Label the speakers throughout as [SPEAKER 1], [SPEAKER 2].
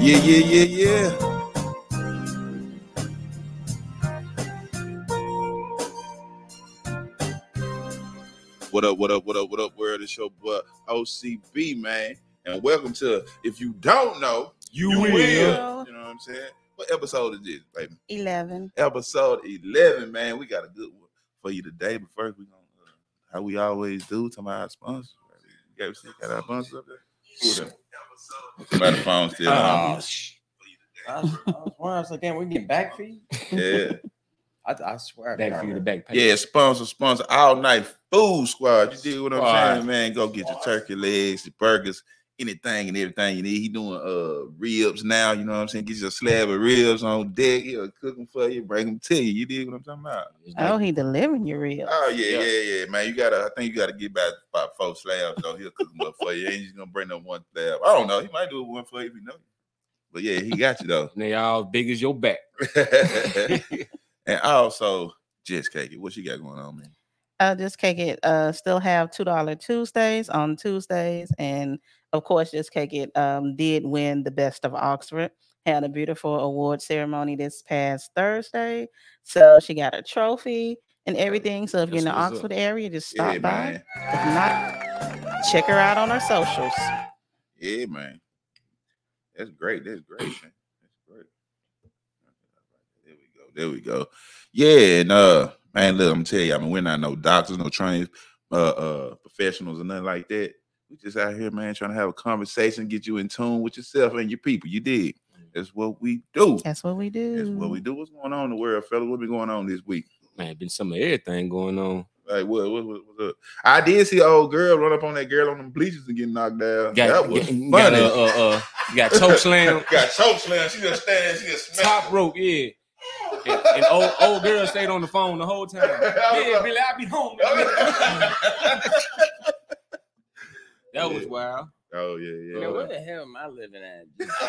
[SPEAKER 1] Yeah, yeah, yeah, yeah. What up, what up, what up, what up, world? It's your boy OCB, man. And welcome to If You Don't Know, You,
[SPEAKER 2] You
[SPEAKER 1] will.
[SPEAKER 2] Will.
[SPEAKER 1] You know what I'm saying? What episode is this, baby?
[SPEAKER 3] 11.
[SPEAKER 1] Episode 11, man. We got a good one for you today. But first, we're going to, uh, how we always do, talk about our sponsors. You got, we still got our sponsors up there? Who the- Somebody phone still on.
[SPEAKER 2] Oh, sh- I was, I was wondering, I was like, damn, we getting back feet?
[SPEAKER 1] Yeah.
[SPEAKER 2] I, I swear.
[SPEAKER 4] back for you to back pay.
[SPEAKER 1] Yeah, sponsor, sponsor, all night food squad. You dig what I'm
[SPEAKER 4] Squad.
[SPEAKER 1] saying, man? Go get your turkey legs, the burgers, anything and everything you need. He doing uh ribs now. You know what I'm saying? Get your slab of ribs on deck. He'll cook them for you, bring them to you. You dig what I'm talking about?
[SPEAKER 4] It's
[SPEAKER 3] Oh,
[SPEAKER 4] like-
[SPEAKER 3] he delivering your ribs.
[SPEAKER 1] Oh yeah,
[SPEAKER 4] Yeah.
[SPEAKER 1] yeah, yeah, man. You gotta. I think you gotta get about about four slabs though. He'll cook them up for you. Ain't just gonna bring up one slab. I don't know. He might do one for you if he know you. But yeah, he got you though.
[SPEAKER 4] and they all big as your back.
[SPEAKER 1] and also, Jess Cake, what you got going on, man?
[SPEAKER 3] Uh, just cake it. Uh, still have two dollar Tuesdays on Tuesdays, and of course, just cake it. Um, did win the best of Oxford. Had a beautiful award ceremony this past Thursday, so she got a trophy and everything. So if you're in the
[SPEAKER 4] That's what's up.
[SPEAKER 3] Oxford area, just stop by. If not, check her out on her socials.
[SPEAKER 1] Yeah, man. That's great. That's great, man. That's great. There we go. There we go. Yeah, and uh, man, look, I'm telling you, I mean, we're not no doctors, no trained uh, uh professionals or nothing like that. We just out here, man, trying to have a conversation, get you in tune with yourself and your people. You did. That's what we do.
[SPEAKER 3] That's what we do.
[SPEAKER 1] That's what we do. What's going on in the world, fella? What been going on this week?
[SPEAKER 4] Man, been some of everything going on.
[SPEAKER 1] Like what? What? What? What's up? I did see an old girl run up on that girl on them bleachers and get knocked down. that was
[SPEAKER 4] got,
[SPEAKER 1] funny.
[SPEAKER 4] got, uh, uh, uh, you got choke slam,
[SPEAKER 1] got choke slam. She just standing. She just
[SPEAKER 4] top rope, yeah. And, and old old girl stayed on the phone the whole time. Yeah, Billy, I'll be home. that was wild.
[SPEAKER 1] oh yeah, yeah.
[SPEAKER 2] Man, where the hell am I living at?
[SPEAKER 4] Just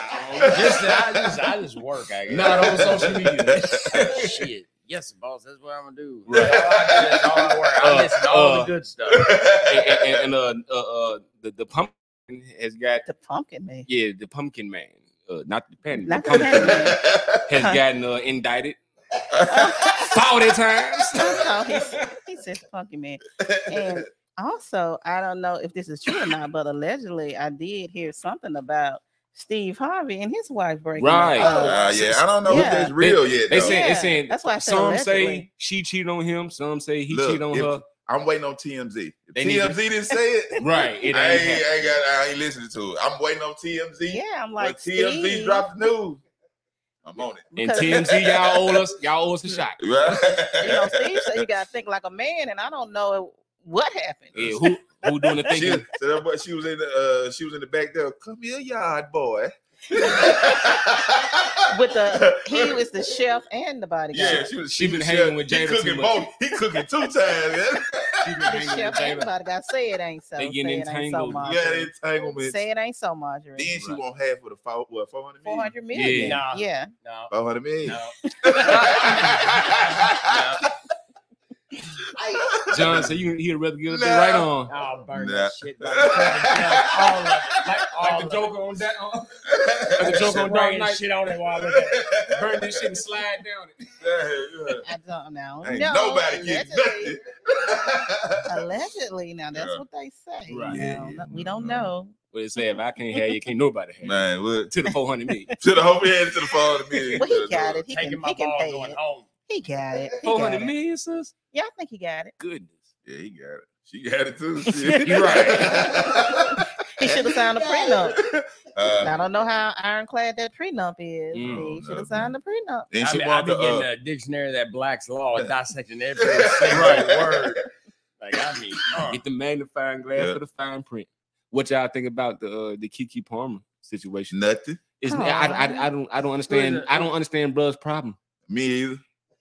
[SPEAKER 2] just, I, just, I just work, I guess.
[SPEAKER 4] Not on social media.
[SPEAKER 2] Shit. Yes, boss. That's what I'm going to do.
[SPEAKER 4] Right.
[SPEAKER 2] That's all I work. I
[SPEAKER 4] Uh,
[SPEAKER 2] listen to all
[SPEAKER 4] uh,
[SPEAKER 2] the good stuff.
[SPEAKER 4] And, and, and, uh, uh, uh, the, the pumpkin has got,
[SPEAKER 3] The pumpkin man.
[SPEAKER 4] yeah, the pumpkin man, uh, not the panda,
[SPEAKER 3] Not
[SPEAKER 4] the
[SPEAKER 3] the
[SPEAKER 4] pumpkin
[SPEAKER 3] panda.
[SPEAKER 4] man has gotten uh, indicted
[SPEAKER 3] uh,
[SPEAKER 4] forty times.
[SPEAKER 3] so Oh, he's, he says funky man. And also, I don't know if this is true or not, but allegedly I did hear something about Steve Harvey and his wife breaking
[SPEAKER 4] Right.
[SPEAKER 3] up.
[SPEAKER 1] Ah, yeah, I don't know if
[SPEAKER 3] Yeah.
[SPEAKER 1] that's real yet.
[SPEAKER 4] They
[SPEAKER 1] though.
[SPEAKER 4] saying,
[SPEAKER 3] Yeah,
[SPEAKER 4] they saying
[SPEAKER 3] that's why I said
[SPEAKER 4] some say
[SPEAKER 3] allegedly.
[SPEAKER 4] she cheated on him, some say he
[SPEAKER 1] Look,
[SPEAKER 4] cheated on
[SPEAKER 1] if-
[SPEAKER 4] her.
[SPEAKER 1] I'm waiting on TMZ. If
[SPEAKER 4] They need to-
[SPEAKER 1] TMZ didn't say it.
[SPEAKER 4] Right. It ain't
[SPEAKER 1] I ain't,
[SPEAKER 4] happening.
[SPEAKER 1] I ain't got. I ain't listening to it. I'm waiting on TMZ.
[SPEAKER 3] Yeah, I'm
[SPEAKER 1] When
[SPEAKER 3] like
[SPEAKER 1] TMZ
[SPEAKER 3] Steve,
[SPEAKER 1] dropped the news. I'm on it.
[SPEAKER 4] and
[SPEAKER 3] because,
[SPEAKER 4] TMZ, y'all owe us, y'all owe us a shot.
[SPEAKER 3] you know, Steve said you gotta think like a man, and I don't know what happened.
[SPEAKER 4] Yeah, who who doing the
[SPEAKER 1] She,
[SPEAKER 4] thinking?
[SPEAKER 1] so that boy, she was in the uh, she was in the back there. Come here, yard boy.
[SPEAKER 3] With the he was the chef and the
[SPEAKER 1] Yeah,
[SPEAKER 3] bodyguard.
[SPEAKER 1] she was.
[SPEAKER 4] She been
[SPEAKER 1] was-
[SPEAKER 4] hanging with
[SPEAKER 1] he
[SPEAKER 4] Jada
[SPEAKER 1] cooking
[SPEAKER 4] too much.
[SPEAKER 1] both- He cooking two times. Man.
[SPEAKER 4] She been
[SPEAKER 3] The
[SPEAKER 4] hanging with
[SPEAKER 3] chef and the
[SPEAKER 4] Jada.
[SPEAKER 3] bodyguard. Say it ain't so.
[SPEAKER 4] They
[SPEAKER 3] Say
[SPEAKER 4] getting
[SPEAKER 3] it ain't so
[SPEAKER 4] entangled.
[SPEAKER 1] You got
[SPEAKER 3] Marjorie.
[SPEAKER 1] entanglement.
[SPEAKER 3] Say it ain't so Marjorie.
[SPEAKER 1] Then she
[SPEAKER 4] Right.
[SPEAKER 1] won't have for the four, what, 400
[SPEAKER 3] Four
[SPEAKER 1] million.
[SPEAKER 3] hundred
[SPEAKER 4] Yeah.
[SPEAKER 3] million.
[SPEAKER 2] Nah.
[SPEAKER 3] yeah.
[SPEAKER 2] No.
[SPEAKER 1] 400 million.
[SPEAKER 2] No.
[SPEAKER 4] John said you he'd rather get
[SPEAKER 1] Nah.
[SPEAKER 4] it right on.
[SPEAKER 2] I'll burn
[SPEAKER 1] Nah.
[SPEAKER 2] that shit. Like, all of it. Like, all
[SPEAKER 4] Like
[SPEAKER 2] of
[SPEAKER 4] the
[SPEAKER 2] it.
[SPEAKER 4] Joker on that uh. on the Joker on Dark
[SPEAKER 2] Rain
[SPEAKER 4] Knight.
[SPEAKER 2] shit on it while I look at it.
[SPEAKER 4] Burn this shit and slide down it.
[SPEAKER 3] I don't know.
[SPEAKER 1] Ain't
[SPEAKER 3] no,
[SPEAKER 1] nobody getting nothing.
[SPEAKER 3] allegedly. Allegedly, now that's
[SPEAKER 1] Yeah.
[SPEAKER 3] what they say.
[SPEAKER 4] Right.
[SPEAKER 3] You
[SPEAKER 1] Yeah,
[SPEAKER 3] know,
[SPEAKER 1] yeah,
[SPEAKER 3] we
[SPEAKER 1] no,
[SPEAKER 3] don't
[SPEAKER 1] no.
[SPEAKER 3] know.
[SPEAKER 4] But it said if I can't have you, can't nobody have you.
[SPEAKER 1] Man, what?
[SPEAKER 4] To the 400 million.
[SPEAKER 1] To the whole head to the 400 million.
[SPEAKER 3] Well, he got it. He
[SPEAKER 2] Taking
[SPEAKER 3] can,
[SPEAKER 2] my
[SPEAKER 3] he can
[SPEAKER 2] ball
[SPEAKER 3] pay
[SPEAKER 2] going
[SPEAKER 3] it.
[SPEAKER 2] home.
[SPEAKER 3] He got it. He
[SPEAKER 4] 400
[SPEAKER 3] got it.
[SPEAKER 4] million, sis?
[SPEAKER 3] Yeah, I think he got it.
[SPEAKER 4] Goodness.
[SPEAKER 1] Yeah, he got it. She got it too.
[SPEAKER 4] You
[SPEAKER 1] right.
[SPEAKER 3] He should have signed a prenup.
[SPEAKER 1] Uh,
[SPEAKER 3] I don't know how ironclad that prenup is.
[SPEAKER 4] Mm.
[SPEAKER 3] but he should
[SPEAKER 1] No.
[SPEAKER 3] have signed the prenup.
[SPEAKER 1] then
[SPEAKER 2] I
[SPEAKER 1] she
[SPEAKER 2] mean, I've
[SPEAKER 1] wanted
[SPEAKER 2] been
[SPEAKER 1] to.
[SPEAKER 2] getting
[SPEAKER 1] Uh,
[SPEAKER 2] a dictionary of that Black's
[SPEAKER 5] Oh,
[SPEAKER 2] Law and dissecting every single word. Like, I mean, uh,
[SPEAKER 4] Get the magnifying glass
[SPEAKER 1] Yeah.
[SPEAKER 4] for the fine print. What y'all think about the uh, the Kiki Palmer situation?
[SPEAKER 1] nothing.
[SPEAKER 4] It's, I, I, I don't I don't understand I don't understand Bruh's problem.
[SPEAKER 1] Me either.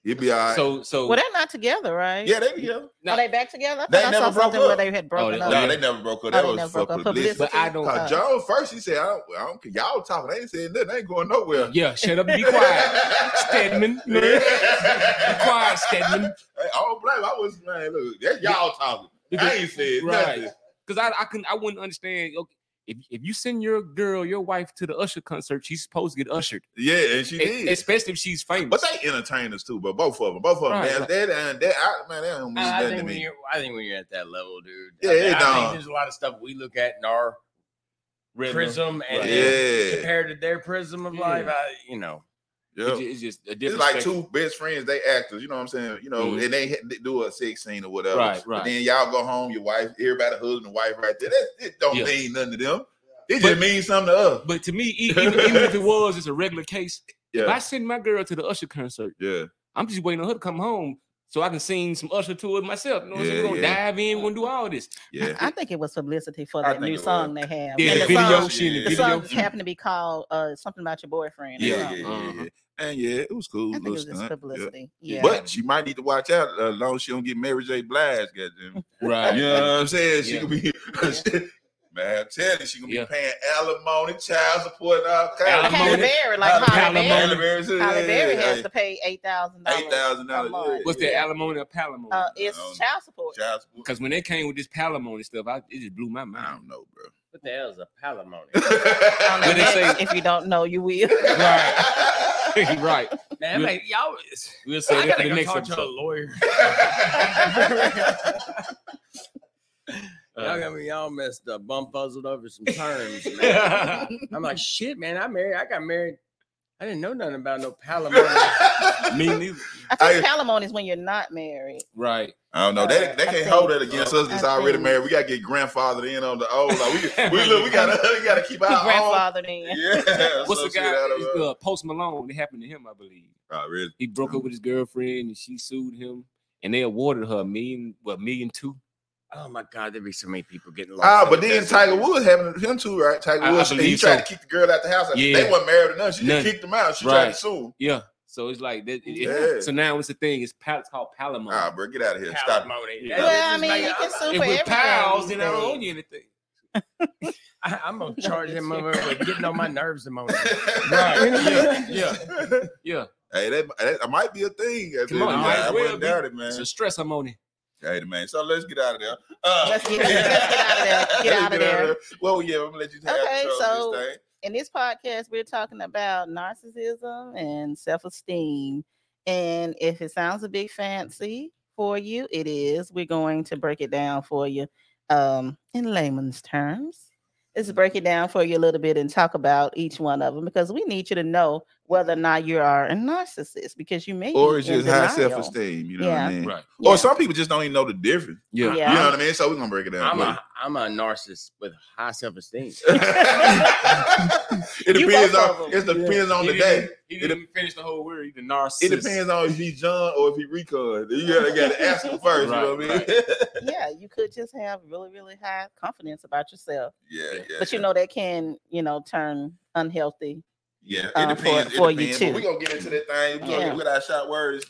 [SPEAKER 1] He'd be all right.
[SPEAKER 4] So so
[SPEAKER 3] Well, they're not together, right?
[SPEAKER 1] yeah, they, yeah.
[SPEAKER 3] Are they back together? I
[SPEAKER 1] They
[SPEAKER 3] thought I
[SPEAKER 1] never
[SPEAKER 3] saw
[SPEAKER 1] broke
[SPEAKER 3] something where
[SPEAKER 1] up.
[SPEAKER 3] they had broken
[SPEAKER 4] they-
[SPEAKER 3] up.
[SPEAKER 4] oh,
[SPEAKER 1] No, they never broke up.
[SPEAKER 3] Oh,
[SPEAKER 1] That
[SPEAKER 3] they
[SPEAKER 1] was
[SPEAKER 3] never
[SPEAKER 1] for
[SPEAKER 3] broke up.
[SPEAKER 1] publicity.
[SPEAKER 4] but I don't
[SPEAKER 1] Cause John first he said, I don't, I don't care. Y'all talking. They ain't saying nothing. They ain't going nowhere.
[SPEAKER 4] yeah, shut up and be quiet. Stedman. you know? Be
[SPEAKER 1] I
[SPEAKER 4] quiet, Stedman.
[SPEAKER 1] don't blame. I was man. Look, that's y'all talking. I ain't said
[SPEAKER 4] Right.
[SPEAKER 1] nothing.
[SPEAKER 4] Because I, I couldn't I wouldn't understand okay, if, if you send your girl, your wife to the Usher concert, she's supposed to get ushered.
[SPEAKER 1] Yeah, and she
[SPEAKER 4] E-
[SPEAKER 1] did.
[SPEAKER 4] Especially if she's famous.
[SPEAKER 1] but they entertainers too. But both of them, both of them,
[SPEAKER 4] Right,
[SPEAKER 1] man,
[SPEAKER 4] right.
[SPEAKER 1] they, done- they, I, man, they don't mean
[SPEAKER 5] I, I
[SPEAKER 1] nothing to
[SPEAKER 5] think when
[SPEAKER 1] me.
[SPEAKER 5] you're, I think when you're at that level, dude.
[SPEAKER 1] Yeah,
[SPEAKER 5] I, think-
[SPEAKER 1] it
[SPEAKER 5] I
[SPEAKER 1] don't.
[SPEAKER 5] think there's a lot of stuff we look at in our
[SPEAKER 4] Regular.
[SPEAKER 5] prism and
[SPEAKER 4] Right.
[SPEAKER 5] then
[SPEAKER 1] Yeah,
[SPEAKER 5] compared to their prism of
[SPEAKER 4] Yeah.
[SPEAKER 5] life. I, you know,
[SPEAKER 4] It's,
[SPEAKER 1] yeah.
[SPEAKER 4] ju- it's just a
[SPEAKER 1] It's
[SPEAKER 4] different.
[SPEAKER 1] like
[SPEAKER 4] spectrum.
[SPEAKER 1] two best friends, they actors, you know what I'm saying? You know,
[SPEAKER 4] Mhm.
[SPEAKER 1] and they hit- they do a sex scene or whatever.
[SPEAKER 4] Right,
[SPEAKER 1] But
[SPEAKER 4] right.
[SPEAKER 1] then y'all go home, your wife, everybody, husband and wife right there. That it don't
[SPEAKER 4] Yeah.
[SPEAKER 1] mean nothing to them. It
[SPEAKER 4] But-
[SPEAKER 1] just means something to us.
[SPEAKER 4] But to me, e- even, even if it was just a regular case, if
[SPEAKER 1] Yeah.
[SPEAKER 4] I send my girl to the Usher concert,
[SPEAKER 1] Yeah.
[SPEAKER 4] I'm just waiting on her to come home so I can sing some Usher to it myself. You know what I'm saying?
[SPEAKER 1] Yeah,
[SPEAKER 4] We're gonna
[SPEAKER 1] yeah.
[SPEAKER 4] dive in, we're gonna do all this.
[SPEAKER 1] Yeah.
[SPEAKER 3] I think it was publicity for
[SPEAKER 1] I
[SPEAKER 3] that
[SPEAKER 1] think
[SPEAKER 3] new
[SPEAKER 1] it was.
[SPEAKER 3] song they have.
[SPEAKER 4] Yeah,
[SPEAKER 3] and
[SPEAKER 4] the
[SPEAKER 3] the,
[SPEAKER 4] video,
[SPEAKER 3] song,
[SPEAKER 4] she in the
[SPEAKER 3] the
[SPEAKER 4] video.
[SPEAKER 3] song just happened to be called uh, something about your boyfriend. or
[SPEAKER 1] Yeah, yeah,
[SPEAKER 3] something.
[SPEAKER 1] yeah,
[SPEAKER 4] Uh-huh.
[SPEAKER 1] yeah. And yeah, it was cool.
[SPEAKER 3] I think it
[SPEAKER 1] little
[SPEAKER 3] was just
[SPEAKER 1] stunt. Yeah.
[SPEAKER 3] publicity. Yeah.
[SPEAKER 1] But she might need to watch out uh, as long as she don't get Mary J. Blige, goddamn. it.
[SPEAKER 4] Right.
[SPEAKER 1] You know what I'm saying? She
[SPEAKER 4] Yeah.
[SPEAKER 1] could be man, I'm telling you, she gonna
[SPEAKER 4] Yeah.
[SPEAKER 1] be paying alimony, child support, and all kinds of
[SPEAKER 3] Halle
[SPEAKER 4] Alimony.
[SPEAKER 3] Berry, like
[SPEAKER 1] Uh,
[SPEAKER 3] Halle
[SPEAKER 4] Alimony.
[SPEAKER 3] Berry.
[SPEAKER 1] too,
[SPEAKER 3] Halle
[SPEAKER 1] yeah,
[SPEAKER 3] Berry
[SPEAKER 1] yeah,
[SPEAKER 3] has
[SPEAKER 1] yeah.
[SPEAKER 3] to pay eight thousand
[SPEAKER 1] Eight
[SPEAKER 3] dollars.
[SPEAKER 1] thousand dollars.
[SPEAKER 4] What's that alimony or palimony?
[SPEAKER 3] Uh, it's
[SPEAKER 1] Um,
[SPEAKER 3] child support.
[SPEAKER 1] Child support.
[SPEAKER 4] Because when they came with this palimony stuff, I, it just blew my
[SPEAKER 1] I
[SPEAKER 4] mind.
[SPEAKER 1] don't know, bro.
[SPEAKER 5] what the hell is a palimony?
[SPEAKER 3] On the
[SPEAKER 4] What they
[SPEAKER 3] net,
[SPEAKER 4] say-
[SPEAKER 3] if you don't know, you will.
[SPEAKER 4] right.
[SPEAKER 5] Man,
[SPEAKER 4] Yeah.
[SPEAKER 5] like, y'all,
[SPEAKER 4] We'll say
[SPEAKER 5] I
[SPEAKER 4] that
[SPEAKER 5] gotta
[SPEAKER 4] for the
[SPEAKER 5] go
[SPEAKER 4] next
[SPEAKER 5] talk to a
[SPEAKER 4] episode.
[SPEAKER 5] lawyer.
[SPEAKER 1] Uh.
[SPEAKER 5] y'all got me all messed up, bum fuzzled over some terms. Man. I'm like, shit, man. I married. I got married. I didn't know nothing about no palimony.
[SPEAKER 4] Me neither.
[SPEAKER 3] I think
[SPEAKER 1] I-
[SPEAKER 3] palimony is when you're not married.
[SPEAKER 4] Right.
[SPEAKER 1] I don't know. They, they
[SPEAKER 3] I
[SPEAKER 1] can't
[SPEAKER 3] think-
[SPEAKER 1] hold that against us. That's
[SPEAKER 3] I
[SPEAKER 1] already
[SPEAKER 3] think-
[SPEAKER 1] married. We gotta get grandfathered in on the old. Like we, we look. We gotta. We gotta keep our own.
[SPEAKER 3] grandfathered in.
[SPEAKER 1] Yeah.
[SPEAKER 4] What's
[SPEAKER 1] some
[SPEAKER 4] the
[SPEAKER 1] shit
[SPEAKER 4] guy?
[SPEAKER 1] out of
[SPEAKER 4] it's,
[SPEAKER 1] us.
[SPEAKER 4] Uh, Post Malone. It happened to him, I believe.
[SPEAKER 1] Oh, really?
[SPEAKER 4] He broke up with his girlfriend, and she sued him, and they awarded her a million, what million two?
[SPEAKER 5] oh my god, there'd be so many people getting lost.
[SPEAKER 1] Ah,
[SPEAKER 5] in
[SPEAKER 1] but
[SPEAKER 5] the
[SPEAKER 1] then
[SPEAKER 5] desert.
[SPEAKER 1] Tiger Woods happened to him too, right?
[SPEAKER 4] I- I
[SPEAKER 1] Tiger Woods, and he
[SPEAKER 4] believe
[SPEAKER 1] tried
[SPEAKER 4] so.
[SPEAKER 1] to kick the girl out the house.
[SPEAKER 4] Yeah.
[SPEAKER 1] They weren't married or nothing. She
[SPEAKER 4] None.
[SPEAKER 1] just kicked them out. She tried
[SPEAKER 4] Right.
[SPEAKER 1] to sue him.
[SPEAKER 4] Yeah. So it's like that. it- it-
[SPEAKER 1] Yeah.
[SPEAKER 4] So now it's the thing. It's, pal- it's called palimony.
[SPEAKER 1] Ah, bro, get out of here. Stop. it.
[SPEAKER 5] Palimony.
[SPEAKER 4] Yeah.
[SPEAKER 5] That
[SPEAKER 3] Well, I
[SPEAKER 5] is
[SPEAKER 3] mean,
[SPEAKER 5] like-
[SPEAKER 3] you can
[SPEAKER 5] I'm-
[SPEAKER 3] sue for
[SPEAKER 4] if we're
[SPEAKER 3] everything.
[SPEAKER 4] pals, then I
[SPEAKER 3] these
[SPEAKER 4] don't owe
[SPEAKER 3] days.
[SPEAKER 4] you anything.
[SPEAKER 5] I, I'm gonna charge
[SPEAKER 3] this
[SPEAKER 5] him
[SPEAKER 3] shit.
[SPEAKER 5] over for getting on my nerves a moment.
[SPEAKER 4] Right. Yeah. Yeah.
[SPEAKER 1] Hey, that, that might be a thing.
[SPEAKER 4] Come on,
[SPEAKER 1] I,
[SPEAKER 4] might as
[SPEAKER 1] I
[SPEAKER 4] well
[SPEAKER 1] wouldn't
[SPEAKER 4] be.
[SPEAKER 1] doubt it, man.
[SPEAKER 4] It's a stress harmony.
[SPEAKER 1] Hey, man. So let's get out of there. Uh,
[SPEAKER 3] Let's get- let's get out of there. Get
[SPEAKER 1] let's
[SPEAKER 3] out of there.
[SPEAKER 1] Well, yeah, I'm gonna let you have
[SPEAKER 3] Okay,
[SPEAKER 1] control
[SPEAKER 3] so-
[SPEAKER 1] of this thing.
[SPEAKER 3] in this podcast, we're talking about narcissism and self esteem. And if it sounds a bit fancy for you, it is. We're going to break it down for you um, in layman's terms. Let's break it down for you a little bit and talk about each one of them because we need you to know whether or not you are a narcissist because you may be
[SPEAKER 1] Or it's
[SPEAKER 3] in
[SPEAKER 1] just high Oh,
[SPEAKER 3] denial.
[SPEAKER 1] self esteem. You know
[SPEAKER 3] Yeah.
[SPEAKER 1] what I mean?
[SPEAKER 4] Right.
[SPEAKER 3] Yeah.
[SPEAKER 1] Or some people just don't even know the difference.
[SPEAKER 4] Yeah.
[SPEAKER 3] Yeah.
[SPEAKER 1] You know what I mean? So we're gonna break it down.
[SPEAKER 5] I'm
[SPEAKER 1] for you.
[SPEAKER 5] a I'm a narcissist with high self esteem.
[SPEAKER 1] it
[SPEAKER 3] You
[SPEAKER 1] depends
[SPEAKER 3] both
[SPEAKER 1] on
[SPEAKER 3] of 'em.
[SPEAKER 1] it depends on
[SPEAKER 4] He
[SPEAKER 1] the
[SPEAKER 4] didn't-
[SPEAKER 1] day.
[SPEAKER 4] He didn't even finish the whole word. He's a narcissist.
[SPEAKER 1] It depends on if he John or if he Recon. You gotta, gotta ask him first. you know what I mean?
[SPEAKER 4] Right,
[SPEAKER 3] Yeah, you could just have really, really high confidence about yourself.
[SPEAKER 1] yeah, yeah.
[SPEAKER 3] But you know, that can, you know, turn unhealthy
[SPEAKER 1] yeah, it
[SPEAKER 3] uh, for-
[SPEAKER 1] depends.
[SPEAKER 3] for
[SPEAKER 1] it
[SPEAKER 3] you
[SPEAKER 1] depends.
[SPEAKER 3] too.
[SPEAKER 1] But we gonna get into that thing. We gonna
[SPEAKER 3] Yeah.
[SPEAKER 1] get with our shot words,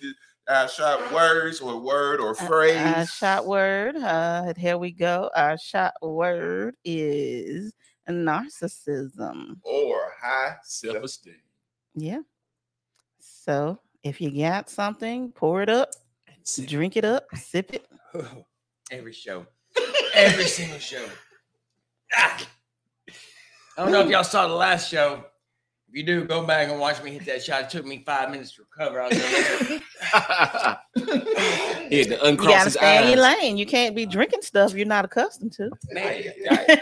[SPEAKER 1] our shot words or word or
[SPEAKER 3] Uh,
[SPEAKER 1] phrase.
[SPEAKER 3] Our shot word. Uh, here we go. Our shot word is narcissism.
[SPEAKER 1] or high.
[SPEAKER 4] Self esteem.
[SPEAKER 3] Yeah. So if you got something, pour it up, drink it up, sip it.
[SPEAKER 5] Every show, every single show. Ah. I don't know if y'all saw the last show. If you do, go back and watch me hit that shot. It took me five minutes to recover. I was like,
[SPEAKER 4] He had to
[SPEAKER 3] You
[SPEAKER 4] uncross
[SPEAKER 3] gotta
[SPEAKER 4] his
[SPEAKER 3] stay in
[SPEAKER 4] eyes.
[SPEAKER 3] your lane. You can't be drinking stuff you're not accustomed to.
[SPEAKER 5] man,
[SPEAKER 3] uh,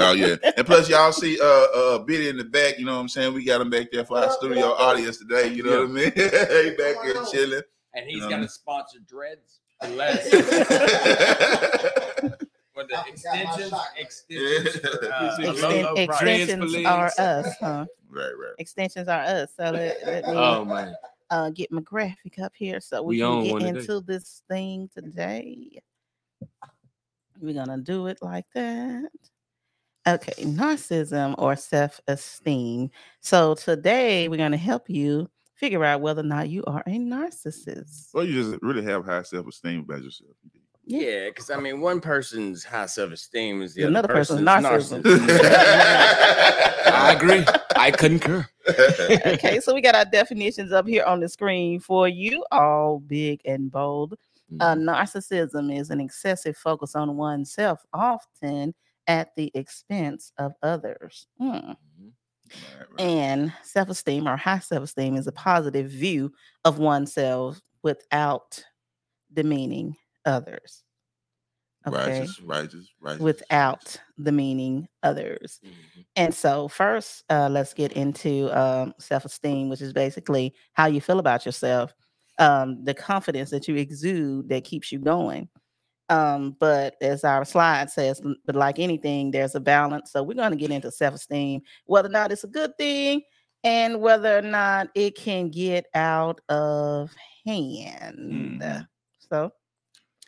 [SPEAKER 1] Oh yeah, and plus y'all see uh uh Biddy in the back. You know what I'm saying? We got him back there for our studio audience today. You know what I mean? he back there chilling.
[SPEAKER 5] and
[SPEAKER 1] You
[SPEAKER 5] he's
[SPEAKER 1] know
[SPEAKER 5] got
[SPEAKER 1] what I
[SPEAKER 5] a sponsor dreads. Unless for the extensions, extensions, for, uh,
[SPEAKER 4] Extend-
[SPEAKER 5] a low,
[SPEAKER 3] Exten-
[SPEAKER 5] low price.
[SPEAKER 3] extensions
[SPEAKER 4] Transfer
[SPEAKER 3] are
[SPEAKER 4] leads.
[SPEAKER 3] us, huh?
[SPEAKER 1] right, right.
[SPEAKER 3] Extensions are us. So let, let me
[SPEAKER 4] Oh man.
[SPEAKER 3] uh, get my graphic up here so we,
[SPEAKER 4] We
[SPEAKER 3] can
[SPEAKER 4] own
[SPEAKER 3] get
[SPEAKER 4] one today.
[SPEAKER 3] into this thing today. We're gonna do it like that. Okay, narcissism or self esteem. So today we're gonna help you figure out whether or not you are a narcissist.
[SPEAKER 1] Well, you just really have high self esteem about yourself.
[SPEAKER 5] Yeah, because I mean, one person's high self esteem is the
[SPEAKER 3] Another
[SPEAKER 5] other person's,
[SPEAKER 3] person's
[SPEAKER 5] narcissism.
[SPEAKER 4] I agree. I concur.
[SPEAKER 3] okay, so we got our definitions up here on the screen for you, all big and
[SPEAKER 4] Um, Mm-hmm.
[SPEAKER 3] bold. Uh, narcissism is an excessive focus on oneself, often at the expense of others. Hmm.
[SPEAKER 1] Mm-hmm. Right, right.
[SPEAKER 3] And self esteem or high self esteem is a positive view of oneself without demeaning others. Okay.
[SPEAKER 1] Righteous, righteous, righteous.
[SPEAKER 3] Without demeaning others. And so, first, uh, let's get into um, self esteem, which is basically how you feel about yourself, um, the confidence that you exude that keeps you going. Um, but as our slide says, l- but like anything, there's a balance. So, we're going to get into self esteem, whether or not it's a good thing and whether or not it can get out of hand.
[SPEAKER 1] Mhm.
[SPEAKER 3] So,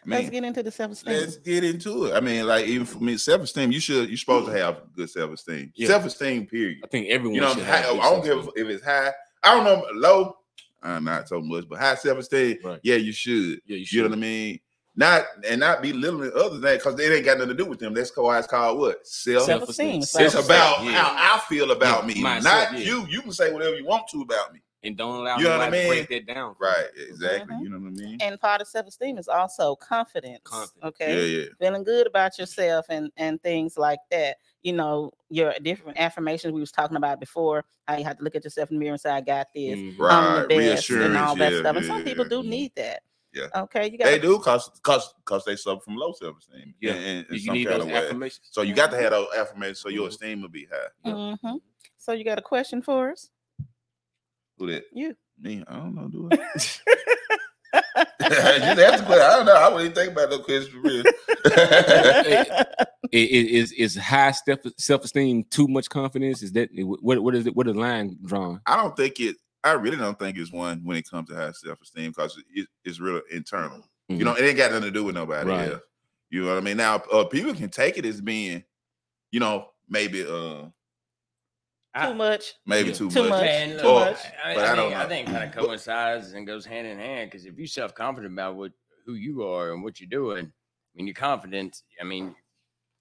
[SPEAKER 1] I
[SPEAKER 3] let's
[SPEAKER 1] mean,
[SPEAKER 3] get into the self esteem.
[SPEAKER 1] let's get into it. I mean, like even for me, self esteem. You should. You're supposed
[SPEAKER 3] Mm.
[SPEAKER 1] to have good self esteem.
[SPEAKER 4] Yeah.
[SPEAKER 1] Self esteem. Period.
[SPEAKER 4] I think everyone.
[SPEAKER 1] You know,
[SPEAKER 4] should
[SPEAKER 1] high,
[SPEAKER 4] have
[SPEAKER 1] I don't
[SPEAKER 4] good
[SPEAKER 1] give if it's high. I don't know low. Uh, not so much, but high self esteem.
[SPEAKER 4] Right.
[SPEAKER 1] Yeah, you should.
[SPEAKER 4] Yeah, you
[SPEAKER 1] You know
[SPEAKER 4] should.
[SPEAKER 1] what I mean? Not and not belittling others that because they ain't got nothing to do with them. That's why it's called what self.
[SPEAKER 3] Self- Self-esteem,
[SPEAKER 1] it's
[SPEAKER 3] self-
[SPEAKER 1] about
[SPEAKER 4] yeah.
[SPEAKER 1] how I feel about
[SPEAKER 4] Yeah,
[SPEAKER 1] me,
[SPEAKER 4] myself,
[SPEAKER 1] not
[SPEAKER 4] yeah.
[SPEAKER 1] you. You can say whatever you want to about me.
[SPEAKER 4] and don't allow
[SPEAKER 1] You know what I
[SPEAKER 4] nobody to
[SPEAKER 1] mean?
[SPEAKER 4] break that down.
[SPEAKER 1] Right? Exactly.
[SPEAKER 3] Mhm.
[SPEAKER 1] You know what I mean?
[SPEAKER 3] and part of self-esteem is also confidence,
[SPEAKER 4] Confidence.
[SPEAKER 3] okay
[SPEAKER 1] Yeah, yeah.
[SPEAKER 3] feeling good about yourself and and things like that you know your different affirmations we was talking about before how you have to look at yourself in the mirror and say i got this
[SPEAKER 4] Mhm.
[SPEAKER 1] Mm, Right.
[SPEAKER 3] i'm the best and
[SPEAKER 1] Reassurance,
[SPEAKER 3] all that
[SPEAKER 1] yeah,
[SPEAKER 3] stuff and some people
[SPEAKER 1] yeah, mm.
[SPEAKER 3] do
[SPEAKER 4] yeah.
[SPEAKER 3] need that
[SPEAKER 1] Yeah.
[SPEAKER 3] okay you got
[SPEAKER 1] They do cause cause cause they suffer from low self esteem.
[SPEAKER 4] Yeah.
[SPEAKER 1] in, in
[SPEAKER 4] You
[SPEAKER 1] some
[SPEAKER 4] need
[SPEAKER 1] kind
[SPEAKER 4] those
[SPEAKER 1] of way.
[SPEAKER 4] affirmations.
[SPEAKER 1] So you got to have those affirmations so your
[SPEAKER 4] Mhm.
[SPEAKER 1] esteem will be high.
[SPEAKER 4] Yeah.
[SPEAKER 3] hmm so you got a question for us
[SPEAKER 1] Who that?
[SPEAKER 3] You.
[SPEAKER 1] Me? I don't know. Do I? Just ask the question. I don't know. I wouldn't even think about no question for real.
[SPEAKER 4] I- i- Is is high self self esteem too much confidence? Is that what what is it? What is the line drawn?
[SPEAKER 1] I don't think it. I really don't think it's one when it comes to high self esteem because it, it's real internal. You know, it ain't got nothing to do with nobody
[SPEAKER 4] Mm-hmm. Right.
[SPEAKER 1] else. You know what I mean? Now, uh, people can take it as being, you know, maybe uh
[SPEAKER 3] too
[SPEAKER 2] I,
[SPEAKER 3] much
[SPEAKER 1] maybe
[SPEAKER 4] Yeah.
[SPEAKER 1] too,
[SPEAKER 3] Too
[SPEAKER 1] much.
[SPEAKER 3] much.
[SPEAKER 2] man, look,
[SPEAKER 1] Oh,
[SPEAKER 2] I, I,
[SPEAKER 1] but I
[SPEAKER 2] I,
[SPEAKER 1] don't
[SPEAKER 2] think, I
[SPEAKER 1] know.
[SPEAKER 2] think it kind of coincides and goes hand in hand because if you're self confident about what who you are and what you're doing, I mean, you're confident. I mean,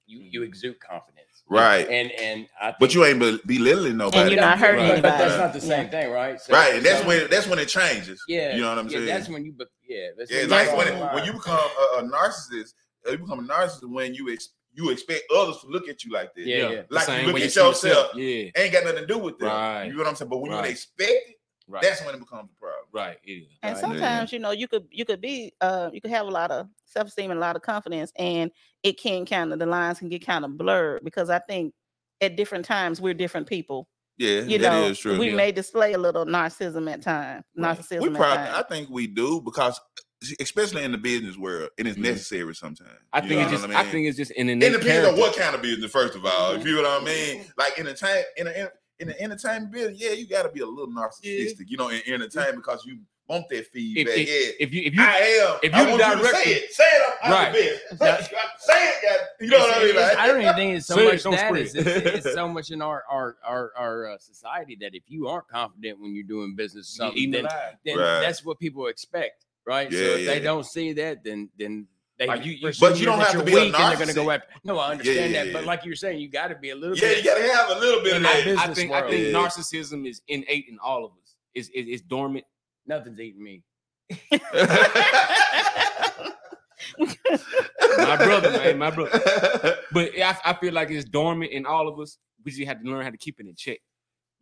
[SPEAKER 2] you
[SPEAKER 5] Mm-hmm.
[SPEAKER 2] you exude confidence,
[SPEAKER 1] Right.
[SPEAKER 2] And and I think
[SPEAKER 1] But you ain't be- belittling nobody.
[SPEAKER 3] you're not hurting
[SPEAKER 2] But that's
[SPEAKER 1] anybody.
[SPEAKER 2] not the same
[SPEAKER 3] Yeah.
[SPEAKER 2] thing, right? So-
[SPEAKER 1] right, and that's
[SPEAKER 2] so-
[SPEAKER 1] when that's when it changes.
[SPEAKER 2] Yeah,
[SPEAKER 1] you know what I'm
[SPEAKER 2] yeah,
[SPEAKER 1] saying?
[SPEAKER 2] That's when you, be- yeah, that's
[SPEAKER 1] Yeah,
[SPEAKER 2] when
[SPEAKER 1] it's
[SPEAKER 2] you
[SPEAKER 1] like
[SPEAKER 2] draw
[SPEAKER 1] when
[SPEAKER 2] the line.
[SPEAKER 1] when you become a, a narcissist, uh, you become a narcissist when you ex, you expect others to look at you like this.
[SPEAKER 2] Yeah, yeah.
[SPEAKER 1] Like you
[SPEAKER 4] Same
[SPEAKER 1] look
[SPEAKER 4] way
[SPEAKER 1] at
[SPEAKER 4] see
[SPEAKER 1] yourself,
[SPEAKER 4] Yeah,
[SPEAKER 1] ain't got nothing to do with them.
[SPEAKER 4] Right.
[SPEAKER 1] You know what I'm saying? But when
[SPEAKER 4] Right.
[SPEAKER 1] you expect it,
[SPEAKER 4] right,
[SPEAKER 1] that's when it becomes a problem.
[SPEAKER 4] right. Yeah.
[SPEAKER 1] Right.
[SPEAKER 3] And
[SPEAKER 1] Yeah, yeah.
[SPEAKER 3] sometimes, you know, you could you could be uh you could have a lot of self-esteem and a lot of confidence, and it can kind of the lines can get kind of blurred because I think at different times we're different people.
[SPEAKER 1] Yeah, that
[SPEAKER 3] You
[SPEAKER 1] is
[SPEAKER 3] know,
[SPEAKER 1] true.
[SPEAKER 3] we
[SPEAKER 4] yeah.
[SPEAKER 3] may display a little narcissism at times.
[SPEAKER 4] Right.
[SPEAKER 3] Narcissism
[SPEAKER 1] we
[SPEAKER 3] at
[SPEAKER 1] probably
[SPEAKER 3] times.
[SPEAKER 1] I think we do because especially in the business world, and it's
[SPEAKER 4] Mhm.
[SPEAKER 1] necessary sometimes.
[SPEAKER 4] I
[SPEAKER 1] You
[SPEAKER 4] think
[SPEAKER 1] know
[SPEAKER 4] it's
[SPEAKER 1] what
[SPEAKER 4] just. I, think it's just an
[SPEAKER 1] it
[SPEAKER 4] innate
[SPEAKER 1] depends on
[SPEAKER 4] character.
[SPEAKER 1] what kind of business, first of all. If you know what I mean? Like entertain in a, in the entertainment business, yeah, you gotta be a little narcissistic, you know, in entertainment because you want that
[SPEAKER 4] If,
[SPEAKER 1] feedback.
[SPEAKER 4] if,
[SPEAKER 1] yeah.
[SPEAKER 4] if you if you
[SPEAKER 1] I am.
[SPEAKER 4] if
[SPEAKER 1] I
[SPEAKER 4] you the
[SPEAKER 1] want you to
[SPEAKER 4] director-
[SPEAKER 1] say it. Say it. I'm
[SPEAKER 4] Right.
[SPEAKER 1] the best. say it, God. You know what I mean?
[SPEAKER 2] It's- it's-
[SPEAKER 1] Like,
[SPEAKER 2] I don't even think it's so
[SPEAKER 4] Say it,
[SPEAKER 2] much
[SPEAKER 4] don't
[SPEAKER 2] that
[SPEAKER 4] spread
[SPEAKER 2] it's,
[SPEAKER 4] it.
[SPEAKER 2] it's, it's so much in our our our, our uh, society that if you aren't confident when you're doing business or
[SPEAKER 4] you're
[SPEAKER 2] something,
[SPEAKER 4] eating
[SPEAKER 2] then,
[SPEAKER 4] alive.
[SPEAKER 2] then
[SPEAKER 1] Right.
[SPEAKER 2] that's what people expect, right? so
[SPEAKER 1] Yeah,
[SPEAKER 2] if
[SPEAKER 1] yeah,
[SPEAKER 2] they
[SPEAKER 1] yeah.
[SPEAKER 2] don't see that, then then they
[SPEAKER 4] Like you- you-
[SPEAKER 2] perceive
[SPEAKER 1] But you don't
[SPEAKER 2] that
[SPEAKER 1] have to
[SPEAKER 2] you're
[SPEAKER 1] be a
[SPEAKER 2] weak and they're gonna go
[SPEAKER 1] narcissist.
[SPEAKER 2] after. No, I
[SPEAKER 1] Yeah, yeah,
[SPEAKER 2] understand that,
[SPEAKER 1] yeah,
[SPEAKER 2] but
[SPEAKER 1] yeah.
[SPEAKER 2] like you're saying, you got to be a little
[SPEAKER 1] yeah, you
[SPEAKER 2] bit.
[SPEAKER 1] gotta have a little bit of
[SPEAKER 2] In our
[SPEAKER 1] that.
[SPEAKER 2] business
[SPEAKER 4] I think I
[SPEAKER 2] world.
[SPEAKER 4] think
[SPEAKER 1] Yeah.
[SPEAKER 4] narcissism is innate in all of us. It's it's, it's dormant.
[SPEAKER 2] Nothing's eating me.
[SPEAKER 4] My brother, man, my brother. But I, I feel like it's dormant in all of us. We just have to learn how to keep it in check.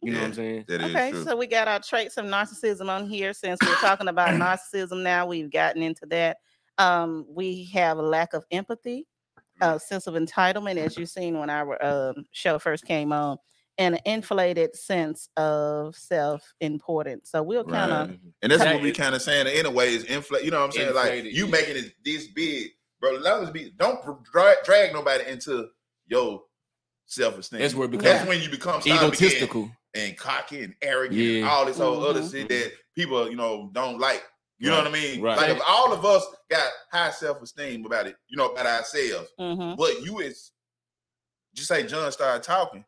[SPEAKER 4] You know what
[SPEAKER 1] Yeah.
[SPEAKER 4] I'm saying?
[SPEAKER 1] That is
[SPEAKER 3] Okay,
[SPEAKER 1] true.
[SPEAKER 3] so we got our traits of narcissism on here. Since we're talking about narcissism now, we've gotten into that. Um, we have a lack of empathy,
[SPEAKER 1] Mm.
[SPEAKER 3] a sense of entitlement, as you've seen when our um, show first came on, and an inflated sense of self importance. So we'll kind of,
[SPEAKER 4] Mm-hmm.
[SPEAKER 1] Right. And that's what
[SPEAKER 2] Right.
[SPEAKER 1] we kind of saying in a way is inflate. You know what I'm saying?
[SPEAKER 4] Inflated,
[SPEAKER 1] like you
[SPEAKER 4] yeah.
[SPEAKER 1] making it this big, bro. Let us be. Don't dra- drag, drag nobody into your self esteem.
[SPEAKER 4] That's where it
[SPEAKER 1] That's
[SPEAKER 4] becomes
[SPEAKER 1] when you become start becoming
[SPEAKER 4] egotistical.
[SPEAKER 1] and cocky and arrogant and
[SPEAKER 4] Yeah.
[SPEAKER 1] all this whole other
[SPEAKER 3] Mhm.
[SPEAKER 1] shit that people you know don't like. You know
[SPEAKER 4] Right.
[SPEAKER 1] what I mean?
[SPEAKER 4] Right.
[SPEAKER 1] Like if all of us got high self esteem about it, you know about ourselves,
[SPEAKER 3] mhm,
[SPEAKER 1] but you is just say John started talking.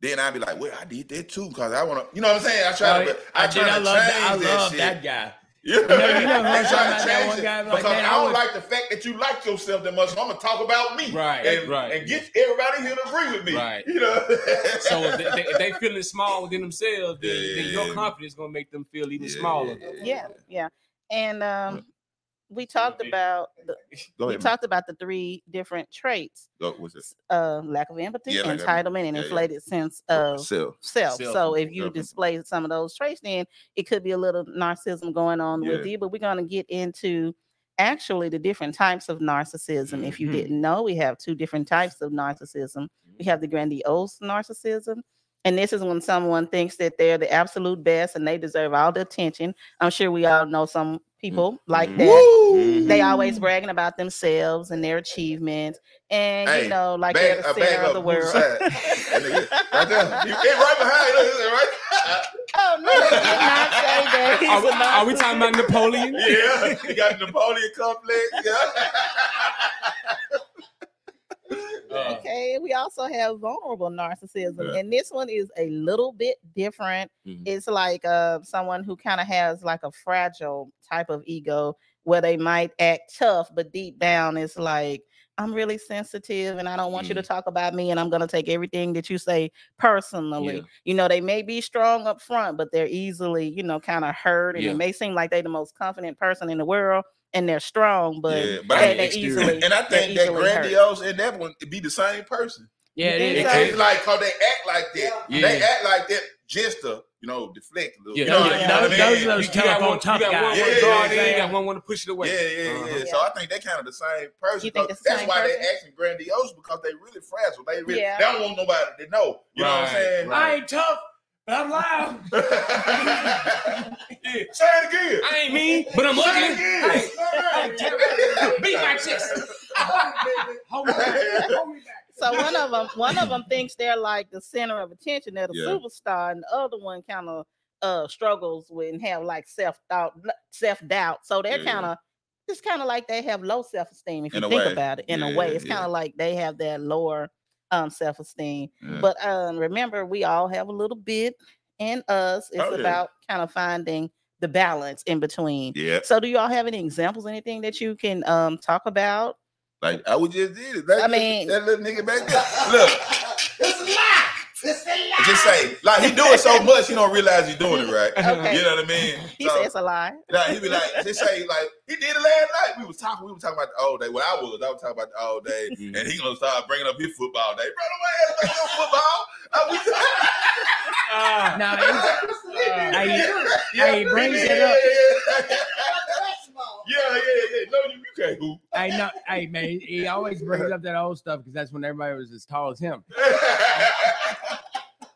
[SPEAKER 1] Then I'd be like, well, I did that too, because I want to, you know what I'm saying? I try to, I,
[SPEAKER 2] dude,
[SPEAKER 1] try to
[SPEAKER 2] I
[SPEAKER 1] change
[SPEAKER 2] love that. I
[SPEAKER 1] that
[SPEAKER 2] love
[SPEAKER 1] shit.
[SPEAKER 2] that guy.
[SPEAKER 1] Yeah.
[SPEAKER 2] know- you know who
[SPEAKER 1] I
[SPEAKER 2] I'm talking about,
[SPEAKER 1] try to
[SPEAKER 2] that
[SPEAKER 1] change
[SPEAKER 2] one
[SPEAKER 1] it
[SPEAKER 2] guy, like,
[SPEAKER 1] because
[SPEAKER 2] man,
[SPEAKER 1] I
[SPEAKER 2] I
[SPEAKER 1] don't
[SPEAKER 2] would-
[SPEAKER 1] like the fact that you like yourself that much. So I'm gonna talk about me,
[SPEAKER 4] Right,
[SPEAKER 1] And,
[SPEAKER 4] right.
[SPEAKER 1] and get everybody here to agree with me,
[SPEAKER 4] Right.
[SPEAKER 1] You know.
[SPEAKER 4] So if they, they, if they feeling small within themselves, then, then
[SPEAKER 1] Yeah.
[SPEAKER 4] your confidence gonna make them feel even smaller.
[SPEAKER 3] yeah, yeah, and um, we talked about the,
[SPEAKER 1] Go
[SPEAKER 3] we
[SPEAKER 1] ahead. man.
[SPEAKER 3] talked about the three different traits:
[SPEAKER 1] Go, what's it?
[SPEAKER 3] uh, lack of empathy,
[SPEAKER 1] Yeah, lack of empathy.
[SPEAKER 3] entitlement, and
[SPEAKER 1] Yeah, yeah.
[SPEAKER 3] inflated sense of
[SPEAKER 1] Self.
[SPEAKER 3] self.
[SPEAKER 5] Self,
[SPEAKER 3] So if you
[SPEAKER 1] self-employed.
[SPEAKER 3] display some of those traits, then it could be a little narcissism going on with
[SPEAKER 1] Yeah.
[SPEAKER 3] you. But we're going to get into actually the different types of narcissism. If you
[SPEAKER 4] Mhm.
[SPEAKER 3] didn't know, we have two different types of narcissism. We have the grandiose narcissism. And this is when someone thinks that they're the absolute best and they deserve all the attention. I'm sure we all know some people like
[SPEAKER 4] Mhm.
[SPEAKER 3] that.
[SPEAKER 2] Mm-hmm.
[SPEAKER 1] Woo!
[SPEAKER 3] They always bragging about themselves and their achievements, and
[SPEAKER 1] Hey,
[SPEAKER 3] you know, like
[SPEAKER 1] bag-
[SPEAKER 3] they're the
[SPEAKER 1] a
[SPEAKER 3] center
[SPEAKER 1] bag
[SPEAKER 3] of
[SPEAKER 1] up
[SPEAKER 3] the
[SPEAKER 1] blue
[SPEAKER 3] world.
[SPEAKER 1] side. That nigga- Right there. You get right behind us, right?
[SPEAKER 3] Oh no, he did not say that. He's
[SPEAKER 4] Are we,
[SPEAKER 3] a monster.
[SPEAKER 4] are we talking about Napoleon? Uh,
[SPEAKER 1] Yeah, you got Napoleon complex. Yeah.
[SPEAKER 5] Uh,
[SPEAKER 3] Okay, we also have vulnerable narcissism,
[SPEAKER 1] Yeah.
[SPEAKER 3] and this one is a little bit different.
[SPEAKER 4] Mhm.
[SPEAKER 3] It's like uh, someone who kind of has like a fragile type of ego, where they might act tough, but deep down, it's like I'm really sensitive, and I don't want you to
[SPEAKER 4] Mm-hmm.
[SPEAKER 3] talk about me, and I'm gonna take everything that you say personally.
[SPEAKER 4] Yeah.
[SPEAKER 3] You know, they may be strong up front, but they're easily, you know, kind of hurt, and
[SPEAKER 4] Yeah.
[SPEAKER 3] it may seem like they're the most confident person in the world, and they're strong, but
[SPEAKER 1] Yeah,
[SPEAKER 4] But
[SPEAKER 1] but I-
[SPEAKER 3] they, they
[SPEAKER 4] exterior.
[SPEAKER 3] easily.
[SPEAKER 1] and I think
[SPEAKER 3] they're
[SPEAKER 1] that
[SPEAKER 3] easily hurt.
[SPEAKER 1] grandiose and that one it be the same person.
[SPEAKER 5] yeah, it
[SPEAKER 3] You
[SPEAKER 5] is.
[SPEAKER 1] It
[SPEAKER 3] think so?
[SPEAKER 1] seems like cause they act like that.
[SPEAKER 4] Yeah.
[SPEAKER 1] They act like that just to you know deflect a little.
[SPEAKER 4] Yeah.
[SPEAKER 1] You know,
[SPEAKER 5] Those-
[SPEAKER 1] you know what I
[SPEAKER 5] those-
[SPEAKER 1] mean?
[SPEAKER 5] those are those
[SPEAKER 4] You got
[SPEAKER 5] telephone
[SPEAKER 4] one, you
[SPEAKER 5] tough
[SPEAKER 4] got one,
[SPEAKER 5] guys.
[SPEAKER 4] one
[SPEAKER 1] Yeah,
[SPEAKER 4] drawn
[SPEAKER 1] yeah,
[SPEAKER 4] in, you
[SPEAKER 1] yeah.
[SPEAKER 4] got one want to push it away.
[SPEAKER 1] Yeah, yeah, yeah.
[SPEAKER 4] Uh-huh.
[SPEAKER 1] So I think they kind of the same person.
[SPEAKER 3] You think
[SPEAKER 1] Cause
[SPEAKER 3] it's the
[SPEAKER 1] that's
[SPEAKER 3] same
[SPEAKER 1] why they
[SPEAKER 3] person?
[SPEAKER 1] acting grandiose because they really fragile. They really
[SPEAKER 3] Yeah.
[SPEAKER 1] they don't want nobody to know. You know what I'm
[SPEAKER 4] Right,
[SPEAKER 1] saying?
[SPEAKER 4] right.
[SPEAKER 5] I ain't tough, but I'm loud.
[SPEAKER 1] Yeah. Say it again.
[SPEAKER 4] I ain't mean, but I'm
[SPEAKER 1] Say
[SPEAKER 4] ugly.
[SPEAKER 1] it
[SPEAKER 5] I-
[SPEAKER 1] again.
[SPEAKER 5] Beat my chest. Hold me back. Hold me back.
[SPEAKER 3] So one of them, one of them thinks they're like the center of attention, they're the
[SPEAKER 1] Yeah.
[SPEAKER 3] superstar, and the other one kind of uh struggles with and have like self doubt, self doubt. So they're
[SPEAKER 1] Yeah.
[SPEAKER 3] kind of it's kind of like they have low self esteem if you
[SPEAKER 1] In a
[SPEAKER 3] think
[SPEAKER 1] way.
[SPEAKER 3] about it. In a
[SPEAKER 1] Yeah,
[SPEAKER 3] way, it's
[SPEAKER 1] yeah.
[SPEAKER 3] kind of like they have that lower um self esteem.
[SPEAKER 1] Yeah.
[SPEAKER 3] But um, remember, we all have a little bit in us. It's
[SPEAKER 1] Oh, yeah.
[SPEAKER 3] about kind of finding the balance in between.
[SPEAKER 1] Yeah,
[SPEAKER 3] So, do you all have any examples, anything that you can um talk about?
[SPEAKER 1] like I would just did it. That,
[SPEAKER 3] I mean-
[SPEAKER 1] that little nigga back there. Look,
[SPEAKER 5] It's a lie. It's a lie.
[SPEAKER 1] just say like he doing so much, he don't realize he doing it right.
[SPEAKER 3] Okay.
[SPEAKER 1] You know what I mean?
[SPEAKER 3] He
[SPEAKER 1] So-
[SPEAKER 3] said it's a lie.
[SPEAKER 1] Nah, he be like, just say like he did it last night. We was talking, we were talking about the old day. Well, I was, I was talking about the old day,
[SPEAKER 4] Mhm.
[SPEAKER 1] and he gonna start bringing up his football day. Bro, the way your football. I was,
[SPEAKER 4] Ah.
[SPEAKER 5] Nah, it's-
[SPEAKER 1] yeah,
[SPEAKER 5] hey,
[SPEAKER 1] yeah,
[SPEAKER 5] hey, he brings
[SPEAKER 1] yeah,
[SPEAKER 5] it up.
[SPEAKER 1] Yeah, yeah, yeah, yeah. No, you, you can't hoop.
[SPEAKER 5] hey, no, hey, man, he, he always brings up that old stuff because that's when everybody was as tall as him.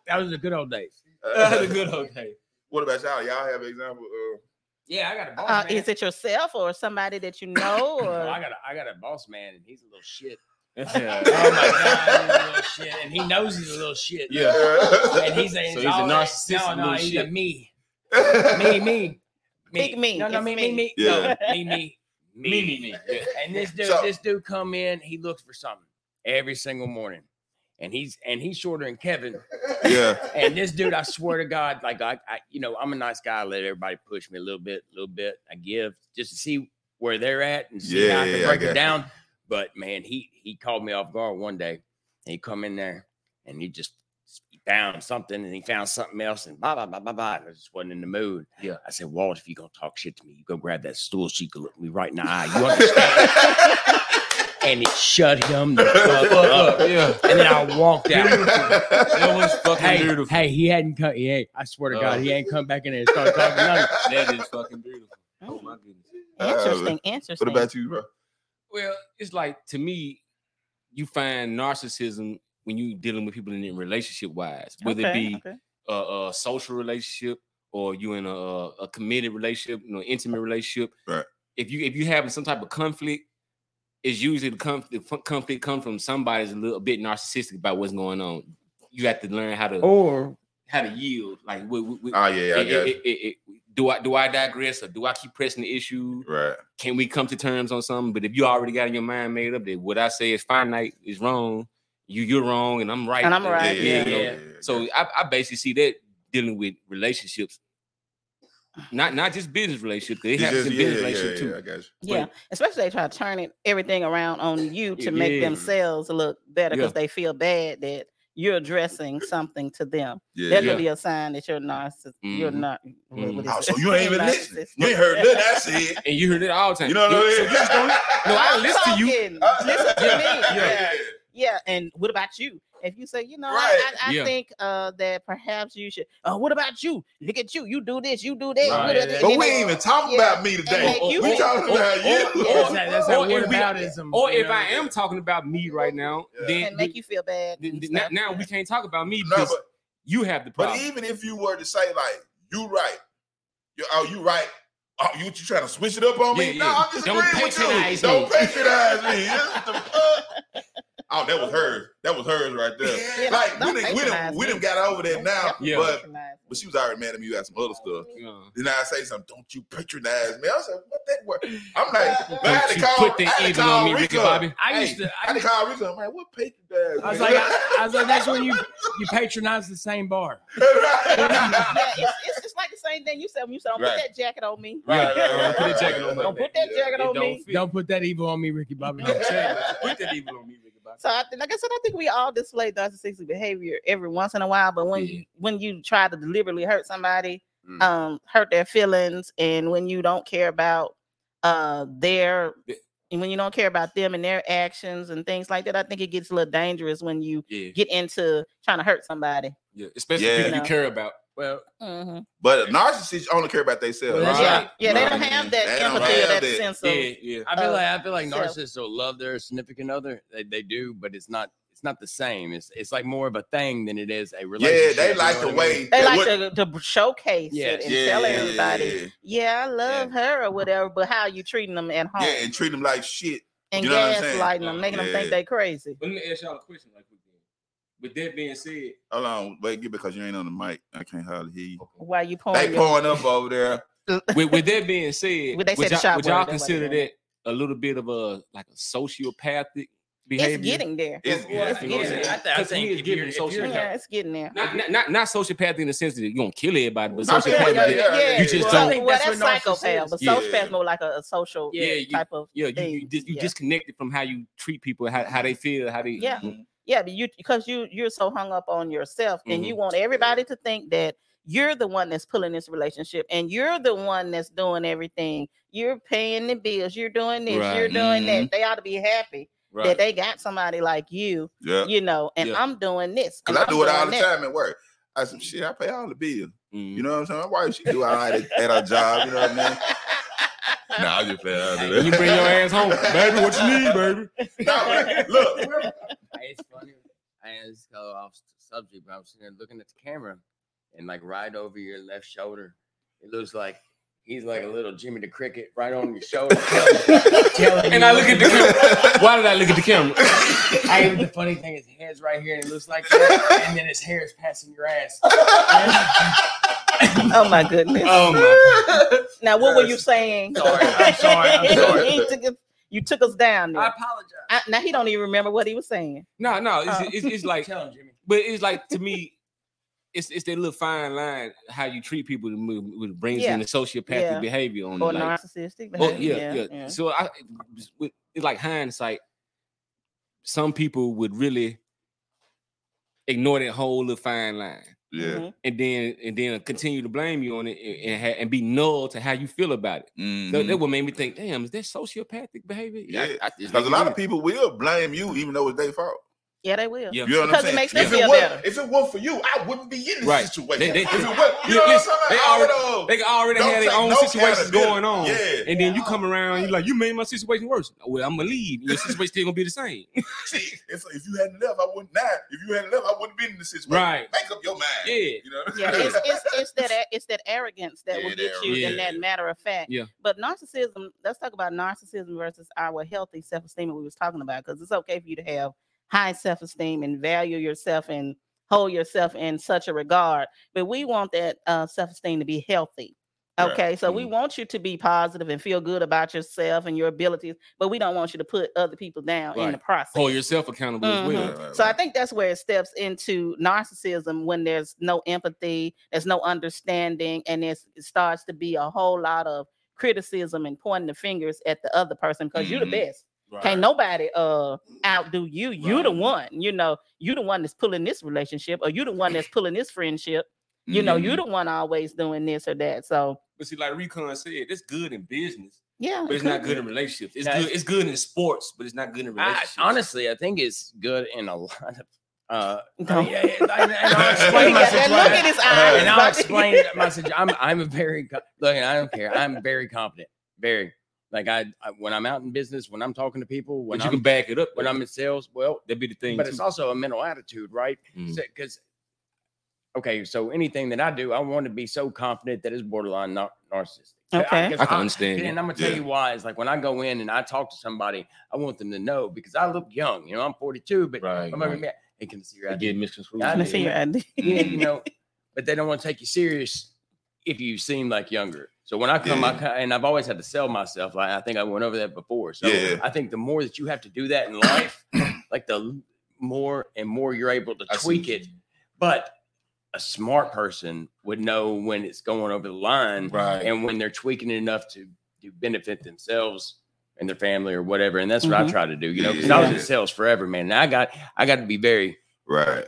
[SPEAKER 5] That was the good old days. That was the good old days.
[SPEAKER 1] what about y'all? Y'all have an example? Of,
[SPEAKER 5] Yeah, I got a boss
[SPEAKER 3] Uh,
[SPEAKER 1] Oh,
[SPEAKER 5] man.
[SPEAKER 3] is it yourself or somebody that you know?
[SPEAKER 5] Oh, I
[SPEAKER 4] Uh,
[SPEAKER 3] Or
[SPEAKER 5] got a, I got a boss man, and he's a little shit. Oh
[SPEAKER 4] Yeah.
[SPEAKER 5] my god, he's a little shit, and he knows he's a little shit.
[SPEAKER 4] Yeah.
[SPEAKER 5] and he's a,
[SPEAKER 4] So he's a
[SPEAKER 5] all that-
[SPEAKER 4] narcissistic
[SPEAKER 5] No, no,
[SPEAKER 4] little
[SPEAKER 5] he's a
[SPEAKER 4] shit.
[SPEAKER 5] me,
[SPEAKER 1] yeah.
[SPEAKER 5] me, me,
[SPEAKER 3] Big me,
[SPEAKER 5] No, no,
[SPEAKER 3] it's
[SPEAKER 5] me, me,
[SPEAKER 3] me.
[SPEAKER 5] me,
[SPEAKER 1] Yeah.
[SPEAKER 5] no, me, me, me, me, me.
[SPEAKER 4] Yeah.
[SPEAKER 5] And this dude,
[SPEAKER 1] So-
[SPEAKER 5] this dude come in, he looks for something every single morning. And he's and he's shorter than Kevin.
[SPEAKER 1] yeah.
[SPEAKER 5] And this dude, I swear to God, like I, I you know, I'm a nice guy. I let everybody push me a little bit, a little bit. I give just to see where they're at and see how I
[SPEAKER 1] Yeah,
[SPEAKER 5] can
[SPEAKER 1] yeah, I
[SPEAKER 5] break
[SPEAKER 1] got
[SPEAKER 5] it
[SPEAKER 1] you.
[SPEAKER 5] down. But man, he he called me off guard one day. And he come in there and he just found something and he found something else and blah blah blah blah blah. And I just wasn't in the mood.
[SPEAKER 4] Yeah.
[SPEAKER 5] I said, Wallace, if you gonna talk shit to me, you go grab that stool so you can look me right in the eye. You understand? and it shut him the fuck up.
[SPEAKER 4] Yeah.
[SPEAKER 5] And then I walked out.
[SPEAKER 4] That was fucking
[SPEAKER 5] Hey,
[SPEAKER 4] beautiful.
[SPEAKER 5] hey, he hadn't come. He ain't, I swear to God,
[SPEAKER 4] Oh.
[SPEAKER 2] Uh.
[SPEAKER 5] he ain't come back in there and started talking. Nothing.
[SPEAKER 4] That is fucking beautiful. Oh
[SPEAKER 3] Mm,
[SPEAKER 4] my goodness.
[SPEAKER 3] interesting, interesting.
[SPEAKER 1] what about you, bro?
[SPEAKER 4] Well, it's like to me, you find narcissism when you dealing with people in a relationship wise, whether
[SPEAKER 3] Okay,
[SPEAKER 4] it be
[SPEAKER 3] okay.
[SPEAKER 4] a, a social relationship or you in a, a committed relationship, you know, intimate relationship.
[SPEAKER 1] Right.
[SPEAKER 4] If you if you having some type of conflict, it's usually the conflict conflict come from somebody's a little bit narcissistic about what's going on. You have to learn how to
[SPEAKER 5] Or
[SPEAKER 4] how to yield. Like, what, what- what-
[SPEAKER 1] Oh yeah, yeah,
[SPEAKER 4] it-
[SPEAKER 1] yeah.
[SPEAKER 4] it- it- it- it- do I do I digress or do I keep pressing the issue?
[SPEAKER 1] Right.
[SPEAKER 4] Can we come to terms on something? But if you already got in your mind made up that what I say is finite is wrong, you you're wrong and I'm right.
[SPEAKER 3] And I'm right,
[SPEAKER 4] you
[SPEAKER 5] yeah,
[SPEAKER 4] know,
[SPEAKER 5] yeah.
[SPEAKER 4] so I, I basically see that dealing with relationships, not not just business relationships. 'cause It
[SPEAKER 1] It's
[SPEAKER 4] happens
[SPEAKER 1] just-
[SPEAKER 4] in
[SPEAKER 1] yeah,
[SPEAKER 4] business
[SPEAKER 1] yeah,
[SPEAKER 4] relationships
[SPEAKER 1] yeah,
[SPEAKER 4] too.
[SPEAKER 1] I got you.
[SPEAKER 3] Yeah, especially they try to turn it everything around on you to make
[SPEAKER 4] Yeah.
[SPEAKER 3] themselves look better
[SPEAKER 4] Yeah.
[SPEAKER 3] because they feel bad that you're addressing something to them.
[SPEAKER 1] Yeah.
[SPEAKER 3] That
[SPEAKER 1] yeah.
[SPEAKER 3] could be a sign that you're narcissist. You're
[SPEAKER 4] Mhm.
[SPEAKER 3] not.
[SPEAKER 4] Mhm.
[SPEAKER 3] what is
[SPEAKER 1] Oh,
[SPEAKER 3] it?
[SPEAKER 1] so you ain't even
[SPEAKER 3] Narcissist.
[SPEAKER 1] listening. You ain't heard nothing I said.
[SPEAKER 4] And you heard it all the time.
[SPEAKER 1] You know what
[SPEAKER 4] Yo,
[SPEAKER 1] I mean?
[SPEAKER 4] so just don't- No, I
[SPEAKER 3] I'm
[SPEAKER 4] listen to you.
[SPEAKER 3] talking.
[SPEAKER 1] Uh,
[SPEAKER 3] Listen to
[SPEAKER 1] yeah,
[SPEAKER 3] me.
[SPEAKER 1] yeah,
[SPEAKER 3] Yeah.
[SPEAKER 1] yeah.
[SPEAKER 3] Yeah, and what about you? If you say, you know, I-
[SPEAKER 1] Right.
[SPEAKER 3] I, I,
[SPEAKER 4] Yeah.
[SPEAKER 3] think uh, that perhaps you should. Uh, what about you? Look at you. You do this. You do that.
[SPEAKER 2] Right.
[SPEAKER 3] what
[SPEAKER 2] Yeah,
[SPEAKER 3] about-
[SPEAKER 2] yeah.
[SPEAKER 1] But
[SPEAKER 3] you
[SPEAKER 1] we
[SPEAKER 3] know,
[SPEAKER 1] ain't even talking
[SPEAKER 3] Yeah.
[SPEAKER 1] about me today.
[SPEAKER 3] And make you
[SPEAKER 1] we
[SPEAKER 3] feel-
[SPEAKER 1] talking about you.
[SPEAKER 4] Or-
[SPEAKER 2] That's that, that's that
[SPEAKER 4] or if
[SPEAKER 2] word
[SPEAKER 4] we-
[SPEAKER 2] aboutism.
[SPEAKER 4] Or
[SPEAKER 2] you
[SPEAKER 4] if
[SPEAKER 2] know?
[SPEAKER 4] I am talking about me right now,
[SPEAKER 1] Yeah.
[SPEAKER 4] then,
[SPEAKER 3] and make you feel bad.
[SPEAKER 4] then-
[SPEAKER 3] and
[SPEAKER 4] then now,
[SPEAKER 3] stuff.
[SPEAKER 4] now we can't talk about me
[SPEAKER 1] No,
[SPEAKER 4] because
[SPEAKER 1] but,
[SPEAKER 4] you have the
[SPEAKER 1] but
[SPEAKER 4] problem.
[SPEAKER 1] even if you were to say like, "You right," you oh, you right. Oh, you, you trying to switch it up on me?
[SPEAKER 4] Yeah,
[SPEAKER 1] no,
[SPEAKER 4] yeah.
[SPEAKER 1] I'm just
[SPEAKER 4] Don't
[SPEAKER 1] agreeing with
[SPEAKER 4] patronize
[SPEAKER 1] you.
[SPEAKER 4] me.
[SPEAKER 1] Don't patronize me. That's what the fuck? Oh, that was hers. That was hers right there.
[SPEAKER 3] Yeah,
[SPEAKER 1] like
[SPEAKER 3] don't
[SPEAKER 1] we didn't, we
[SPEAKER 3] patronize
[SPEAKER 1] didn't, we
[SPEAKER 3] me.
[SPEAKER 1] done got over that now.
[SPEAKER 4] Yeah.
[SPEAKER 1] But but she was already mad at me. You had some other stuff.
[SPEAKER 4] Uh,
[SPEAKER 1] Then I say something. Don't you patronize me? I said, what that word? I'm like, I had
[SPEAKER 4] don't
[SPEAKER 1] to
[SPEAKER 4] you
[SPEAKER 1] call.
[SPEAKER 4] put
[SPEAKER 1] I
[SPEAKER 4] that
[SPEAKER 1] had to
[SPEAKER 4] even on
[SPEAKER 1] call
[SPEAKER 4] me, Ricky
[SPEAKER 1] Rico.
[SPEAKER 4] Bobby.
[SPEAKER 2] I
[SPEAKER 1] Hey,
[SPEAKER 2] used to.
[SPEAKER 1] I
[SPEAKER 2] I,
[SPEAKER 1] had to call Rico. I'm like, what patronize?
[SPEAKER 2] I was
[SPEAKER 1] me?
[SPEAKER 2] like, I, I was like, that's when you you patronize the same bar.
[SPEAKER 1] right,
[SPEAKER 3] yeah, it's, it's just like the same thing you said when you said, "Don't
[SPEAKER 1] Right.
[SPEAKER 3] put that jacket on me."
[SPEAKER 1] right, right,
[SPEAKER 4] Put a
[SPEAKER 1] right, right,
[SPEAKER 4] jacket on
[SPEAKER 1] right,
[SPEAKER 4] my
[SPEAKER 3] Don't
[SPEAKER 1] right.
[SPEAKER 3] put that jacket
[SPEAKER 4] it
[SPEAKER 3] on
[SPEAKER 4] don't
[SPEAKER 3] me.
[SPEAKER 4] fit.
[SPEAKER 2] Don't put that evil on me, Ricky Bobby.
[SPEAKER 4] I'm telling you, put that evil on me, Ricky Bobby.
[SPEAKER 3] So I think, like I said, I think we all display narcissistic behavior every once in a while. But when
[SPEAKER 4] Yeah.
[SPEAKER 3] you when you try to deliberately hurt somebody,
[SPEAKER 1] Mm.
[SPEAKER 3] um, hurt their feelings, and when you don't care about uh their
[SPEAKER 4] Yeah.
[SPEAKER 3] and when you don't care about them and their actions and things like that, I think it gets a little dangerous when you
[SPEAKER 4] Yeah,
[SPEAKER 3] get into trying to hurt somebody.
[SPEAKER 4] yeah. Especially
[SPEAKER 1] Yeah.
[SPEAKER 4] people
[SPEAKER 3] No.
[SPEAKER 4] you care about.
[SPEAKER 2] Well,
[SPEAKER 3] Mhm.
[SPEAKER 1] But narcissists only care about themselves.
[SPEAKER 2] Well, that's
[SPEAKER 1] Right.
[SPEAKER 3] Yeah,
[SPEAKER 2] right.
[SPEAKER 3] yeah, they don't
[SPEAKER 4] Right.
[SPEAKER 3] have that
[SPEAKER 1] They don't
[SPEAKER 3] empathy or
[SPEAKER 1] have
[SPEAKER 3] that,
[SPEAKER 1] that.
[SPEAKER 3] sense of.
[SPEAKER 4] Yeah, yeah.
[SPEAKER 2] I feel
[SPEAKER 3] Uh,
[SPEAKER 2] like I feel like
[SPEAKER 3] so-
[SPEAKER 2] narcissists will love their significant other. They, they do, but it's not it's not the same. It's it's like more of a thing than it is a
[SPEAKER 1] Yeah,
[SPEAKER 2] relationship.
[SPEAKER 1] they
[SPEAKER 2] you know
[SPEAKER 1] like
[SPEAKER 2] what I
[SPEAKER 1] the
[SPEAKER 2] mean?
[SPEAKER 1] way
[SPEAKER 3] They like
[SPEAKER 1] what-
[SPEAKER 3] to, to showcase
[SPEAKER 2] Yes.
[SPEAKER 3] it and tell everybody.
[SPEAKER 1] Yeah,
[SPEAKER 3] yeah, I love her or whatever, but how you treating them at home
[SPEAKER 1] yeah, and treat them like shit.
[SPEAKER 3] and
[SPEAKER 1] you know what I'm saying?
[SPEAKER 3] gaslighting them, making them
[SPEAKER 1] Yeah.
[SPEAKER 3] think they crazy.
[SPEAKER 4] But let me ask y'all a question, like we did. With that being said,
[SPEAKER 1] Hold on, wait, get because you ain't on the mic. I can't hardly hear you.
[SPEAKER 3] Why you pouring?
[SPEAKER 1] They
[SPEAKER 3] Your,
[SPEAKER 1] pouring up over there.
[SPEAKER 4] with, with that being said,
[SPEAKER 3] Well, they said
[SPEAKER 4] would
[SPEAKER 3] the
[SPEAKER 4] y'all,
[SPEAKER 3] shot
[SPEAKER 4] would
[SPEAKER 3] word,
[SPEAKER 4] y'all
[SPEAKER 3] that's why
[SPEAKER 4] consider
[SPEAKER 3] they
[SPEAKER 4] that a little bit of a like a sociopathic behavior?
[SPEAKER 3] it's getting there.
[SPEAKER 1] It's
[SPEAKER 4] Yeah,
[SPEAKER 1] yeah.
[SPEAKER 4] you know what I'm
[SPEAKER 2] Yeah,
[SPEAKER 4] saying?
[SPEAKER 2] I th- I
[SPEAKER 4] 'Cause
[SPEAKER 2] think
[SPEAKER 4] he is
[SPEAKER 2] if
[SPEAKER 4] giving
[SPEAKER 2] you're- if you're-
[SPEAKER 4] sociopathic.
[SPEAKER 3] Yeah, it's getting there.
[SPEAKER 4] Not, not, not, not sociopathic in the sense that you're gonna kill everybody, but
[SPEAKER 1] Not
[SPEAKER 4] sociopathic.
[SPEAKER 1] yeah, yeah,
[SPEAKER 4] you just
[SPEAKER 3] well,
[SPEAKER 4] don't-
[SPEAKER 2] I think
[SPEAKER 3] Well,
[SPEAKER 2] that's what
[SPEAKER 3] that's
[SPEAKER 2] narcissists
[SPEAKER 3] psychopath,
[SPEAKER 2] is.
[SPEAKER 3] but
[SPEAKER 1] Yeah.
[SPEAKER 3] sociopath more like a, a social
[SPEAKER 4] Yeah, you-
[SPEAKER 3] type of.
[SPEAKER 4] Yeah, you, you,
[SPEAKER 3] thing,
[SPEAKER 4] dis- you
[SPEAKER 3] yeah.
[SPEAKER 4] disconnected from how you treat people, how, how they feel, how they. Mm-hmm.
[SPEAKER 3] Yeah.
[SPEAKER 1] Mhm.
[SPEAKER 3] Yeah, but you because you you're so hung up on yourself, and
[SPEAKER 1] Mm-hmm.
[SPEAKER 3] you want everybody to think that you're the one that's pulling this relationship, and you're the one that's doing everything. You're paying the bills. You're doing this.
[SPEAKER 4] Right.
[SPEAKER 3] You're doing
[SPEAKER 1] Mm-hmm.
[SPEAKER 3] that. They ought to be happy that they got somebody like you
[SPEAKER 1] Yeah.
[SPEAKER 3] you know, and
[SPEAKER 4] Yeah.
[SPEAKER 3] I'm doing this.
[SPEAKER 1] Cause
[SPEAKER 3] and
[SPEAKER 1] I
[SPEAKER 3] I'm
[SPEAKER 1] do it all the
[SPEAKER 3] doing that.
[SPEAKER 1] time at work. I said, shit, I pay all the bills.
[SPEAKER 4] Mhm.
[SPEAKER 1] You know what I'm saying? My wife, she do all right at, at her job. You know what I mean? nah, I'm just playing. I'll do
[SPEAKER 4] When you bring your ass home, baby, what you need, baby?
[SPEAKER 1] Nah, but look,
[SPEAKER 2] Hey, it's funny. I know this is color off the subject, but I'm sitting there looking at the camera and like right over your left shoulder. It looks like he's like a little Jimmy the Cricket right on your shoulder. telling- telling
[SPEAKER 4] And
[SPEAKER 2] you
[SPEAKER 4] I look at the
[SPEAKER 2] what-
[SPEAKER 4] camera. Why did I look at the camera?
[SPEAKER 2] Hey, the funny thing is, his head's right here, and it looks like that, and then his hair is passing your ass. I'm
[SPEAKER 3] Oh my goodness.
[SPEAKER 4] Oh my!
[SPEAKER 3] now what were you saying?
[SPEAKER 2] Sorry, I'm sorry, I'm
[SPEAKER 1] sorry.
[SPEAKER 3] you, took us, you took us down there.
[SPEAKER 2] I apologize.
[SPEAKER 3] I- now he don't even remember what he was saying.
[SPEAKER 4] No, no, it's,
[SPEAKER 3] Oh.
[SPEAKER 4] it's, it's like,
[SPEAKER 2] Tell him, Jimmy.
[SPEAKER 4] but it's like to me, it's it's that little fine line how you treat people to move, which brings
[SPEAKER 3] Yeah.
[SPEAKER 4] in the sociopathic
[SPEAKER 3] Yeah.
[SPEAKER 4] behavior on
[SPEAKER 3] Or
[SPEAKER 4] it. Like,
[SPEAKER 3] narcissistic.
[SPEAKER 4] oh
[SPEAKER 3] behavior.
[SPEAKER 4] yeah, yeah. So I, it's with- it's like hindsight. Some people would really ignore that whole little fine line.
[SPEAKER 1] yeah.
[SPEAKER 3] Mhm.
[SPEAKER 4] and then and then continue to blame you on it and and, ha- and be null to how you feel about it.
[SPEAKER 3] Mm-hmm.
[SPEAKER 4] That,
[SPEAKER 1] Mhm.
[SPEAKER 4] that what made me think, damn, is that sociopathic behavior?
[SPEAKER 1] Yeah,
[SPEAKER 4] it's
[SPEAKER 1] Because a lot of
[SPEAKER 4] like-
[SPEAKER 1] people will blame you, even though it's their fault.
[SPEAKER 3] Yeah, they will.
[SPEAKER 4] Yeah.
[SPEAKER 1] You know what I'm
[SPEAKER 3] Because it
[SPEAKER 1] saying?
[SPEAKER 3] makes them
[SPEAKER 1] if,
[SPEAKER 3] feel
[SPEAKER 1] it wasn't,
[SPEAKER 3] better.
[SPEAKER 1] if it weren't for you, I wouldn't be in this
[SPEAKER 4] Right.
[SPEAKER 1] situation.
[SPEAKER 4] They- they-
[SPEAKER 1] if it wasn't, you know
[SPEAKER 4] they-
[SPEAKER 1] what I'm
[SPEAKER 4] they
[SPEAKER 1] saying? I
[SPEAKER 4] already-
[SPEAKER 1] would've-
[SPEAKER 4] They already
[SPEAKER 1] Don't
[SPEAKER 4] had
[SPEAKER 1] take
[SPEAKER 4] their own
[SPEAKER 1] no
[SPEAKER 4] situations
[SPEAKER 1] accountability.
[SPEAKER 4] going on.
[SPEAKER 1] Yeah.
[SPEAKER 4] And then you come around, you like, you made my situation worse. Well, I'm gonna leave. Your situation still gonna be the same.
[SPEAKER 1] See, it's like, if you hadn't left, I wouldn't die. If you hadn't left, I wouldn't been in this situation.
[SPEAKER 4] right.
[SPEAKER 1] Make up your mind.
[SPEAKER 4] Yeah.
[SPEAKER 1] You know.
[SPEAKER 3] Yeah, it's, it's, it's that a- it's that arrogance that will
[SPEAKER 1] Yeah,
[SPEAKER 3] get
[SPEAKER 1] that
[SPEAKER 3] you in
[SPEAKER 4] arrogance.
[SPEAKER 3] that matter of fact.
[SPEAKER 4] Yeah.
[SPEAKER 3] But narcissism, let's talk about narcissism versus our healthy self-esteem that we was talking about because it's okay for you to have high self-esteem and value yourself and hold yourself in such a regard, but we want that uh, self-esteem to be healthy.
[SPEAKER 1] Right.
[SPEAKER 3] Okay, so
[SPEAKER 4] Mm.
[SPEAKER 3] we want you to be positive and feel good about yourself and your abilities, but we don't want you to put other people down in the
[SPEAKER 4] Right.
[SPEAKER 3] process.
[SPEAKER 4] Hold yourself accountable as well.
[SPEAKER 3] Mhm.
[SPEAKER 1] Right, right,
[SPEAKER 3] So I
[SPEAKER 1] right.
[SPEAKER 3] think that's where it steps into narcissism when there's no empathy, there's no understanding, and it's, it starts to be a whole lot of criticism and pointing the fingers at the other person because you're the
[SPEAKER 1] Mhm.
[SPEAKER 3] best.
[SPEAKER 5] Mm-hmm.
[SPEAKER 3] Can't nobody uh outdo you. You the
[SPEAKER 1] Right.
[SPEAKER 3] one, you know, you the one that's pulling this relationship, or you the one that's pulling this friendship. You know,
[SPEAKER 1] Mm-hmm.
[SPEAKER 3] you the one always doing this or that. So
[SPEAKER 4] But see, like Recon said, it's good in business,
[SPEAKER 5] Oh,
[SPEAKER 3] yeah,
[SPEAKER 4] but
[SPEAKER 3] it
[SPEAKER 4] it's not
[SPEAKER 3] could
[SPEAKER 4] good
[SPEAKER 3] be.
[SPEAKER 4] in relationships. It's
[SPEAKER 5] Yeah.
[SPEAKER 4] good. It's good in sports, but it's not good in
[SPEAKER 5] I,
[SPEAKER 4] relationships.
[SPEAKER 5] honestly, I think it's good in a lot of. Uh,
[SPEAKER 3] No.
[SPEAKER 5] yeah, yeah, and, and I'll explain
[SPEAKER 3] He
[SPEAKER 5] my
[SPEAKER 3] got that
[SPEAKER 5] situation.
[SPEAKER 3] look in his eyes.
[SPEAKER 5] and I'll
[SPEAKER 3] buddy.
[SPEAKER 5] explain my situation. I'm I'm a very co- look, and I don't care. I'm very confident, very like I, I when I'm out in business, when I'm talking to people, when
[SPEAKER 4] but you
[SPEAKER 5] I'm
[SPEAKER 4] can back it up.
[SPEAKER 5] when I'm in sales, well,
[SPEAKER 4] that'd be the thing.
[SPEAKER 5] but
[SPEAKER 4] too.
[SPEAKER 5] it's also a mental attitude, right?
[SPEAKER 4] Mhm.
[SPEAKER 5] Because okay, so anything that I do, I want to be so confident that it's borderline nar- narcissistic. I-
[SPEAKER 3] Okay.
[SPEAKER 5] because
[SPEAKER 4] I can
[SPEAKER 5] I-
[SPEAKER 4] understand.
[SPEAKER 5] and
[SPEAKER 4] that.
[SPEAKER 5] I'm gonna tell
[SPEAKER 1] Yeah.
[SPEAKER 5] you why. It's like when I go in and I talk to somebody, I want them to know because I look young. You know, I'm 42, but
[SPEAKER 4] Right.
[SPEAKER 5] I'm
[SPEAKER 4] right.
[SPEAKER 5] gonna be hey, can I see your
[SPEAKER 4] They
[SPEAKER 5] ID?
[SPEAKER 4] get misconstrued.
[SPEAKER 5] I
[SPEAKER 3] Let me see your ID.
[SPEAKER 5] yeah, you know, but they don't want to take you serious if you seem like younger. So when I come, I
[SPEAKER 1] Yeah.
[SPEAKER 5] ki- and I've always had to sell myself. Like I think I went over that before. So
[SPEAKER 1] Yeah.
[SPEAKER 5] I think the more that you have to do that in life, like the l- more and more you're able to
[SPEAKER 4] I see.
[SPEAKER 5] tweak it. But a smart person would know when it's going over the line
[SPEAKER 4] Mm-hmm. Right.
[SPEAKER 5] and when they're tweaking it enough to to benefit themselves and their family or whatever. And that's what I
[SPEAKER 3] Mhm.
[SPEAKER 5] try to do, you know, because I was in
[SPEAKER 1] Yeah.
[SPEAKER 5] sales forever, man. And I got I got to be very
[SPEAKER 1] Right.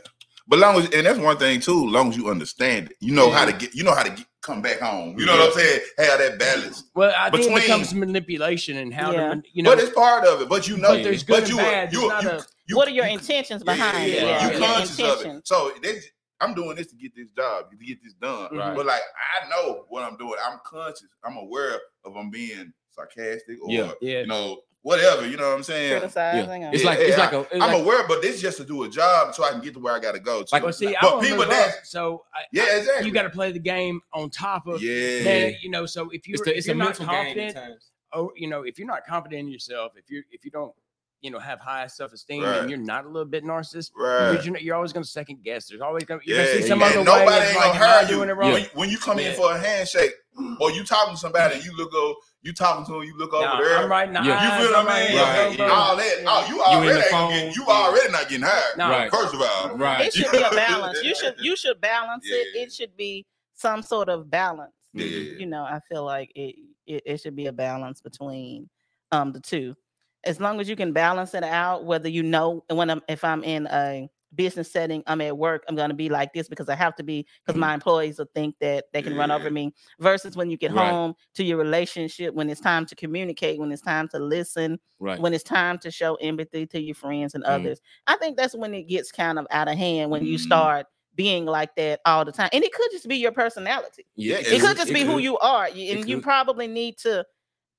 [SPEAKER 1] But long as and that's one thing too, long as you understand it, you know how to
[SPEAKER 4] Yeah.
[SPEAKER 1] get you know how to get, come back home. You know what I'm saying? Have that balance.
[SPEAKER 5] Well, I think it
[SPEAKER 1] Between-
[SPEAKER 5] becomes manipulation and how
[SPEAKER 3] Yeah.
[SPEAKER 5] to, man- you know.
[SPEAKER 1] but it's part of it. But you know,
[SPEAKER 5] but there's good
[SPEAKER 1] but
[SPEAKER 5] and
[SPEAKER 1] you,
[SPEAKER 5] bad.
[SPEAKER 1] you,
[SPEAKER 5] it's not
[SPEAKER 1] you-
[SPEAKER 5] a,
[SPEAKER 1] you-
[SPEAKER 3] what are your
[SPEAKER 1] you-
[SPEAKER 3] intentions
[SPEAKER 1] yeah,
[SPEAKER 3] behind
[SPEAKER 1] yeah,
[SPEAKER 3] it?
[SPEAKER 1] yeah.
[SPEAKER 3] Yeah,
[SPEAKER 1] You
[SPEAKER 3] your
[SPEAKER 1] conscious of
[SPEAKER 3] intention.
[SPEAKER 1] it. So this, I'm doing this to get this job, to get this done.
[SPEAKER 4] Right.
[SPEAKER 1] But like I know what I'm doing. I'm conscious. I'm aware of I'm being sarcastic or
[SPEAKER 4] Yeah.
[SPEAKER 5] yeah.
[SPEAKER 1] you know whatever. You know what I'm saying?
[SPEAKER 3] Criticizing.
[SPEAKER 5] Mm-hmm.
[SPEAKER 4] Yeah.
[SPEAKER 3] or-
[SPEAKER 4] It's like it's
[SPEAKER 1] Yeah,
[SPEAKER 4] like a it's
[SPEAKER 1] I'm
[SPEAKER 4] like,
[SPEAKER 1] aware, but this just to do a job so I can get to where I got to go. To.
[SPEAKER 4] Like-
[SPEAKER 5] Well, see,
[SPEAKER 1] But people
[SPEAKER 5] I people
[SPEAKER 1] that-
[SPEAKER 5] so I,
[SPEAKER 1] yeah, exactly.
[SPEAKER 5] you got to play the game on top of
[SPEAKER 1] yeah.
[SPEAKER 5] that, you know. So if you
[SPEAKER 4] it's,
[SPEAKER 5] are
[SPEAKER 4] the, it's
[SPEAKER 5] if
[SPEAKER 4] a
[SPEAKER 5] you're not
[SPEAKER 4] mental game at
[SPEAKER 5] confident,
[SPEAKER 4] times.
[SPEAKER 5] oh, you know, if you're not confident in yourself, if you if you don't, you know, have high self esteem
[SPEAKER 1] Right.
[SPEAKER 5] and you're not a little bit narcissist,
[SPEAKER 1] Right.
[SPEAKER 5] because you're, not- you're always going to second guess. There's always going to you're
[SPEAKER 1] Yeah,
[SPEAKER 5] going to see some
[SPEAKER 1] yeah.
[SPEAKER 5] other way.
[SPEAKER 1] Nobody
[SPEAKER 5] it's
[SPEAKER 1] ain't
[SPEAKER 5] like,
[SPEAKER 1] gonna
[SPEAKER 5] am I
[SPEAKER 1] hurt you.
[SPEAKER 5] doing it wrong.
[SPEAKER 1] When, when you come
[SPEAKER 4] Yeah.
[SPEAKER 1] in for a handshake or you talking to somebody and you look over, you talking to them, you look over
[SPEAKER 5] Nah,
[SPEAKER 1] there.
[SPEAKER 5] I'm right now.
[SPEAKER 4] Yeah.
[SPEAKER 1] You feel what I mean?
[SPEAKER 4] Right, yeah.
[SPEAKER 1] All that. Oh, you
[SPEAKER 4] You in
[SPEAKER 1] already
[SPEAKER 4] the
[SPEAKER 1] ain't gonna get-
[SPEAKER 4] phone.
[SPEAKER 1] you already not getting hired.
[SPEAKER 5] No.
[SPEAKER 4] Right.
[SPEAKER 1] First of all,
[SPEAKER 4] Right.
[SPEAKER 3] It should be a balance. You should you should balance it.
[SPEAKER 1] Yeah.
[SPEAKER 3] It should be some sort of balance.
[SPEAKER 1] Yeah, yeah, yeah.
[SPEAKER 3] You know, I feel like it, it it should be a balance between um the two. As long as you can balance it out, whether you know when I'm if I'm in a business setting, I'm at work, I'm gonna be like this because I have to be because my employees will think that they can run
[SPEAKER 1] Yeah.
[SPEAKER 3] over me. Versus when you get
[SPEAKER 4] Right.
[SPEAKER 3] home to your relationship, when it's time to communicate, when it's time to listen,
[SPEAKER 4] Right.
[SPEAKER 3] when it's time to show empathy to your friends and
[SPEAKER 4] Mhm.
[SPEAKER 3] others. I think that's when it gets kind of out of hand when you
[SPEAKER 1] Mhm.
[SPEAKER 3] start being like that all the time. And it could just be your personality.
[SPEAKER 1] Yeah,
[SPEAKER 3] It,
[SPEAKER 1] It
[SPEAKER 3] could just be who
[SPEAKER 4] could.
[SPEAKER 3] you are. You- And you
[SPEAKER 4] could.
[SPEAKER 3] probably need to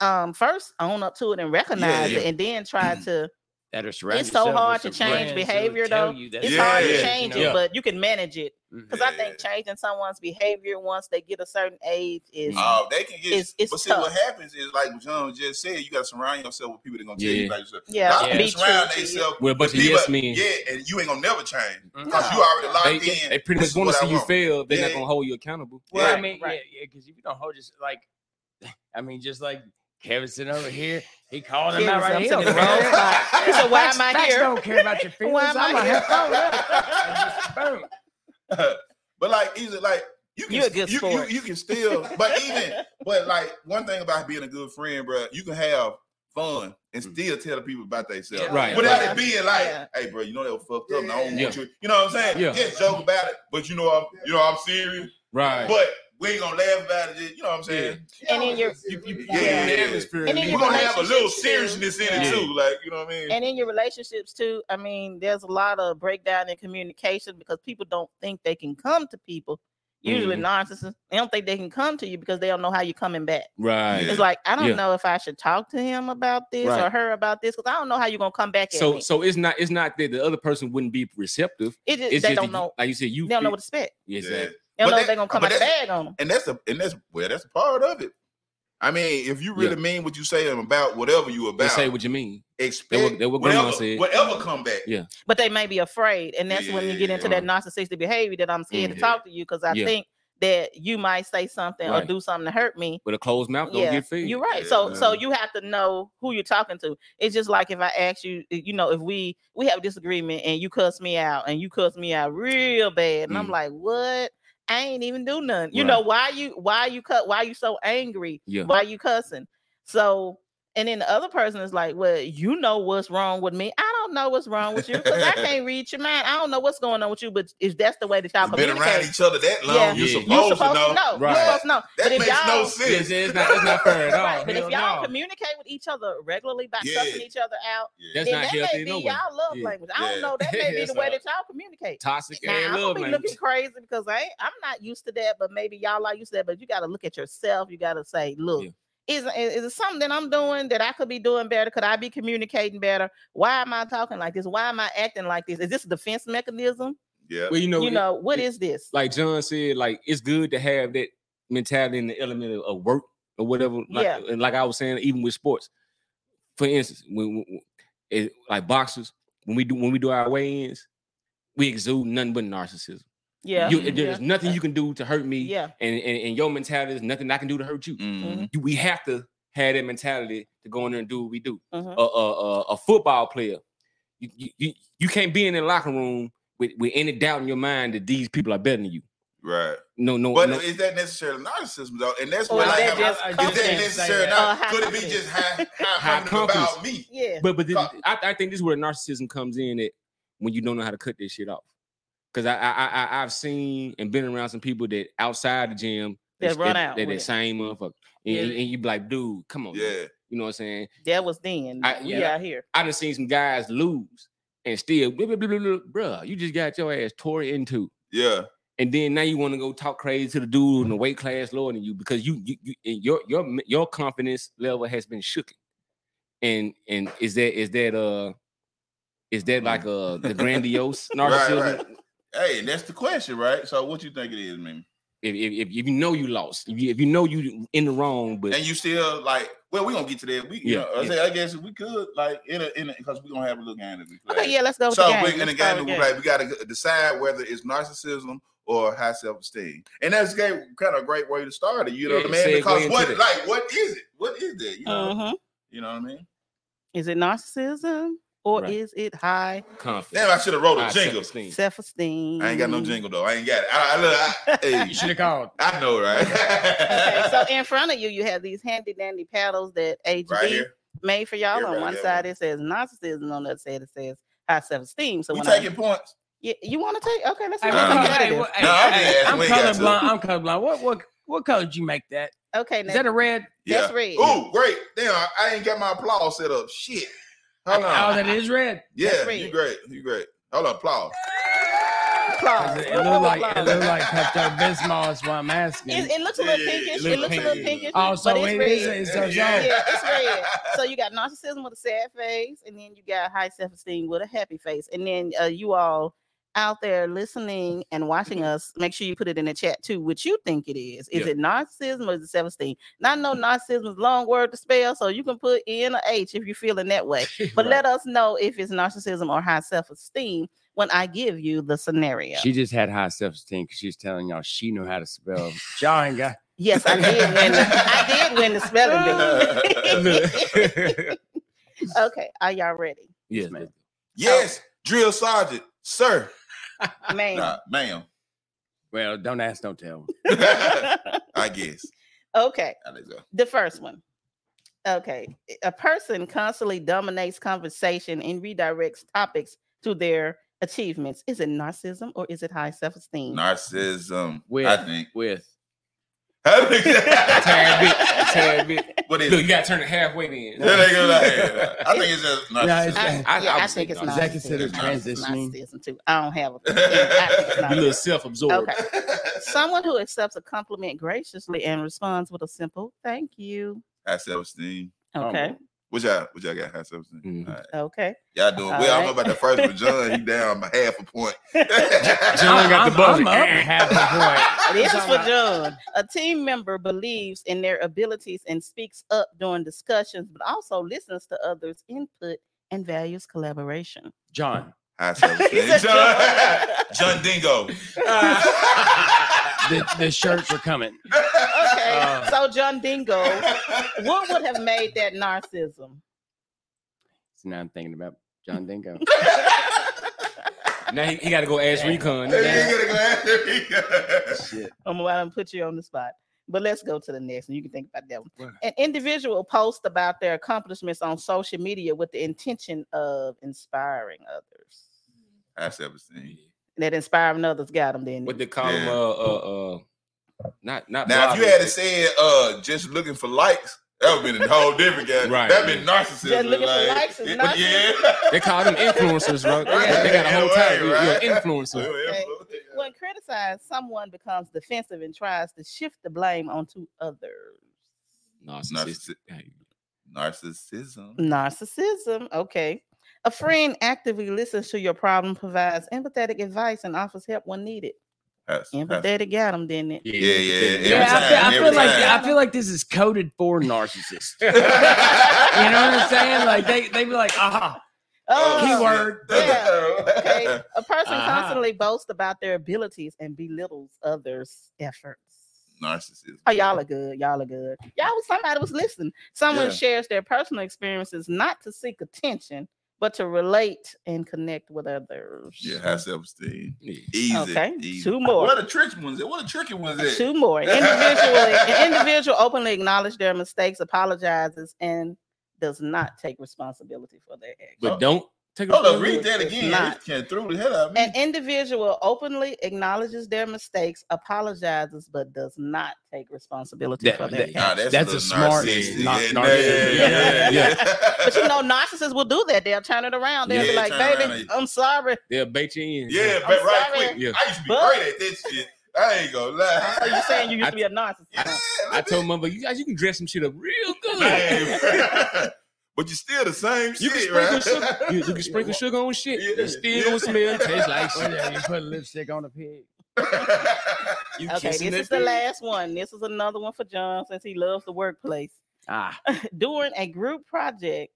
[SPEAKER 3] um first own up to it and recognize
[SPEAKER 1] yeah. Mm-hmm.
[SPEAKER 3] it and then try to
[SPEAKER 5] That are surrounding
[SPEAKER 3] It's so
[SPEAKER 5] yourself with
[SPEAKER 3] hard to
[SPEAKER 5] some
[SPEAKER 3] change
[SPEAKER 5] friends who
[SPEAKER 3] behavior,
[SPEAKER 5] tell
[SPEAKER 3] though.
[SPEAKER 5] you that
[SPEAKER 3] it's
[SPEAKER 1] Yeah,
[SPEAKER 3] hard
[SPEAKER 1] yeah,
[SPEAKER 3] to
[SPEAKER 1] you
[SPEAKER 3] change
[SPEAKER 4] know.
[SPEAKER 3] it, but you can manage it. Because I think
[SPEAKER 1] Yeah.
[SPEAKER 3] changing someone's behavior once they get a certain age is
[SPEAKER 1] Oh, they can get.
[SPEAKER 3] It's- it's
[SPEAKER 1] but see,
[SPEAKER 3] tough.
[SPEAKER 1] what happens is like John just said, you got to surround yourself with people that gonna tell
[SPEAKER 4] Yeah.
[SPEAKER 1] you about yourself.
[SPEAKER 3] yeah,
[SPEAKER 1] Lot of
[SPEAKER 5] Yeah.
[SPEAKER 3] be
[SPEAKER 1] people surround
[SPEAKER 3] true to you.
[SPEAKER 1] themselves
[SPEAKER 4] with a bunch of
[SPEAKER 1] people-
[SPEAKER 4] yes men.
[SPEAKER 1] Yeah, and you ain't gonna never change
[SPEAKER 5] Mhm.
[SPEAKER 1] because you already
[SPEAKER 4] They,
[SPEAKER 1] locked
[SPEAKER 4] they,
[SPEAKER 1] in.
[SPEAKER 4] they pretty
[SPEAKER 1] This
[SPEAKER 4] much
[SPEAKER 1] is
[SPEAKER 4] want
[SPEAKER 1] what
[SPEAKER 4] to
[SPEAKER 1] I
[SPEAKER 4] see you
[SPEAKER 1] want.
[SPEAKER 4] fail. They're not
[SPEAKER 1] Yeah.
[SPEAKER 4] gonna hold you accountable.
[SPEAKER 5] Well,
[SPEAKER 1] Right,
[SPEAKER 5] I mean,
[SPEAKER 3] right.
[SPEAKER 5] yeah, yeah, because if you don't hold yourself, like, I mean, just like Kevin sitting over here, he called him
[SPEAKER 3] Kevin
[SPEAKER 5] out
[SPEAKER 3] said,
[SPEAKER 5] right
[SPEAKER 3] "I'm
[SPEAKER 5] here.
[SPEAKER 3] sitting in the wrong spot." He said, "Why am I
[SPEAKER 5] Facts
[SPEAKER 3] here?"
[SPEAKER 5] don't care about your feelings.
[SPEAKER 3] Why am
[SPEAKER 5] I'm
[SPEAKER 3] I
[SPEAKER 5] a-
[SPEAKER 3] here?
[SPEAKER 5] And just boom.
[SPEAKER 1] but like, either like you can
[SPEAKER 3] You a good
[SPEAKER 1] you, you,
[SPEAKER 3] sport.
[SPEAKER 1] you can still, but even but like one thing about being a good friend, bro, you can have fun and
[SPEAKER 4] Mm.
[SPEAKER 1] still tell the people about themselves.
[SPEAKER 3] Yeah.
[SPEAKER 4] Right,
[SPEAKER 1] Without
[SPEAKER 3] right.
[SPEAKER 1] it being like,
[SPEAKER 3] Yeah.
[SPEAKER 1] hey, bro, you know they were fucked up. And I don't
[SPEAKER 4] Yeah.
[SPEAKER 1] want you. You know what I'm saying?
[SPEAKER 4] Yeah.
[SPEAKER 1] Just joke about it. But you know, I'm you know I'm serious.
[SPEAKER 4] Right.
[SPEAKER 1] But we ain't gonna laugh about it. just- You know what I'm saying?
[SPEAKER 3] And in your
[SPEAKER 1] Yeah.
[SPEAKER 3] Yeah.
[SPEAKER 1] yeah.
[SPEAKER 3] And then
[SPEAKER 1] We're
[SPEAKER 3] your
[SPEAKER 1] gonna have a little
[SPEAKER 3] relationships too.
[SPEAKER 1] seriousness in it
[SPEAKER 4] Yeah.
[SPEAKER 1] too. Like, you know what I mean?
[SPEAKER 3] and in your relationships too i mean there's a lot of breakdown in communication because people don't think they can come to people usually
[SPEAKER 1] Mm-hmm.
[SPEAKER 3] narcissists they don't think they can come to you because they don't know how you're coming back
[SPEAKER 4] Right.
[SPEAKER 3] it's like i don't
[SPEAKER 4] Yeah.
[SPEAKER 3] know if i should talk to him about this or
[SPEAKER 4] Right.
[SPEAKER 3] her about this because i don't know how you're gonna come back at
[SPEAKER 4] So
[SPEAKER 3] me.
[SPEAKER 4] so it's not it's not that the other person wouldn't be receptive.
[SPEAKER 3] it just,
[SPEAKER 4] It's
[SPEAKER 3] they don't
[SPEAKER 4] just that you-
[SPEAKER 3] know
[SPEAKER 4] Like you said, you
[SPEAKER 3] they don't know
[SPEAKER 4] feel-
[SPEAKER 3] what to expect
[SPEAKER 1] Yeah.
[SPEAKER 4] Exactly.
[SPEAKER 3] they
[SPEAKER 1] But
[SPEAKER 3] don't know if
[SPEAKER 1] that-
[SPEAKER 3] they're gonna come
[SPEAKER 1] but
[SPEAKER 3] out the
[SPEAKER 1] that's-
[SPEAKER 3] bag on them
[SPEAKER 1] and that's a and that's well, that's part of it. I mean, if you really mean what you say about whatever you
[SPEAKER 4] They
[SPEAKER 1] about,
[SPEAKER 4] say what you mean.
[SPEAKER 1] expect
[SPEAKER 4] that what grandma
[SPEAKER 1] whatever,
[SPEAKER 4] said.
[SPEAKER 1] whatever come back.
[SPEAKER 4] Yeah.
[SPEAKER 3] but they may be afraid and that's when you get
[SPEAKER 1] Yeah.
[SPEAKER 3] into that narcissistic behavior that i'm scared
[SPEAKER 1] Mhm.
[SPEAKER 3] to talk to you because i
[SPEAKER 4] Mm-hmm. Yeah.
[SPEAKER 3] think that you might say something
[SPEAKER 4] Right.
[SPEAKER 3] or do something to hurt me
[SPEAKER 4] With a closed mouth, don't
[SPEAKER 3] yeah,
[SPEAKER 4] get fed.
[SPEAKER 3] you're right.
[SPEAKER 1] Yeah,
[SPEAKER 3] so, so
[SPEAKER 1] man.
[SPEAKER 3] you have to know who you're talking to. It's just like if I ask you, you know, if we we have a disagreement and you cuss me out and you cuss me out real bad, and I'm
[SPEAKER 4] Mm.
[SPEAKER 3] like, what? I ain't even do nothing. You
[SPEAKER 4] Right.
[SPEAKER 3] know why you why you cut? Why you so angry?
[SPEAKER 4] Yeah.
[SPEAKER 3] Why you cussing? So And then the other person is like, Well, you know what's wrong with me. I don't know what's wrong with you because I can't read your mind. I don't know what's going on with you, but if that's the way that y'all
[SPEAKER 1] You've been around
[SPEAKER 3] communicate,
[SPEAKER 1] each other that long.
[SPEAKER 3] Yeah.
[SPEAKER 1] You're
[SPEAKER 4] Yeah.
[SPEAKER 1] supposed,
[SPEAKER 3] you supposed
[SPEAKER 1] to know.
[SPEAKER 3] You're
[SPEAKER 4] Right.
[SPEAKER 3] supposed to know.
[SPEAKER 1] That
[SPEAKER 3] but if
[SPEAKER 1] makes
[SPEAKER 3] y'all,
[SPEAKER 1] no sense.
[SPEAKER 4] It's- it's not- it's not fair at all.
[SPEAKER 3] Right, but if
[SPEAKER 4] Hell
[SPEAKER 3] y'all
[SPEAKER 4] no.
[SPEAKER 3] communicate with each other regularly by
[SPEAKER 1] Yeah.
[SPEAKER 3] cussing each other out,
[SPEAKER 1] Yeah.
[SPEAKER 4] That's
[SPEAKER 3] then
[SPEAKER 4] not
[SPEAKER 3] that
[SPEAKER 4] healthy
[SPEAKER 3] may be
[SPEAKER 4] no way.
[SPEAKER 3] y'all love
[SPEAKER 4] Yeah.
[SPEAKER 3] language. I
[SPEAKER 1] Yeah.
[SPEAKER 3] don't know. That may be
[SPEAKER 4] It's
[SPEAKER 3] the way
[SPEAKER 4] not.
[SPEAKER 3] that y'all communicate.
[SPEAKER 4] Toxic
[SPEAKER 3] Now,
[SPEAKER 4] and
[SPEAKER 3] I'm gonna
[SPEAKER 4] love
[SPEAKER 3] be
[SPEAKER 4] language.
[SPEAKER 3] looking crazy because I ain't, I'm not used to that, but maybe y'all are used to that. But you got to look at yourself. You got to say, look,
[SPEAKER 4] Yeah.
[SPEAKER 3] is, is it something that I'm doing that I could be doing better? Could I be communicating better? Why am I talking like this? Why am I acting like this? Is this a defense mechanism?
[SPEAKER 1] Yeah.
[SPEAKER 4] Well, you know,
[SPEAKER 3] you
[SPEAKER 4] it-
[SPEAKER 3] know, what
[SPEAKER 4] it-
[SPEAKER 3] is this?
[SPEAKER 4] like John said, like it's good to have that mentality in the element of, of work or whatever. Like,
[SPEAKER 3] Yeah.
[SPEAKER 4] And like I was saying, even with sports, for instance, when, when- when- it, like boxers, when we do when we do our weigh-ins, we exude nothing but narcissism.
[SPEAKER 3] yeah.
[SPEAKER 4] You,
[SPEAKER 1] Mhm.
[SPEAKER 4] there's
[SPEAKER 3] yeah.
[SPEAKER 4] nothing
[SPEAKER 3] yeah.
[SPEAKER 4] you can do to hurt me,
[SPEAKER 3] yeah.
[SPEAKER 4] and, and and your mentality is nothing I can do to hurt you.
[SPEAKER 1] Mhm.
[SPEAKER 4] You- We have to have that mentality to go in there and do what we do.
[SPEAKER 3] mhm.
[SPEAKER 4] A a, a, a football player, you, you you you can't be in the locker room with, with any doubt in your mind that these people are better than you.
[SPEAKER 1] Right.
[SPEAKER 4] No, no,
[SPEAKER 1] But
[SPEAKER 4] no.
[SPEAKER 1] is that necessarily narcissism though? And that's
[SPEAKER 3] Or
[SPEAKER 1] what
[SPEAKER 3] is
[SPEAKER 1] I
[SPEAKER 3] that
[SPEAKER 1] have.
[SPEAKER 3] just
[SPEAKER 1] Is
[SPEAKER 3] confidence?
[SPEAKER 1] that necessary?
[SPEAKER 2] Or
[SPEAKER 1] Not,
[SPEAKER 3] high
[SPEAKER 1] could it be
[SPEAKER 3] confidence?
[SPEAKER 1] just high,
[SPEAKER 4] High
[SPEAKER 1] high, high about
[SPEAKER 4] confidence.
[SPEAKER 1] me?
[SPEAKER 3] Yeah.
[SPEAKER 4] But but this,
[SPEAKER 1] Fuck.
[SPEAKER 4] I, I think this is where the narcissism comes in at when you don't know how to cut this shit off. Because I, I I- I I've seen and been around some people that outside the gym
[SPEAKER 3] That
[SPEAKER 4] s-
[SPEAKER 3] run out
[SPEAKER 4] They're
[SPEAKER 3] with
[SPEAKER 4] the
[SPEAKER 3] it.
[SPEAKER 4] same motherfucker. And,
[SPEAKER 2] Yeah.
[SPEAKER 4] and- and you be like, dude, come on. man.
[SPEAKER 1] Yeah.
[SPEAKER 4] You know what I'm saying?
[SPEAKER 3] That was then.
[SPEAKER 4] I-
[SPEAKER 3] we
[SPEAKER 4] yeah.
[SPEAKER 3] out here.
[SPEAKER 4] I done seen some guys lose and still, blah, blah, blah, blah, blah, bruh, you just got your ass tore into.
[SPEAKER 1] Yeah.
[SPEAKER 4] And then now you want to go talk crazy to the dude in the weight class lower than you because you you, you and your your m- your confidence level has been shooken. And and is that is that uh is that like uh the grandiose
[SPEAKER 1] Right.
[SPEAKER 4] narcissism?
[SPEAKER 1] Right. Hey, and that's the question, right? So, what you think it is, man?
[SPEAKER 4] If, if, if you know you lost, if you, if you know you in the wrong, but
[SPEAKER 1] And you still like? Well, we gonna get to that. We, you
[SPEAKER 4] Yeah,
[SPEAKER 1] know, I,
[SPEAKER 4] yeah.
[SPEAKER 1] say, I guess we could like in a in because we gonna have a little game. That we play.
[SPEAKER 3] Okay, yeah, let's go with
[SPEAKER 1] So
[SPEAKER 3] the game.
[SPEAKER 1] we in the
[SPEAKER 3] Let's start
[SPEAKER 1] game,
[SPEAKER 3] with
[SPEAKER 1] we
[SPEAKER 3] the
[SPEAKER 1] like we got to decide whether it's narcissism or high self esteem, and that's great, kind of a great way to start it. You know
[SPEAKER 4] Yeah,
[SPEAKER 1] what I mean?
[SPEAKER 4] segue
[SPEAKER 1] Because
[SPEAKER 4] into
[SPEAKER 1] what,
[SPEAKER 4] that.
[SPEAKER 1] like, what is it? What is that? You know,
[SPEAKER 2] Mm-hmm.
[SPEAKER 3] Mhm.
[SPEAKER 1] you know what I mean?
[SPEAKER 3] Is it narcissism or
[SPEAKER 4] Right.
[SPEAKER 3] is it high
[SPEAKER 4] confidence.
[SPEAKER 1] Damn, I should have wrote a
[SPEAKER 4] high
[SPEAKER 1] jingle.
[SPEAKER 4] self-esteem.
[SPEAKER 3] self-esteem?
[SPEAKER 1] I ain't got no jingle though. I ain't got it. I, I, look, I, hey,
[SPEAKER 2] You should have called.
[SPEAKER 1] I know, right?
[SPEAKER 3] okay, so in front of you, you have these handy dandy paddles that HB
[SPEAKER 1] right here,
[SPEAKER 3] made for y'all.
[SPEAKER 1] Yeah,
[SPEAKER 3] on
[SPEAKER 1] right,
[SPEAKER 3] one
[SPEAKER 1] yeah.
[SPEAKER 3] side it says narcissism, on the other side it says high self-esteem. So
[SPEAKER 1] we
[SPEAKER 3] when
[SPEAKER 1] taking
[SPEAKER 3] I,
[SPEAKER 1] points.
[SPEAKER 3] yeah, you want to take okay, let's
[SPEAKER 2] Hey,
[SPEAKER 3] see.
[SPEAKER 2] what
[SPEAKER 1] Um,
[SPEAKER 2] color-
[SPEAKER 3] let's
[SPEAKER 2] hey,
[SPEAKER 3] get
[SPEAKER 2] what- hey,
[SPEAKER 1] No, I'm just
[SPEAKER 2] hey,
[SPEAKER 1] asking.
[SPEAKER 2] I'm
[SPEAKER 1] We ain't got
[SPEAKER 2] colorblind.
[SPEAKER 1] to.
[SPEAKER 2] I'm colorblind. What what what color did you make that?
[SPEAKER 3] okay,
[SPEAKER 2] Is
[SPEAKER 3] now
[SPEAKER 2] that a red?
[SPEAKER 1] Yeah.
[SPEAKER 3] that's red.
[SPEAKER 1] Oh, great. Damn, I, I ain't got my applause set up. Shit. Hold
[SPEAKER 2] Oh,
[SPEAKER 1] on.
[SPEAKER 2] that is red.
[SPEAKER 1] Yeah,
[SPEAKER 3] That's red.
[SPEAKER 1] you great. You great. Hold on, applause.
[SPEAKER 3] Applause.
[SPEAKER 2] It
[SPEAKER 3] Roll
[SPEAKER 2] looked
[SPEAKER 3] of
[SPEAKER 2] like it
[SPEAKER 3] applause.
[SPEAKER 2] looked like Pepto Bismol. That's why I'm asking.
[SPEAKER 3] It, it looks a little
[SPEAKER 1] Yeah, yeah, yeah, it
[SPEAKER 3] pinkish. It
[SPEAKER 4] look
[SPEAKER 3] looks a little
[SPEAKER 1] pink.
[SPEAKER 3] pinkish.
[SPEAKER 2] Oh, so
[SPEAKER 3] but it's
[SPEAKER 2] it
[SPEAKER 3] red.
[SPEAKER 2] is- it's a zone.
[SPEAKER 3] yeah, it's red. So you got narcissism with a sad face, and then you got high self esteem with a happy face. And then uh, you all out there listening and watching us, make sure you put it in the chat too. What you think it is? Is
[SPEAKER 4] Yeah.
[SPEAKER 3] it narcissism or is it self esteem? Now I know narcissism is a long word to spell, so you can put in or H if you're feeling that way. But let us know if it's narcissism or high self esteem when I give you the scenario.
[SPEAKER 5] She just had high self esteem because she was telling y'all she knew how to spell.
[SPEAKER 2] Y'all ain't got.
[SPEAKER 3] yes, I did win. The, I did win the spelling bee. okay, are y'all ready,
[SPEAKER 4] Yes,
[SPEAKER 5] man.
[SPEAKER 4] man.
[SPEAKER 1] yes, drill sergeant, sir.
[SPEAKER 3] man?
[SPEAKER 1] Nah, ma'am.
[SPEAKER 5] Well, don't ask, don't tell.
[SPEAKER 1] I guess.
[SPEAKER 3] okay.
[SPEAKER 1] I think so.
[SPEAKER 3] The first one. Okay. A person constantly dominates conversation and redirects topics to their achievements. Is it narcissism or is it high self esteem?
[SPEAKER 1] Narcissism.
[SPEAKER 5] With,
[SPEAKER 1] I think.
[SPEAKER 5] with.
[SPEAKER 1] I think-
[SPEAKER 4] Tad bit, tad bit.
[SPEAKER 1] what is
[SPEAKER 4] Look,
[SPEAKER 1] it?
[SPEAKER 4] you gotta turn it halfway
[SPEAKER 1] That
[SPEAKER 4] then.
[SPEAKER 1] nigga like, I think it's just
[SPEAKER 2] Yeah, it's-
[SPEAKER 1] narcissism.
[SPEAKER 4] I-
[SPEAKER 3] yeah,
[SPEAKER 4] I
[SPEAKER 3] I,
[SPEAKER 4] would say
[SPEAKER 3] think it's
[SPEAKER 4] narcissism.
[SPEAKER 3] narcissism.
[SPEAKER 5] Is that considered transitioning?
[SPEAKER 3] Narcissism too. I don't have a. yeah, I think it's
[SPEAKER 4] You little
[SPEAKER 3] narcissism.
[SPEAKER 4] self-absorbed.
[SPEAKER 3] Okay. Someone who accepts a compliment graciously and responds with a simple "thank you."
[SPEAKER 1] High self esteem.
[SPEAKER 4] Oh,
[SPEAKER 3] Okay.
[SPEAKER 1] What y'all, what y'all got? High self esteem.
[SPEAKER 4] Mhm.
[SPEAKER 1] All right.
[SPEAKER 3] Okay.
[SPEAKER 1] Y'all doing well.
[SPEAKER 3] All
[SPEAKER 1] I don't know
[SPEAKER 3] right.
[SPEAKER 1] about the first one. John, he down by half a point.
[SPEAKER 5] John got
[SPEAKER 2] I'm-
[SPEAKER 5] the buzzer.
[SPEAKER 2] I'm up half a point.
[SPEAKER 3] It is
[SPEAKER 2] Talking
[SPEAKER 3] for
[SPEAKER 2] about-
[SPEAKER 3] John. A team member believes in their abilities and speaks up during discussions, but also listens to others' input and values collaboration.
[SPEAKER 5] John,
[SPEAKER 1] High self esteem.
[SPEAKER 3] said
[SPEAKER 1] John, John Dingo.
[SPEAKER 5] the, the shirts are coming.
[SPEAKER 3] Okay,
[SPEAKER 5] Uh.
[SPEAKER 3] so John Dingo, what would have made that narcissism?
[SPEAKER 5] So now I'm thinking about John Dingo.
[SPEAKER 4] Now he, he gotta go ask recon.
[SPEAKER 1] Hey, you gotta go after me.
[SPEAKER 5] Shit.
[SPEAKER 3] I'm about to put you on the spot. But let's go to the next, and you can think about that one.
[SPEAKER 4] Right.
[SPEAKER 3] An individual posts about their accomplishments on social media with the intention of inspiring others.
[SPEAKER 1] That's ever seen.
[SPEAKER 3] That inspiring others got them. Then
[SPEAKER 4] What they call them?
[SPEAKER 1] Yeah.
[SPEAKER 4] Uh, uh, uh, not not.
[SPEAKER 1] Now, if you
[SPEAKER 4] bloggers,
[SPEAKER 1] had to say uh, just looking for likes, that would have been a whole different guy.
[SPEAKER 4] Right.
[SPEAKER 1] That'd been narcissism.
[SPEAKER 3] Just looking for
[SPEAKER 1] like,
[SPEAKER 3] likes is
[SPEAKER 1] yeah,
[SPEAKER 3] narcissism.
[SPEAKER 1] Yeah.
[SPEAKER 4] they call them influencers, right?
[SPEAKER 3] Yeah.
[SPEAKER 4] They got a whole
[SPEAKER 1] Yeah,
[SPEAKER 4] title.
[SPEAKER 1] right.
[SPEAKER 4] Yeah, influencer.
[SPEAKER 1] Yeah.
[SPEAKER 3] when criticized, someone becomes defensive and tries to shift the blame onto others.
[SPEAKER 4] Narcissist.
[SPEAKER 3] Mm,
[SPEAKER 1] Narcissism.
[SPEAKER 3] Narcissism. Okay. A friend actively listens to your problem, provides empathetic advice, and offers help when needed.
[SPEAKER 1] That's, that's,
[SPEAKER 3] Empathetic got them, didn't it?
[SPEAKER 1] yeah, yeah. Every
[SPEAKER 2] Yeah, I feel,
[SPEAKER 1] time,
[SPEAKER 2] I feel
[SPEAKER 1] every
[SPEAKER 2] like
[SPEAKER 1] time.
[SPEAKER 2] I feel like this is coded for narcissists. you know what I'm saying? Like they they be like, aha,
[SPEAKER 1] Oh,
[SPEAKER 3] Oh,
[SPEAKER 2] Keyword.
[SPEAKER 1] shit.
[SPEAKER 3] okay. A person
[SPEAKER 2] Uh-huh.
[SPEAKER 3] constantly boasts about their abilities and belittles others' efforts.
[SPEAKER 1] Narcissism.
[SPEAKER 3] Oh, y'all are good. Y'all are good. Y'all, somebody was listening. Someone
[SPEAKER 1] Yeah.
[SPEAKER 3] shares their personal experiences not to seek attention, but to relate and connect with others.
[SPEAKER 1] Yeah, high self esteem.
[SPEAKER 4] Yeah.
[SPEAKER 1] Easy.
[SPEAKER 3] Okay,
[SPEAKER 1] easy.
[SPEAKER 3] two more.
[SPEAKER 1] What a tricky ones. is- What a tricky ones. is.
[SPEAKER 3] Two more. Individually, an individual openly acknowledges their mistakes, apologizes, and does not take responsibility for their actions.
[SPEAKER 4] But don't take a
[SPEAKER 1] Oh, Hold
[SPEAKER 4] photo.
[SPEAKER 1] up, read that
[SPEAKER 3] It's
[SPEAKER 1] again.
[SPEAKER 3] not.
[SPEAKER 1] This Can throw the hell out of me.
[SPEAKER 3] An individual openly acknowledges their mistakes, apologizes, but does not take responsibility
[SPEAKER 4] That-
[SPEAKER 3] for their actions.
[SPEAKER 4] that-
[SPEAKER 1] Nah, that's,
[SPEAKER 5] That's
[SPEAKER 1] little
[SPEAKER 5] a smart-
[SPEAKER 1] narcissistic.
[SPEAKER 5] nar-
[SPEAKER 1] Yeah,
[SPEAKER 5] narcissistic.
[SPEAKER 1] yeah, yeah,
[SPEAKER 4] Yeah.
[SPEAKER 1] yeah.
[SPEAKER 3] But you know, narcissists will do that. They'll turn it around. They'll be
[SPEAKER 1] Yeah,
[SPEAKER 3] like,
[SPEAKER 1] turn around
[SPEAKER 3] baby,
[SPEAKER 1] and-
[SPEAKER 3] I'm sorry.
[SPEAKER 4] They'll bait you in.
[SPEAKER 1] Yeah, but right
[SPEAKER 3] sorry.
[SPEAKER 1] quick.
[SPEAKER 4] Yeah.
[SPEAKER 1] I used to be
[SPEAKER 3] But-
[SPEAKER 1] great at this shit. I ain't gonna lie.
[SPEAKER 3] So you're saying you used
[SPEAKER 4] I-
[SPEAKER 3] to be a narcissist.
[SPEAKER 1] Yeah,
[SPEAKER 3] huh?
[SPEAKER 1] let
[SPEAKER 4] I
[SPEAKER 1] me-
[SPEAKER 4] told mother, you guys, you can dress some shit up real good.
[SPEAKER 1] Hey, but you're still the same
[SPEAKER 4] You can
[SPEAKER 1] shit,
[SPEAKER 4] sprinkle
[SPEAKER 1] right?
[SPEAKER 4] sugar. You, you can sprinkle sugar on shit.
[SPEAKER 1] Yeah.
[SPEAKER 4] It still gonna smell taste like
[SPEAKER 5] yeah, you
[SPEAKER 4] shit.
[SPEAKER 5] put lipstick on the pig.
[SPEAKER 4] You
[SPEAKER 3] Okay, this
[SPEAKER 4] kissing
[SPEAKER 3] is
[SPEAKER 4] that
[SPEAKER 3] the
[SPEAKER 4] thing?
[SPEAKER 3] last one. This is another one for John since he loves the workplace.
[SPEAKER 5] Ah,
[SPEAKER 3] During a group project,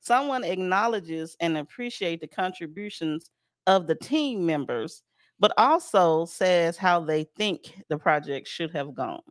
[SPEAKER 3] someone acknowledges and appreciates the contributions of the team members, but also says how they think the project should have gone.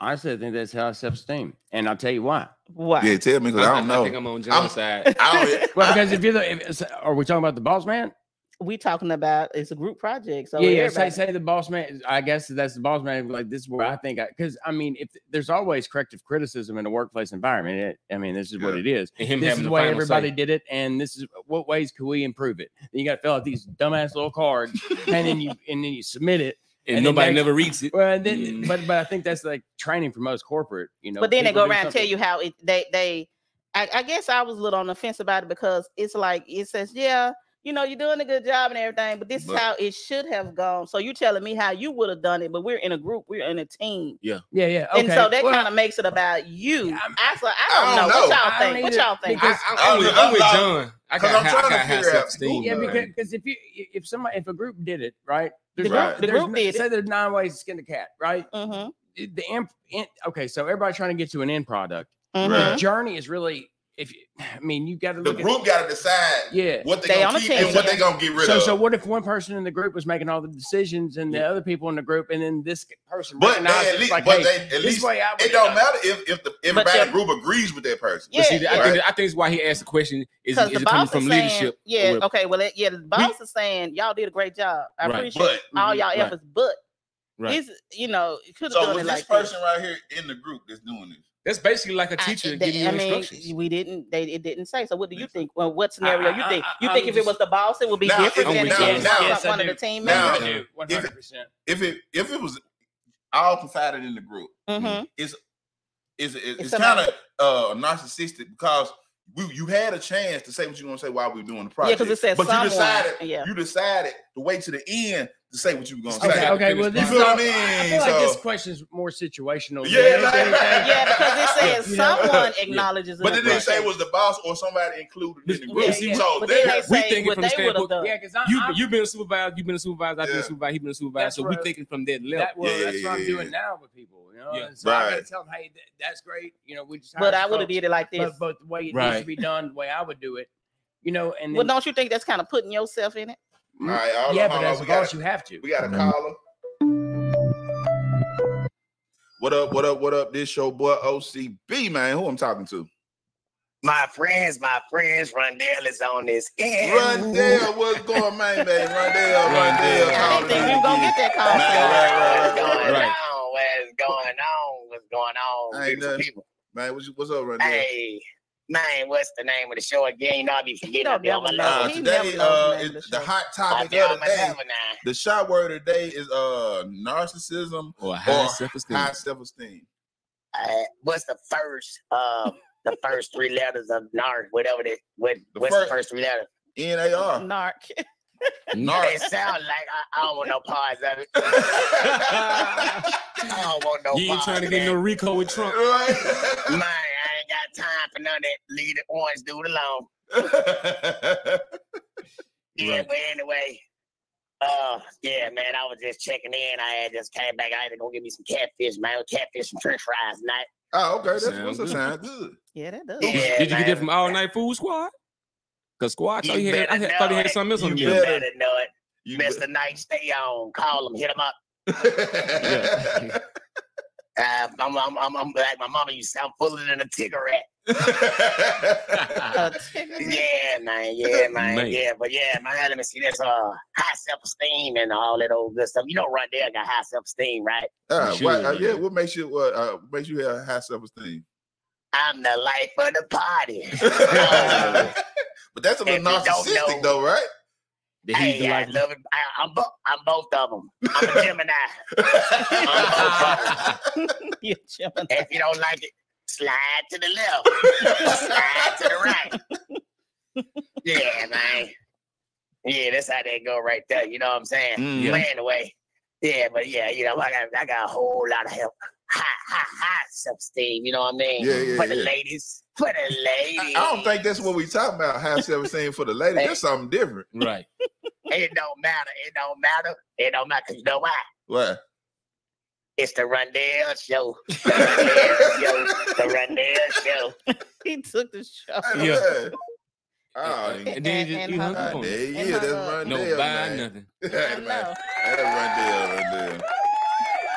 [SPEAKER 5] honestly, I think that's how I self-esteem, and I'll tell you why.
[SPEAKER 3] Why?
[SPEAKER 1] yeah, tell me because I, don't
[SPEAKER 4] I, think
[SPEAKER 1] know.
[SPEAKER 4] I'm on John's side.
[SPEAKER 1] I don't,
[SPEAKER 5] Well, because if you're the, if, it's- are we talking about the boss man?
[SPEAKER 3] We talking about it's a group project, so
[SPEAKER 5] yeah, yeah. Say,
[SPEAKER 3] everybody-
[SPEAKER 5] say the boss man. I guess that's the boss man. Like this is where I think, because I, mean, if there's always corrective criticism in a workplace environment, it, I mean, this is what
[SPEAKER 1] Yeah.
[SPEAKER 5] it is.
[SPEAKER 4] And him
[SPEAKER 5] this
[SPEAKER 4] having
[SPEAKER 5] is the
[SPEAKER 4] the
[SPEAKER 5] way
[SPEAKER 4] final
[SPEAKER 5] everybody
[SPEAKER 4] say.
[SPEAKER 5] did it, and this is what ways could we improve it. Then you got to fill out these dumbass little cards, and then you and then you submit it.
[SPEAKER 4] and,
[SPEAKER 5] and then
[SPEAKER 4] nobody
[SPEAKER 5] next-
[SPEAKER 4] never reads it.
[SPEAKER 5] Well, and then,
[SPEAKER 4] Mm.
[SPEAKER 5] but but I think that's like training for most corporate, you know.
[SPEAKER 3] but then they
[SPEAKER 5] people
[SPEAKER 3] go
[SPEAKER 5] do
[SPEAKER 3] around and tell
[SPEAKER 5] something-
[SPEAKER 3] you how it they they I, I guess I was a little on the fence about it because it's like it says, yeah, you know, you're doing a good job and everything, but this
[SPEAKER 1] But-
[SPEAKER 3] is how it should have gone. So you're telling me how you would have done it, but we're in a group, we're in a team.
[SPEAKER 5] Yeah, yeah. Okay.
[SPEAKER 3] And so that
[SPEAKER 5] Well,
[SPEAKER 3] kind of makes it about you.
[SPEAKER 5] Yeah, I'm-
[SPEAKER 3] I, so,
[SPEAKER 1] I
[SPEAKER 3] I
[SPEAKER 1] don't
[SPEAKER 3] don't know.
[SPEAKER 1] know.
[SPEAKER 3] What
[SPEAKER 5] I
[SPEAKER 3] y'all
[SPEAKER 5] don't
[SPEAKER 3] think? What
[SPEAKER 5] either,
[SPEAKER 3] y'all think?
[SPEAKER 5] because-
[SPEAKER 4] I,
[SPEAKER 1] I
[SPEAKER 4] am with,
[SPEAKER 1] was-
[SPEAKER 4] I'm with
[SPEAKER 1] I'm
[SPEAKER 4] John. I
[SPEAKER 1] 'cause
[SPEAKER 4] got,
[SPEAKER 1] I'm
[SPEAKER 4] high-
[SPEAKER 1] trying
[SPEAKER 4] I
[SPEAKER 1] to
[SPEAKER 4] got high
[SPEAKER 1] figure out-
[SPEAKER 4] self esteem.
[SPEAKER 5] yeah,
[SPEAKER 1] Right.
[SPEAKER 5] because because if you if somebody if a group did it right, there's
[SPEAKER 1] group-
[SPEAKER 5] right.
[SPEAKER 3] the
[SPEAKER 5] there's
[SPEAKER 3] group
[SPEAKER 5] no-
[SPEAKER 3] did it.
[SPEAKER 5] say there's nine ways to skin the cat, right?
[SPEAKER 3] Mhm,
[SPEAKER 5] It- The end, end, okay, so everybody trying to get to an end product. The
[SPEAKER 3] mhm.
[SPEAKER 5] journey is really if you, I mean you got to
[SPEAKER 1] the
[SPEAKER 5] look
[SPEAKER 1] group got to decide
[SPEAKER 5] at yeah.
[SPEAKER 1] what they,
[SPEAKER 3] They
[SPEAKER 1] gonna
[SPEAKER 3] on a
[SPEAKER 1] keep
[SPEAKER 3] team.
[SPEAKER 1] and what they gonna get rid
[SPEAKER 5] So
[SPEAKER 1] of.
[SPEAKER 5] so what if one person in the group was making all the decisions and the other people in the group, and then this person
[SPEAKER 1] but they
[SPEAKER 5] recognized
[SPEAKER 1] at
[SPEAKER 5] it's
[SPEAKER 1] least,
[SPEAKER 5] like,
[SPEAKER 1] but
[SPEAKER 5] hey,
[SPEAKER 1] they at
[SPEAKER 5] this
[SPEAKER 1] least
[SPEAKER 5] way I
[SPEAKER 1] it
[SPEAKER 5] would've
[SPEAKER 1] don't
[SPEAKER 5] done
[SPEAKER 1] matter if if the everybody in the group agrees with that person.
[SPEAKER 4] But see,
[SPEAKER 3] Yeah,
[SPEAKER 4] I,
[SPEAKER 1] yeah.
[SPEAKER 4] think, I think it's why he asked the question: Is,
[SPEAKER 3] Because
[SPEAKER 4] it-
[SPEAKER 3] the
[SPEAKER 4] is it coming
[SPEAKER 3] boss
[SPEAKER 4] from
[SPEAKER 3] is saying,
[SPEAKER 4] leadership?
[SPEAKER 3] yeah,
[SPEAKER 4] Well,
[SPEAKER 3] okay, well, it, yeah, the boss is saying y'all did a great job. I
[SPEAKER 4] Right,
[SPEAKER 3] appreciate
[SPEAKER 1] But
[SPEAKER 3] all y'all
[SPEAKER 4] right.
[SPEAKER 3] efforts, but
[SPEAKER 4] Right.
[SPEAKER 3] this, you know, it could have
[SPEAKER 1] so
[SPEAKER 3] done
[SPEAKER 1] was
[SPEAKER 3] it
[SPEAKER 1] this
[SPEAKER 3] like
[SPEAKER 1] person right here in the group that's doing this?
[SPEAKER 4] That's basically like a
[SPEAKER 3] I-
[SPEAKER 4] teacher
[SPEAKER 3] they-
[SPEAKER 4] giving you
[SPEAKER 3] I mean,
[SPEAKER 4] instructions.
[SPEAKER 3] we didn't. They it didn't say. So, what do you
[SPEAKER 1] Yes.
[SPEAKER 3] think? Well, what scenario you
[SPEAKER 5] I-
[SPEAKER 3] think?
[SPEAKER 5] I-
[SPEAKER 3] You
[SPEAKER 5] I-
[SPEAKER 3] think
[SPEAKER 5] I'm
[SPEAKER 3] if it was
[SPEAKER 5] just-
[SPEAKER 3] the boss, it would be
[SPEAKER 1] Now,
[SPEAKER 3] different than
[SPEAKER 4] if- now-
[SPEAKER 3] if it
[SPEAKER 1] now-
[SPEAKER 3] was
[SPEAKER 5] Yes, I
[SPEAKER 3] one of
[SPEAKER 5] do.
[SPEAKER 3] the team
[SPEAKER 1] Now-
[SPEAKER 5] Now,
[SPEAKER 3] members.
[SPEAKER 5] one
[SPEAKER 1] if it-
[SPEAKER 5] hundred percent.
[SPEAKER 1] If it if it was all confided in the group,
[SPEAKER 3] Mhm.
[SPEAKER 1] Mm-hmm. it's it's, it's kind
[SPEAKER 3] somebody-
[SPEAKER 1] of uh narcissistic because we, you had a chance to say what you want to say while we were doing the
[SPEAKER 3] Yeah,
[SPEAKER 1] project.
[SPEAKER 3] because it said
[SPEAKER 1] but
[SPEAKER 3] someone.
[SPEAKER 1] you decided
[SPEAKER 3] yeah.
[SPEAKER 1] you decided to wait to the end to say what you were gonna
[SPEAKER 4] Okay,
[SPEAKER 1] say.
[SPEAKER 5] Okay, okay. Well,
[SPEAKER 4] You
[SPEAKER 5] this
[SPEAKER 1] feel
[SPEAKER 5] is
[SPEAKER 1] what I
[SPEAKER 5] all- I
[SPEAKER 1] mean?
[SPEAKER 5] feel like this
[SPEAKER 1] So-
[SPEAKER 5] question is more situational. than
[SPEAKER 1] Yeah,
[SPEAKER 5] anything.
[SPEAKER 1] like-
[SPEAKER 3] Yeah, because it says
[SPEAKER 5] You know,
[SPEAKER 3] someone acknowledges.
[SPEAKER 1] But
[SPEAKER 3] it.
[SPEAKER 1] then they say it was the boss or somebody included in the group.
[SPEAKER 3] Yeah,
[SPEAKER 4] see,
[SPEAKER 3] yeah.
[SPEAKER 1] So
[SPEAKER 3] But
[SPEAKER 1] there-
[SPEAKER 3] then they
[SPEAKER 4] we
[SPEAKER 3] say
[SPEAKER 4] thinking
[SPEAKER 3] what
[SPEAKER 4] from the
[SPEAKER 3] they would have
[SPEAKER 4] standpoint-
[SPEAKER 3] done.
[SPEAKER 5] yeah, because I'm,
[SPEAKER 4] You,
[SPEAKER 5] I'm
[SPEAKER 4] you've been a supervisor, you've been a supervisor, I've been
[SPEAKER 1] Yeah.
[SPEAKER 4] a supervisor, he's been a supervisor.
[SPEAKER 5] That's
[SPEAKER 4] so
[SPEAKER 5] right.
[SPEAKER 4] we're thinking from that level.
[SPEAKER 5] that, well,
[SPEAKER 1] Yeah,
[SPEAKER 5] that's
[SPEAKER 1] yeah,
[SPEAKER 5] what I'm
[SPEAKER 1] yeah,
[SPEAKER 5] doing
[SPEAKER 1] yeah.
[SPEAKER 5] now with people. You know,
[SPEAKER 4] Yeah.
[SPEAKER 5] And so I gotta
[SPEAKER 1] Right.
[SPEAKER 5] tell them, hey, that, that's great. You know, we just. hired
[SPEAKER 3] But I
[SPEAKER 5] this
[SPEAKER 3] would have
[SPEAKER 5] coach,
[SPEAKER 3] did it like this.
[SPEAKER 5] But, but the way it needs
[SPEAKER 4] Right.
[SPEAKER 5] to be done, the way I would do it, you know, and
[SPEAKER 3] Well,
[SPEAKER 5] then,
[SPEAKER 3] don't you think that's kind of putting yourself in it?
[SPEAKER 1] all right, all
[SPEAKER 5] yeah,
[SPEAKER 1] yeah,
[SPEAKER 5] but Mm-hmm. as
[SPEAKER 1] we
[SPEAKER 5] a
[SPEAKER 1] got
[SPEAKER 5] boss, you have to.
[SPEAKER 1] we got a caller. What up? What up? What up? This your boy OCB man. Who I'm talking to?
[SPEAKER 6] My friends, my friends, Rondell is on this end.
[SPEAKER 1] Rondell, what's going, man, man? Rondell, Rondell.
[SPEAKER 4] Rondell.
[SPEAKER 3] I didn't think we were gonna get that
[SPEAKER 1] Nah,
[SPEAKER 3] call.
[SPEAKER 1] right, right,
[SPEAKER 6] What's
[SPEAKER 1] right,
[SPEAKER 6] going
[SPEAKER 1] right,
[SPEAKER 4] Right.
[SPEAKER 6] down?
[SPEAKER 1] ain't
[SPEAKER 6] favorite
[SPEAKER 1] nothing.
[SPEAKER 6] people.
[SPEAKER 1] Man, what's, what's up right there?
[SPEAKER 6] Hey, man, what's the name of the show again? I'll be forgetting
[SPEAKER 3] don't
[SPEAKER 6] about my
[SPEAKER 3] never
[SPEAKER 6] love.
[SPEAKER 1] Uh,
[SPEAKER 3] he never
[SPEAKER 1] today,
[SPEAKER 3] knows
[SPEAKER 1] uh,
[SPEAKER 3] the name of
[SPEAKER 1] is
[SPEAKER 3] the
[SPEAKER 1] the
[SPEAKER 3] show.
[SPEAKER 1] hot
[SPEAKER 6] I
[SPEAKER 1] topic
[SPEAKER 6] be on
[SPEAKER 1] of the
[SPEAKER 6] my
[SPEAKER 1] day.
[SPEAKER 6] level now.
[SPEAKER 1] The shot word of the day is uh narcissism,
[SPEAKER 4] Or high
[SPEAKER 1] Or
[SPEAKER 4] self-esteem.
[SPEAKER 1] high self esteem.
[SPEAKER 6] Uh, what's the first um the first three letters of NAR, whatever that what
[SPEAKER 1] The
[SPEAKER 6] what's
[SPEAKER 1] first-
[SPEAKER 6] the first three letters?
[SPEAKER 1] N A R.
[SPEAKER 3] Narc.
[SPEAKER 6] It
[SPEAKER 1] Narc.
[SPEAKER 6] sound like I, I don't want no parts of it. I don't want no
[SPEAKER 4] you ain't
[SPEAKER 6] parts
[SPEAKER 4] trying to
[SPEAKER 6] of
[SPEAKER 4] get
[SPEAKER 6] that.
[SPEAKER 4] no Rico with Trump.
[SPEAKER 6] Man,
[SPEAKER 1] Right.
[SPEAKER 6] I ain't got time for none of that. Leave the orange dude alone. Yeah,
[SPEAKER 4] Right.
[SPEAKER 6] but anyway, uh, yeah, man, I was just checking in. I had just came back. I had to go get me some catfish, man. Catfish and French fries tonight.
[SPEAKER 1] oh, okay. That's
[SPEAKER 4] Sounds
[SPEAKER 1] what's that
[SPEAKER 4] good.
[SPEAKER 1] sound good.
[SPEAKER 3] Yeah, that does.
[SPEAKER 6] Yeah.
[SPEAKER 4] Did you get
[SPEAKER 6] man.
[SPEAKER 4] that from All Night Food Squad? Cause Squad, I thought
[SPEAKER 6] You
[SPEAKER 4] he had, I
[SPEAKER 6] better
[SPEAKER 4] had- thought he
[SPEAKER 6] know
[SPEAKER 4] had
[SPEAKER 6] it.
[SPEAKER 4] something else on the
[SPEAKER 6] You
[SPEAKER 4] menu.
[SPEAKER 6] better know it.
[SPEAKER 1] You
[SPEAKER 6] Mr. Night, stay on. Call him, hit him up.
[SPEAKER 1] bet.
[SPEAKER 6] Uh, I'm, I'm, I'm, I'm like my mama used to say, I'm fuller than a cigarette.
[SPEAKER 3] A ticket.
[SPEAKER 6] Yeah, man. Yeah, man,
[SPEAKER 4] Man.
[SPEAKER 6] Yeah, but yeah, man. Let me see this. Uh, high self esteem and all that old good stuff. You know, right there, I got high self esteem, right?
[SPEAKER 1] Uh,
[SPEAKER 4] Sure,
[SPEAKER 1] what, uh, yeah,
[SPEAKER 4] man.
[SPEAKER 1] what makes you what uh, makes you have high self esteem?
[SPEAKER 6] I'm the life of the party.
[SPEAKER 1] but that's a little
[SPEAKER 6] If you don't
[SPEAKER 1] narcissistic,
[SPEAKER 6] know-
[SPEAKER 1] though, right?
[SPEAKER 4] That he's
[SPEAKER 6] hey,
[SPEAKER 4] the
[SPEAKER 6] I
[SPEAKER 4] life-
[SPEAKER 6] love it. I, I'm, bo- I'm both of them. I'm a Gemini.
[SPEAKER 3] You jumping.
[SPEAKER 6] if you don't like it, slide to the left, slide to the right. Yeah, man. Yeah, that's how they go right there. You know what I'm saying?
[SPEAKER 1] Mm.
[SPEAKER 6] But anyway, yeah, but yeah, you know, I got, I got a whole lot of help. High, high, high self esteem. You know what I mean?
[SPEAKER 1] Yeah, yeah,
[SPEAKER 6] for the
[SPEAKER 1] yeah.
[SPEAKER 6] ladies, for the
[SPEAKER 1] I
[SPEAKER 6] ladies.
[SPEAKER 1] don't think that's what we talking about. High self esteem for the lady. That's something different.
[SPEAKER 4] right.
[SPEAKER 6] it don't matter. It don't matter. It don't matter. 'cause you know why?
[SPEAKER 1] What?
[SPEAKER 6] It's the Rondell show. The Rondell show. The Rondell show.
[SPEAKER 3] He took the show.
[SPEAKER 1] Yeah. Oh, yeah,
[SPEAKER 3] And-
[SPEAKER 4] And then you just-
[SPEAKER 3] and
[SPEAKER 4] you hung
[SPEAKER 3] hung
[SPEAKER 4] up on
[SPEAKER 1] there
[SPEAKER 4] it.
[SPEAKER 1] you
[SPEAKER 3] And
[SPEAKER 1] is, That's Rondell.
[SPEAKER 3] hung up.
[SPEAKER 4] No buy
[SPEAKER 1] man.
[SPEAKER 4] nothing.
[SPEAKER 3] I
[SPEAKER 1] Hey,
[SPEAKER 3] know.
[SPEAKER 1] man. That's Rondell, Rondell.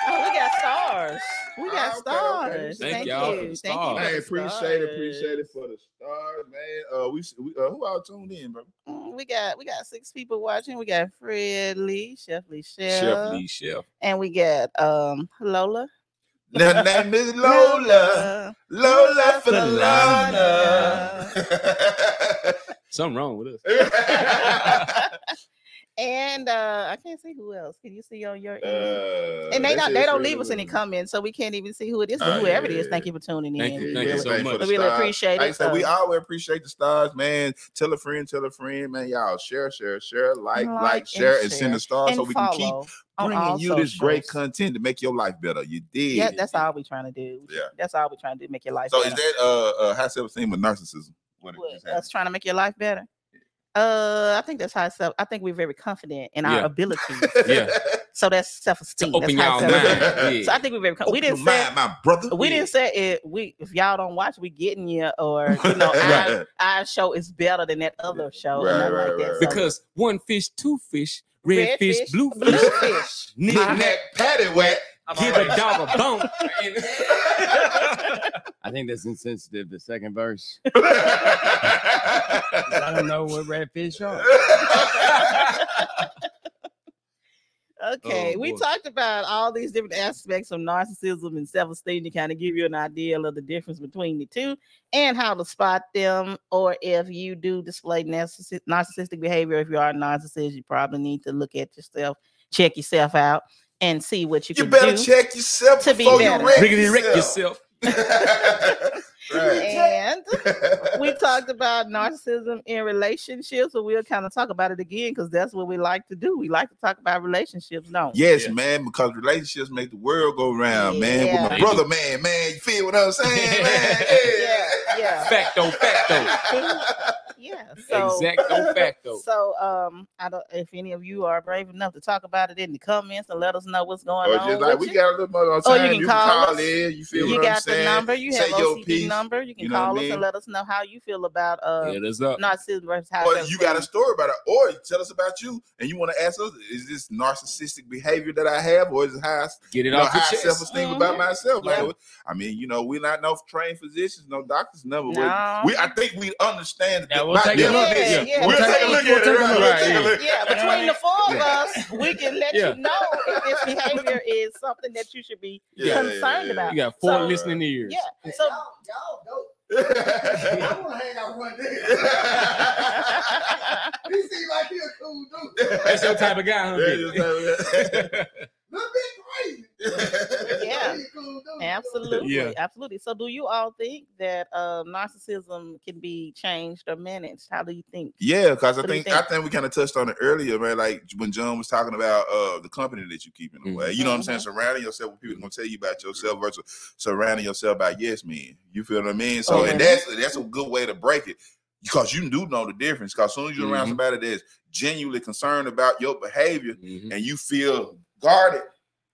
[SPEAKER 3] Oh, we got stars. We got
[SPEAKER 1] Okay,
[SPEAKER 3] stars.
[SPEAKER 1] Ah, okay.
[SPEAKER 4] Thank y'all for the stars.
[SPEAKER 1] Man,
[SPEAKER 4] Hey,
[SPEAKER 1] appreciate it. Appreciate it for the stars, man. Uh, we, we uh, who all tuned in, bro?
[SPEAKER 3] it. Mm, We got we got six people watching. We got Fred Lee, Chef Lee Shell,
[SPEAKER 4] Chef Lee Chef.
[SPEAKER 3] and we got um Lola.
[SPEAKER 1] Her name is Lola. Lola Falana.
[SPEAKER 4] Something wrong with us.
[SPEAKER 3] and uh I can't see who else. Can you see on your end?
[SPEAKER 1] Uh,
[SPEAKER 3] and they
[SPEAKER 1] this
[SPEAKER 3] don't
[SPEAKER 1] is
[SPEAKER 3] they don't leave us
[SPEAKER 1] really-
[SPEAKER 3] any comments, so we can't even see who it is. But
[SPEAKER 1] Oh,
[SPEAKER 3] whoever it
[SPEAKER 1] yeah,
[SPEAKER 3] is, thank you for tuning
[SPEAKER 4] Thank
[SPEAKER 3] in.
[SPEAKER 4] you. Thank you so
[SPEAKER 1] thank you
[SPEAKER 4] much.
[SPEAKER 1] for the
[SPEAKER 3] We really
[SPEAKER 1] stars.
[SPEAKER 3] appreciate
[SPEAKER 1] Like I
[SPEAKER 3] it.
[SPEAKER 1] said, we
[SPEAKER 3] so-
[SPEAKER 1] always appreciate the stars, man. Tell a friend, tell a friend, man. Y'all share, share, share, like, like,
[SPEAKER 3] Like and
[SPEAKER 1] share, and send
[SPEAKER 3] share.
[SPEAKER 1] the stars
[SPEAKER 3] and
[SPEAKER 1] so we can keep
[SPEAKER 3] follow on all
[SPEAKER 1] bringing you this great
[SPEAKER 3] socials.
[SPEAKER 1] content to make your life better. You did.
[SPEAKER 3] Yeah, that's all we're trying to do.
[SPEAKER 1] Yeah.
[SPEAKER 3] That's all we're trying to do. Make your life
[SPEAKER 1] So
[SPEAKER 3] better.
[SPEAKER 1] is that uh, uh high self esteem with narcissism? What it
[SPEAKER 3] what,
[SPEAKER 1] just
[SPEAKER 3] us
[SPEAKER 1] happened?
[SPEAKER 3] trying to make your life better. Uh, I think that's high self. I think we're very confident in our
[SPEAKER 4] Yeah.
[SPEAKER 3] abilities.
[SPEAKER 4] Yeah.
[SPEAKER 3] so that's self esteem.
[SPEAKER 4] Open y'all
[SPEAKER 3] that's high
[SPEAKER 1] mind.
[SPEAKER 3] self-esteem.
[SPEAKER 4] mind.
[SPEAKER 3] So I
[SPEAKER 4] Yeah.
[SPEAKER 3] think we're very. Com-
[SPEAKER 1] Open
[SPEAKER 3] we
[SPEAKER 1] your
[SPEAKER 3] didn't say
[SPEAKER 1] mind, my brother.
[SPEAKER 3] we didn't say it. We if y'all don't watch, we getting you or you know our, our show is better than that other show.
[SPEAKER 1] Right,
[SPEAKER 3] and nothing
[SPEAKER 1] right,
[SPEAKER 3] like that.
[SPEAKER 1] right, right.
[SPEAKER 3] So,
[SPEAKER 4] Because one fish, two fish, red, fish, blue fish,
[SPEAKER 3] blue fish.
[SPEAKER 4] knick
[SPEAKER 1] Knick
[SPEAKER 4] knack,
[SPEAKER 1] knack, patty whack.
[SPEAKER 2] I'm
[SPEAKER 4] give
[SPEAKER 2] already-
[SPEAKER 4] a dog a bone.
[SPEAKER 5] I think that's insensitive. The second verse.
[SPEAKER 1] I
[SPEAKER 5] I don't know what red fish are.
[SPEAKER 3] Okay,
[SPEAKER 4] Oh,
[SPEAKER 3] we
[SPEAKER 4] boy.
[SPEAKER 3] talked about all these different aspects of narcissism and self esteem to kind of give you an idea of the difference between the two and how to spot them. Or if you do display narcissi- narcissistic behavior, if you are a narcissist, you probably need to look at yourself, check yourself out, and see what you,
[SPEAKER 1] you
[SPEAKER 3] can
[SPEAKER 1] better
[SPEAKER 3] do.
[SPEAKER 1] check yourself
[SPEAKER 3] to be
[SPEAKER 1] before
[SPEAKER 3] better.
[SPEAKER 1] you wreck
[SPEAKER 4] Riggedy wreck
[SPEAKER 1] yourself.
[SPEAKER 4] yourself.
[SPEAKER 1] right.
[SPEAKER 3] And we talked about narcissism in relationships, but we'll kind of talk about it again because that's what we like to do. We like to talk about relationships, don't we?
[SPEAKER 1] Yes,
[SPEAKER 4] Yeah.
[SPEAKER 1] man, because relationships make the world go round, man. With
[SPEAKER 3] Yeah.
[SPEAKER 1] my brother, man, man, you feel what I'm saying, man? Yeah.
[SPEAKER 3] Yeah, yeah,
[SPEAKER 4] Facto, facto.
[SPEAKER 3] yeah. So
[SPEAKER 4] Exacto, facto.
[SPEAKER 3] So um, I don't if any of you are brave enough to talk about it in the comments and let us know what's going
[SPEAKER 1] Or
[SPEAKER 3] on.
[SPEAKER 1] just like
[SPEAKER 3] with
[SPEAKER 1] we
[SPEAKER 3] you.
[SPEAKER 1] got a little more on
[SPEAKER 3] Or
[SPEAKER 1] time. you can call,
[SPEAKER 3] us.
[SPEAKER 1] in. You feel
[SPEAKER 3] you
[SPEAKER 1] what I'm
[SPEAKER 3] got the
[SPEAKER 1] saying?
[SPEAKER 3] number, you have
[SPEAKER 1] Say your
[SPEAKER 3] OCD
[SPEAKER 1] piece,
[SPEAKER 3] number. You can
[SPEAKER 1] you know what I
[SPEAKER 3] call us
[SPEAKER 1] mean?
[SPEAKER 3] and let us know how you feel about uh
[SPEAKER 4] Yeah, that's up.
[SPEAKER 3] narcissism versus how
[SPEAKER 1] Or you got a story about it, or you tell us about you, and you want to ask us: Is this narcissistic behavior that I have, or is it high,
[SPEAKER 4] Get it
[SPEAKER 1] you know,
[SPEAKER 4] off your
[SPEAKER 1] high self
[SPEAKER 4] chest.
[SPEAKER 1] esteem
[SPEAKER 3] Mhm.
[SPEAKER 1] about myself? Like,
[SPEAKER 3] Yeah.
[SPEAKER 1] I mean, you know, we're not no trained physicians, no doctors, never.
[SPEAKER 3] No.
[SPEAKER 1] We, I think we understand
[SPEAKER 5] Now
[SPEAKER 1] that
[SPEAKER 5] we'll
[SPEAKER 1] by
[SPEAKER 5] take
[SPEAKER 1] Yeah.
[SPEAKER 5] a look.
[SPEAKER 3] Yeah,
[SPEAKER 5] Yeah.
[SPEAKER 3] yeah.
[SPEAKER 1] We'll take a look at it.
[SPEAKER 5] We'll take a
[SPEAKER 1] right?
[SPEAKER 5] look.
[SPEAKER 1] We'll take a look.
[SPEAKER 3] Yeah, between the four of us, we can let
[SPEAKER 4] Yeah.
[SPEAKER 3] you know if this behavior is something that you should be
[SPEAKER 1] Yeah, yeah,
[SPEAKER 3] concerned
[SPEAKER 1] yeah.
[SPEAKER 3] about.
[SPEAKER 4] You got four
[SPEAKER 3] So-
[SPEAKER 4] listening ears.
[SPEAKER 3] Yeah. So
[SPEAKER 7] y'all dope.
[SPEAKER 1] yeah,
[SPEAKER 7] I want to hang out with one nigga. he seems like he a cool dude.
[SPEAKER 4] That's your type of guy, huh?
[SPEAKER 1] just
[SPEAKER 4] Vic?
[SPEAKER 1] like that.
[SPEAKER 7] Little bit crazy.
[SPEAKER 3] Yeah.
[SPEAKER 7] He a cool dude.
[SPEAKER 3] absolutely, absolutely. So do you all think that uh, narcissism can be changed or managed? How do you think?
[SPEAKER 1] Yeah, because I
[SPEAKER 3] What do you
[SPEAKER 1] think, I
[SPEAKER 3] think?
[SPEAKER 1] think we kind of touched on it earlier, man. Like when John was talking about uh the company that you keep in the
[SPEAKER 4] Mhm.
[SPEAKER 1] way. You know what I'm saying?
[SPEAKER 3] Mm-hmm.
[SPEAKER 1] Surrounding yourself with people that gonna tell you about yourself versus surrounding yourself by yes men. You feel what I mean? So
[SPEAKER 3] Okay.
[SPEAKER 1] and that's that's a good way to break it because you do know the difference. Because as soon as you're around
[SPEAKER 4] Mhm.
[SPEAKER 1] somebody that's genuinely concerned about your behavior,
[SPEAKER 4] Mhm.
[SPEAKER 1] and you feel guarded,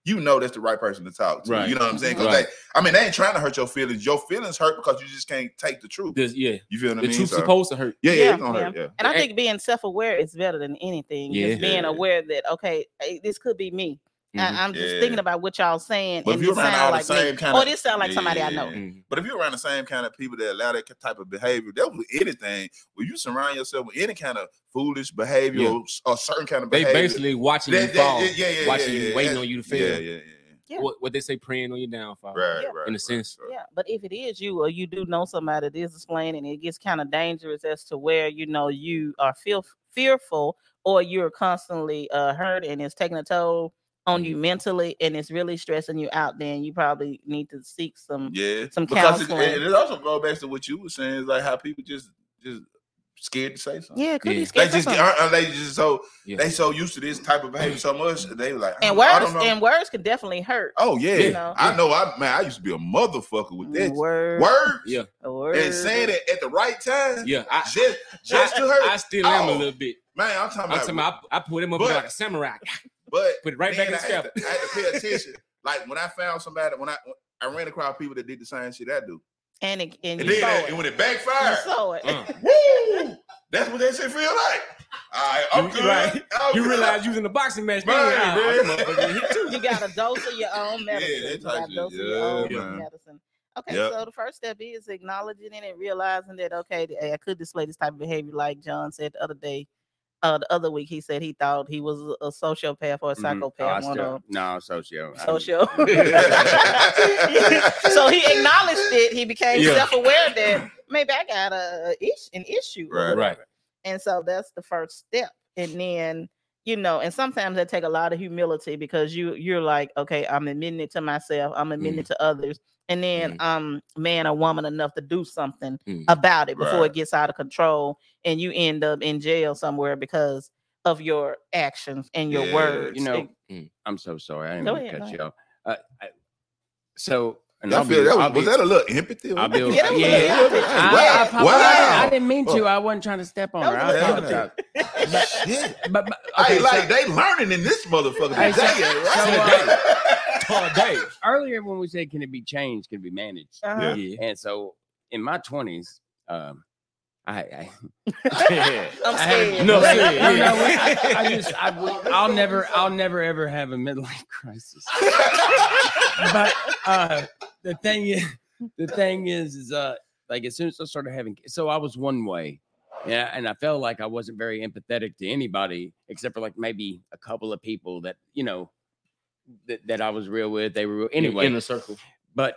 [SPEAKER 1] you know that's the right person to talk to.
[SPEAKER 4] Right.
[SPEAKER 1] You know what I'm saying? 'Cause
[SPEAKER 4] Right.
[SPEAKER 1] they- I mean, they ain't trying to hurt your feelings. Your feelings hurt because you just can't take the truth.
[SPEAKER 4] This- yeah.
[SPEAKER 1] You feel what I
[SPEAKER 4] The
[SPEAKER 1] mean?
[SPEAKER 4] truth's
[SPEAKER 1] So-
[SPEAKER 4] supposed to hurt.
[SPEAKER 1] yeah, yeah,
[SPEAKER 3] Yeah,
[SPEAKER 1] it's gonna hurt. Yeah.
[SPEAKER 3] And I
[SPEAKER 4] And-
[SPEAKER 3] think being self-aware is better than anything.
[SPEAKER 4] Yeah.
[SPEAKER 3] Just being
[SPEAKER 1] Yeah.
[SPEAKER 3] aware that okay, eh, this could be me.
[SPEAKER 4] Mhm.
[SPEAKER 3] I, I'm just
[SPEAKER 1] Yeah.
[SPEAKER 3] thinking about what y'all saying,
[SPEAKER 1] But if
[SPEAKER 3] and
[SPEAKER 1] you're
[SPEAKER 3] this
[SPEAKER 1] around
[SPEAKER 3] sound
[SPEAKER 1] all the
[SPEAKER 3] like me.
[SPEAKER 1] same kinda-
[SPEAKER 3] or this sound like somebody I know.
[SPEAKER 1] Yeah.
[SPEAKER 4] Mhm.
[SPEAKER 1] But if you're around the same kind of people that allow that type of behavior, that was anything. When you surround yourself with any kind of foolish behavior
[SPEAKER 4] Yeah.
[SPEAKER 1] or s- or certain kind of
[SPEAKER 4] They
[SPEAKER 1] behavior,
[SPEAKER 4] basically watching
[SPEAKER 1] that-
[SPEAKER 4] you
[SPEAKER 1] that-
[SPEAKER 4] fall,
[SPEAKER 1] yeah, yeah, yeah,
[SPEAKER 4] watching
[SPEAKER 1] yeah,
[SPEAKER 4] you,
[SPEAKER 1] yeah,
[SPEAKER 4] waiting
[SPEAKER 1] yeah.
[SPEAKER 4] on you to fail.
[SPEAKER 1] yeah, yeah, yeah,
[SPEAKER 3] Yeah.
[SPEAKER 4] What, what they say, praying on your downfall.
[SPEAKER 1] right,
[SPEAKER 3] Yeah.
[SPEAKER 1] right,
[SPEAKER 4] In a
[SPEAKER 1] right.
[SPEAKER 4] sense.
[SPEAKER 1] So-
[SPEAKER 3] Yeah, but if it is you or you do know somebody that is displaying and it gets kind of dangerous as to where you know you are feel fearful or you're constantly uh hurt and it's taking a toll on you mentally and it's really stressing you out, then you probably need to seek some
[SPEAKER 1] Yeah,
[SPEAKER 3] some
[SPEAKER 1] because it,
[SPEAKER 3] counseling.
[SPEAKER 1] and it also goes back to what you were saying, is like how people just just scared to say something.
[SPEAKER 3] yeah, it could
[SPEAKER 4] Yeah.
[SPEAKER 3] be
[SPEAKER 1] They
[SPEAKER 3] scary.
[SPEAKER 1] just
[SPEAKER 3] sometimes.
[SPEAKER 1] aren't, aren't they just so
[SPEAKER 4] Yeah.
[SPEAKER 1] they so used to this type of behavior so much they were like "Oh,
[SPEAKER 3] and
[SPEAKER 1] I don't-
[SPEAKER 3] words
[SPEAKER 1] I don't know.
[SPEAKER 3] and words can definitely hurt.
[SPEAKER 1] oh yeah,
[SPEAKER 3] you know.
[SPEAKER 1] I know I man I used to be a motherfucker with this word,
[SPEAKER 3] Word,
[SPEAKER 4] Yeah.
[SPEAKER 3] word.
[SPEAKER 1] and saying it at the right time.
[SPEAKER 4] Yeah. I,
[SPEAKER 1] just just
[SPEAKER 4] I,
[SPEAKER 1] to hurt.
[SPEAKER 4] I still am
[SPEAKER 1] Oh.
[SPEAKER 4] a little bit.
[SPEAKER 1] man, I'm talking
[SPEAKER 4] I'm
[SPEAKER 1] about.
[SPEAKER 4] talking about, I, I put him up
[SPEAKER 1] But-
[SPEAKER 4] like a samurai.
[SPEAKER 1] but
[SPEAKER 4] Put it right
[SPEAKER 1] then
[SPEAKER 4] back in
[SPEAKER 1] I
[SPEAKER 4] the
[SPEAKER 1] had,
[SPEAKER 4] step.
[SPEAKER 1] to, I had to pay attention. like when I found somebody, when I I ran across people that did the same shit I do,
[SPEAKER 3] and it and,
[SPEAKER 1] and, then
[SPEAKER 3] you saw
[SPEAKER 1] that-
[SPEAKER 3] it.
[SPEAKER 1] and when it Mm.
[SPEAKER 3] You
[SPEAKER 1] backfired,
[SPEAKER 3] saw it.
[SPEAKER 4] Uh,
[SPEAKER 5] Mm.
[SPEAKER 1] woo, that's what that shit feel like. All right, I'm
[SPEAKER 4] You-
[SPEAKER 1] good.
[SPEAKER 4] right.
[SPEAKER 1] I'm
[SPEAKER 4] you
[SPEAKER 1] good.
[SPEAKER 4] realize you was in a boxing match. didn't you?
[SPEAKER 1] Right,
[SPEAKER 4] Ah,
[SPEAKER 1] man.
[SPEAKER 4] I'm a motherfucker hit too.
[SPEAKER 3] you got a dose of your own medicine.
[SPEAKER 1] that
[SPEAKER 3] you got
[SPEAKER 1] type
[SPEAKER 3] a
[SPEAKER 1] shit.
[SPEAKER 3] dose of your own
[SPEAKER 1] Yeah, man.
[SPEAKER 3] medicine. Okay,
[SPEAKER 1] Yep.
[SPEAKER 3] so the first step is acknowledging it and realizing that okay, th- I could display this type of behavior. Like John said the other day, uh, the other week, he said he thought he was a- a sociopath or a
[SPEAKER 1] Mm-hmm.
[SPEAKER 5] Mhm. Oh, I
[SPEAKER 3] psychopath. one
[SPEAKER 5] still-
[SPEAKER 3] of
[SPEAKER 5] no, I'm socio. I-
[SPEAKER 3] social. so he acknowledged it. He became
[SPEAKER 4] Yeah.
[SPEAKER 3] self-aware that maybe I got a ish, an issue. or
[SPEAKER 1] Right.
[SPEAKER 3] whatever.
[SPEAKER 4] Right.
[SPEAKER 3] And so that's the first step. And then, you know, and sometimes that take a lot of humility because you you're like, okay, I'm admitting it to myself, I'm admitting it to others, and then I'm man or woman enough to do something
[SPEAKER 4] Mm.
[SPEAKER 3] about it before
[SPEAKER 1] Right.
[SPEAKER 3] it gets out of control and you end up in jail somewhere because of your actions and your
[SPEAKER 1] Yeah,
[SPEAKER 3] words.
[SPEAKER 5] You know,
[SPEAKER 4] Mm.
[SPEAKER 5] I'm so sorry. I didn't
[SPEAKER 3] Go
[SPEAKER 5] mean to
[SPEAKER 3] ahead,
[SPEAKER 5] cut
[SPEAKER 3] go
[SPEAKER 5] you off. Uh, I, so, and
[SPEAKER 1] I
[SPEAKER 5] I'll be-
[SPEAKER 1] feel that
[SPEAKER 5] I'll
[SPEAKER 1] was,
[SPEAKER 5] be-
[SPEAKER 1] was that a little empathy? or
[SPEAKER 5] I'll be-
[SPEAKER 1] what?
[SPEAKER 5] Yeah,
[SPEAKER 3] that was a
[SPEAKER 5] yeah.
[SPEAKER 3] little empathy.
[SPEAKER 5] I,
[SPEAKER 1] Wow.
[SPEAKER 5] I apologize.
[SPEAKER 1] Wow.
[SPEAKER 5] I didn't mean to. I wasn't trying to step on her. I
[SPEAKER 1] That was-
[SPEAKER 5] apologize.
[SPEAKER 1] Shit.
[SPEAKER 5] But, but
[SPEAKER 1] Hey,
[SPEAKER 5] okay, so-
[SPEAKER 1] like they learning in this motherfucker
[SPEAKER 5] Hey,
[SPEAKER 1] today.
[SPEAKER 5] so-
[SPEAKER 1] right?
[SPEAKER 4] All day.
[SPEAKER 5] earlier when we said can it be changed, can it be managed,
[SPEAKER 3] Uh-huh.
[SPEAKER 1] Yeah.
[SPEAKER 4] Yeah.
[SPEAKER 5] and so in my twenties, um, I, I,
[SPEAKER 3] I'm
[SPEAKER 5] I had-
[SPEAKER 3] scared.
[SPEAKER 4] No,
[SPEAKER 5] no,
[SPEAKER 4] I'm serious.
[SPEAKER 5] no, no, I, I just, I would, I'll never, I'll never ever have a midlife crisis. But uh, the thing is, the thing is, is uh, like as soon as I started having, so I was one way. Yeah, and I felt like I wasn't very empathetic to anybody except for like maybe a couple of people that you know that, that I was real with. They were real. anyway
[SPEAKER 4] in a circle.
[SPEAKER 5] but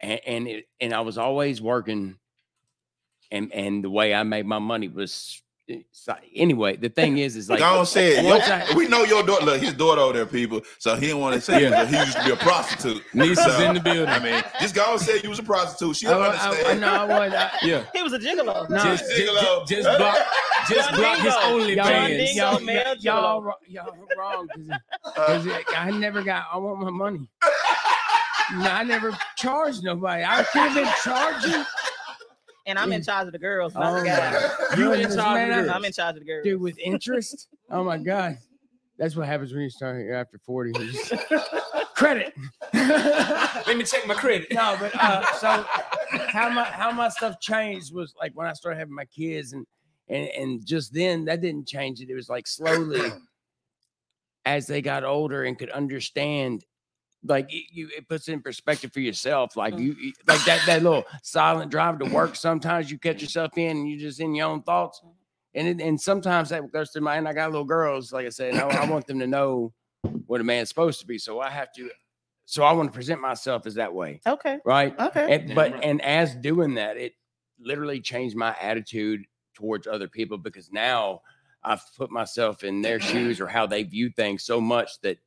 [SPEAKER 5] and and, it, and I was always working, and and the way I made my money was it's like- anyway. The thing is, is like
[SPEAKER 1] Go on, say it. Yo,
[SPEAKER 5] once I-
[SPEAKER 1] we know your daughter. Look, his daughter over there, people. So he didn't want to say it, but he used to be a prostitute.
[SPEAKER 4] Niece
[SPEAKER 1] so,
[SPEAKER 4] is in the building.
[SPEAKER 1] I mean, just go and say you was a prostitute. She
[SPEAKER 5] Oh, I,
[SPEAKER 1] don't
[SPEAKER 5] I, I,
[SPEAKER 1] understand.
[SPEAKER 5] no, I was. I,
[SPEAKER 4] Yeah.
[SPEAKER 3] He was a gigolo.
[SPEAKER 5] No,
[SPEAKER 4] Just,
[SPEAKER 1] Just
[SPEAKER 4] just,
[SPEAKER 1] gigolo.
[SPEAKER 4] just block, just
[SPEAKER 3] John
[SPEAKER 4] block his
[SPEAKER 3] Dingo.
[SPEAKER 4] only
[SPEAKER 5] y'all,
[SPEAKER 3] John
[SPEAKER 4] fans.
[SPEAKER 3] Dingo,
[SPEAKER 5] y'all,
[SPEAKER 3] man,
[SPEAKER 5] y'all, y'all, wro- y'all wrong because I never got. I want my money. No, I never charged nobody. I could have been charging.
[SPEAKER 3] And I'm in charge of the girls. not the
[SPEAKER 5] Oh
[SPEAKER 3] guys.
[SPEAKER 5] my
[SPEAKER 4] You in
[SPEAKER 5] goodness,
[SPEAKER 4] charge
[SPEAKER 5] man,
[SPEAKER 4] of the
[SPEAKER 5] I-
[SPEAKER 4] girls.
[SPEAKER 3] I'm in charge of the girls.
[SPEAKER 5] dude with interest. Oh my god, that's what happens when you start here after forty. You just- Credit. no,
[SPEAKER 4] Let me check my credit.
[SPEAKER 5] but uh, so how my how my stuff changed was like when I started having my kids and and and just then that didn't change it. It was like slowly as they got older and could understand like it, you, it puts in perspective for yourself. Like you, you- like that that little silent drive to work. Sometimes you catch yourself in, and you're just in your own thoughts. And it, and sometimes that goes through my. And I got little girls, like I said, and I, I want them to know what a man's supposed to be. So I have to. So I want to present myself as that way,
[SPEAKER 3] Okay.
[SPEAKER 5] right?
[SPEAKER 3] Okay.
[SPEAKER 5] And, but and as doing that, it literally changed my attitude towards other people because now I've put myself in their shoes or how they view things so much that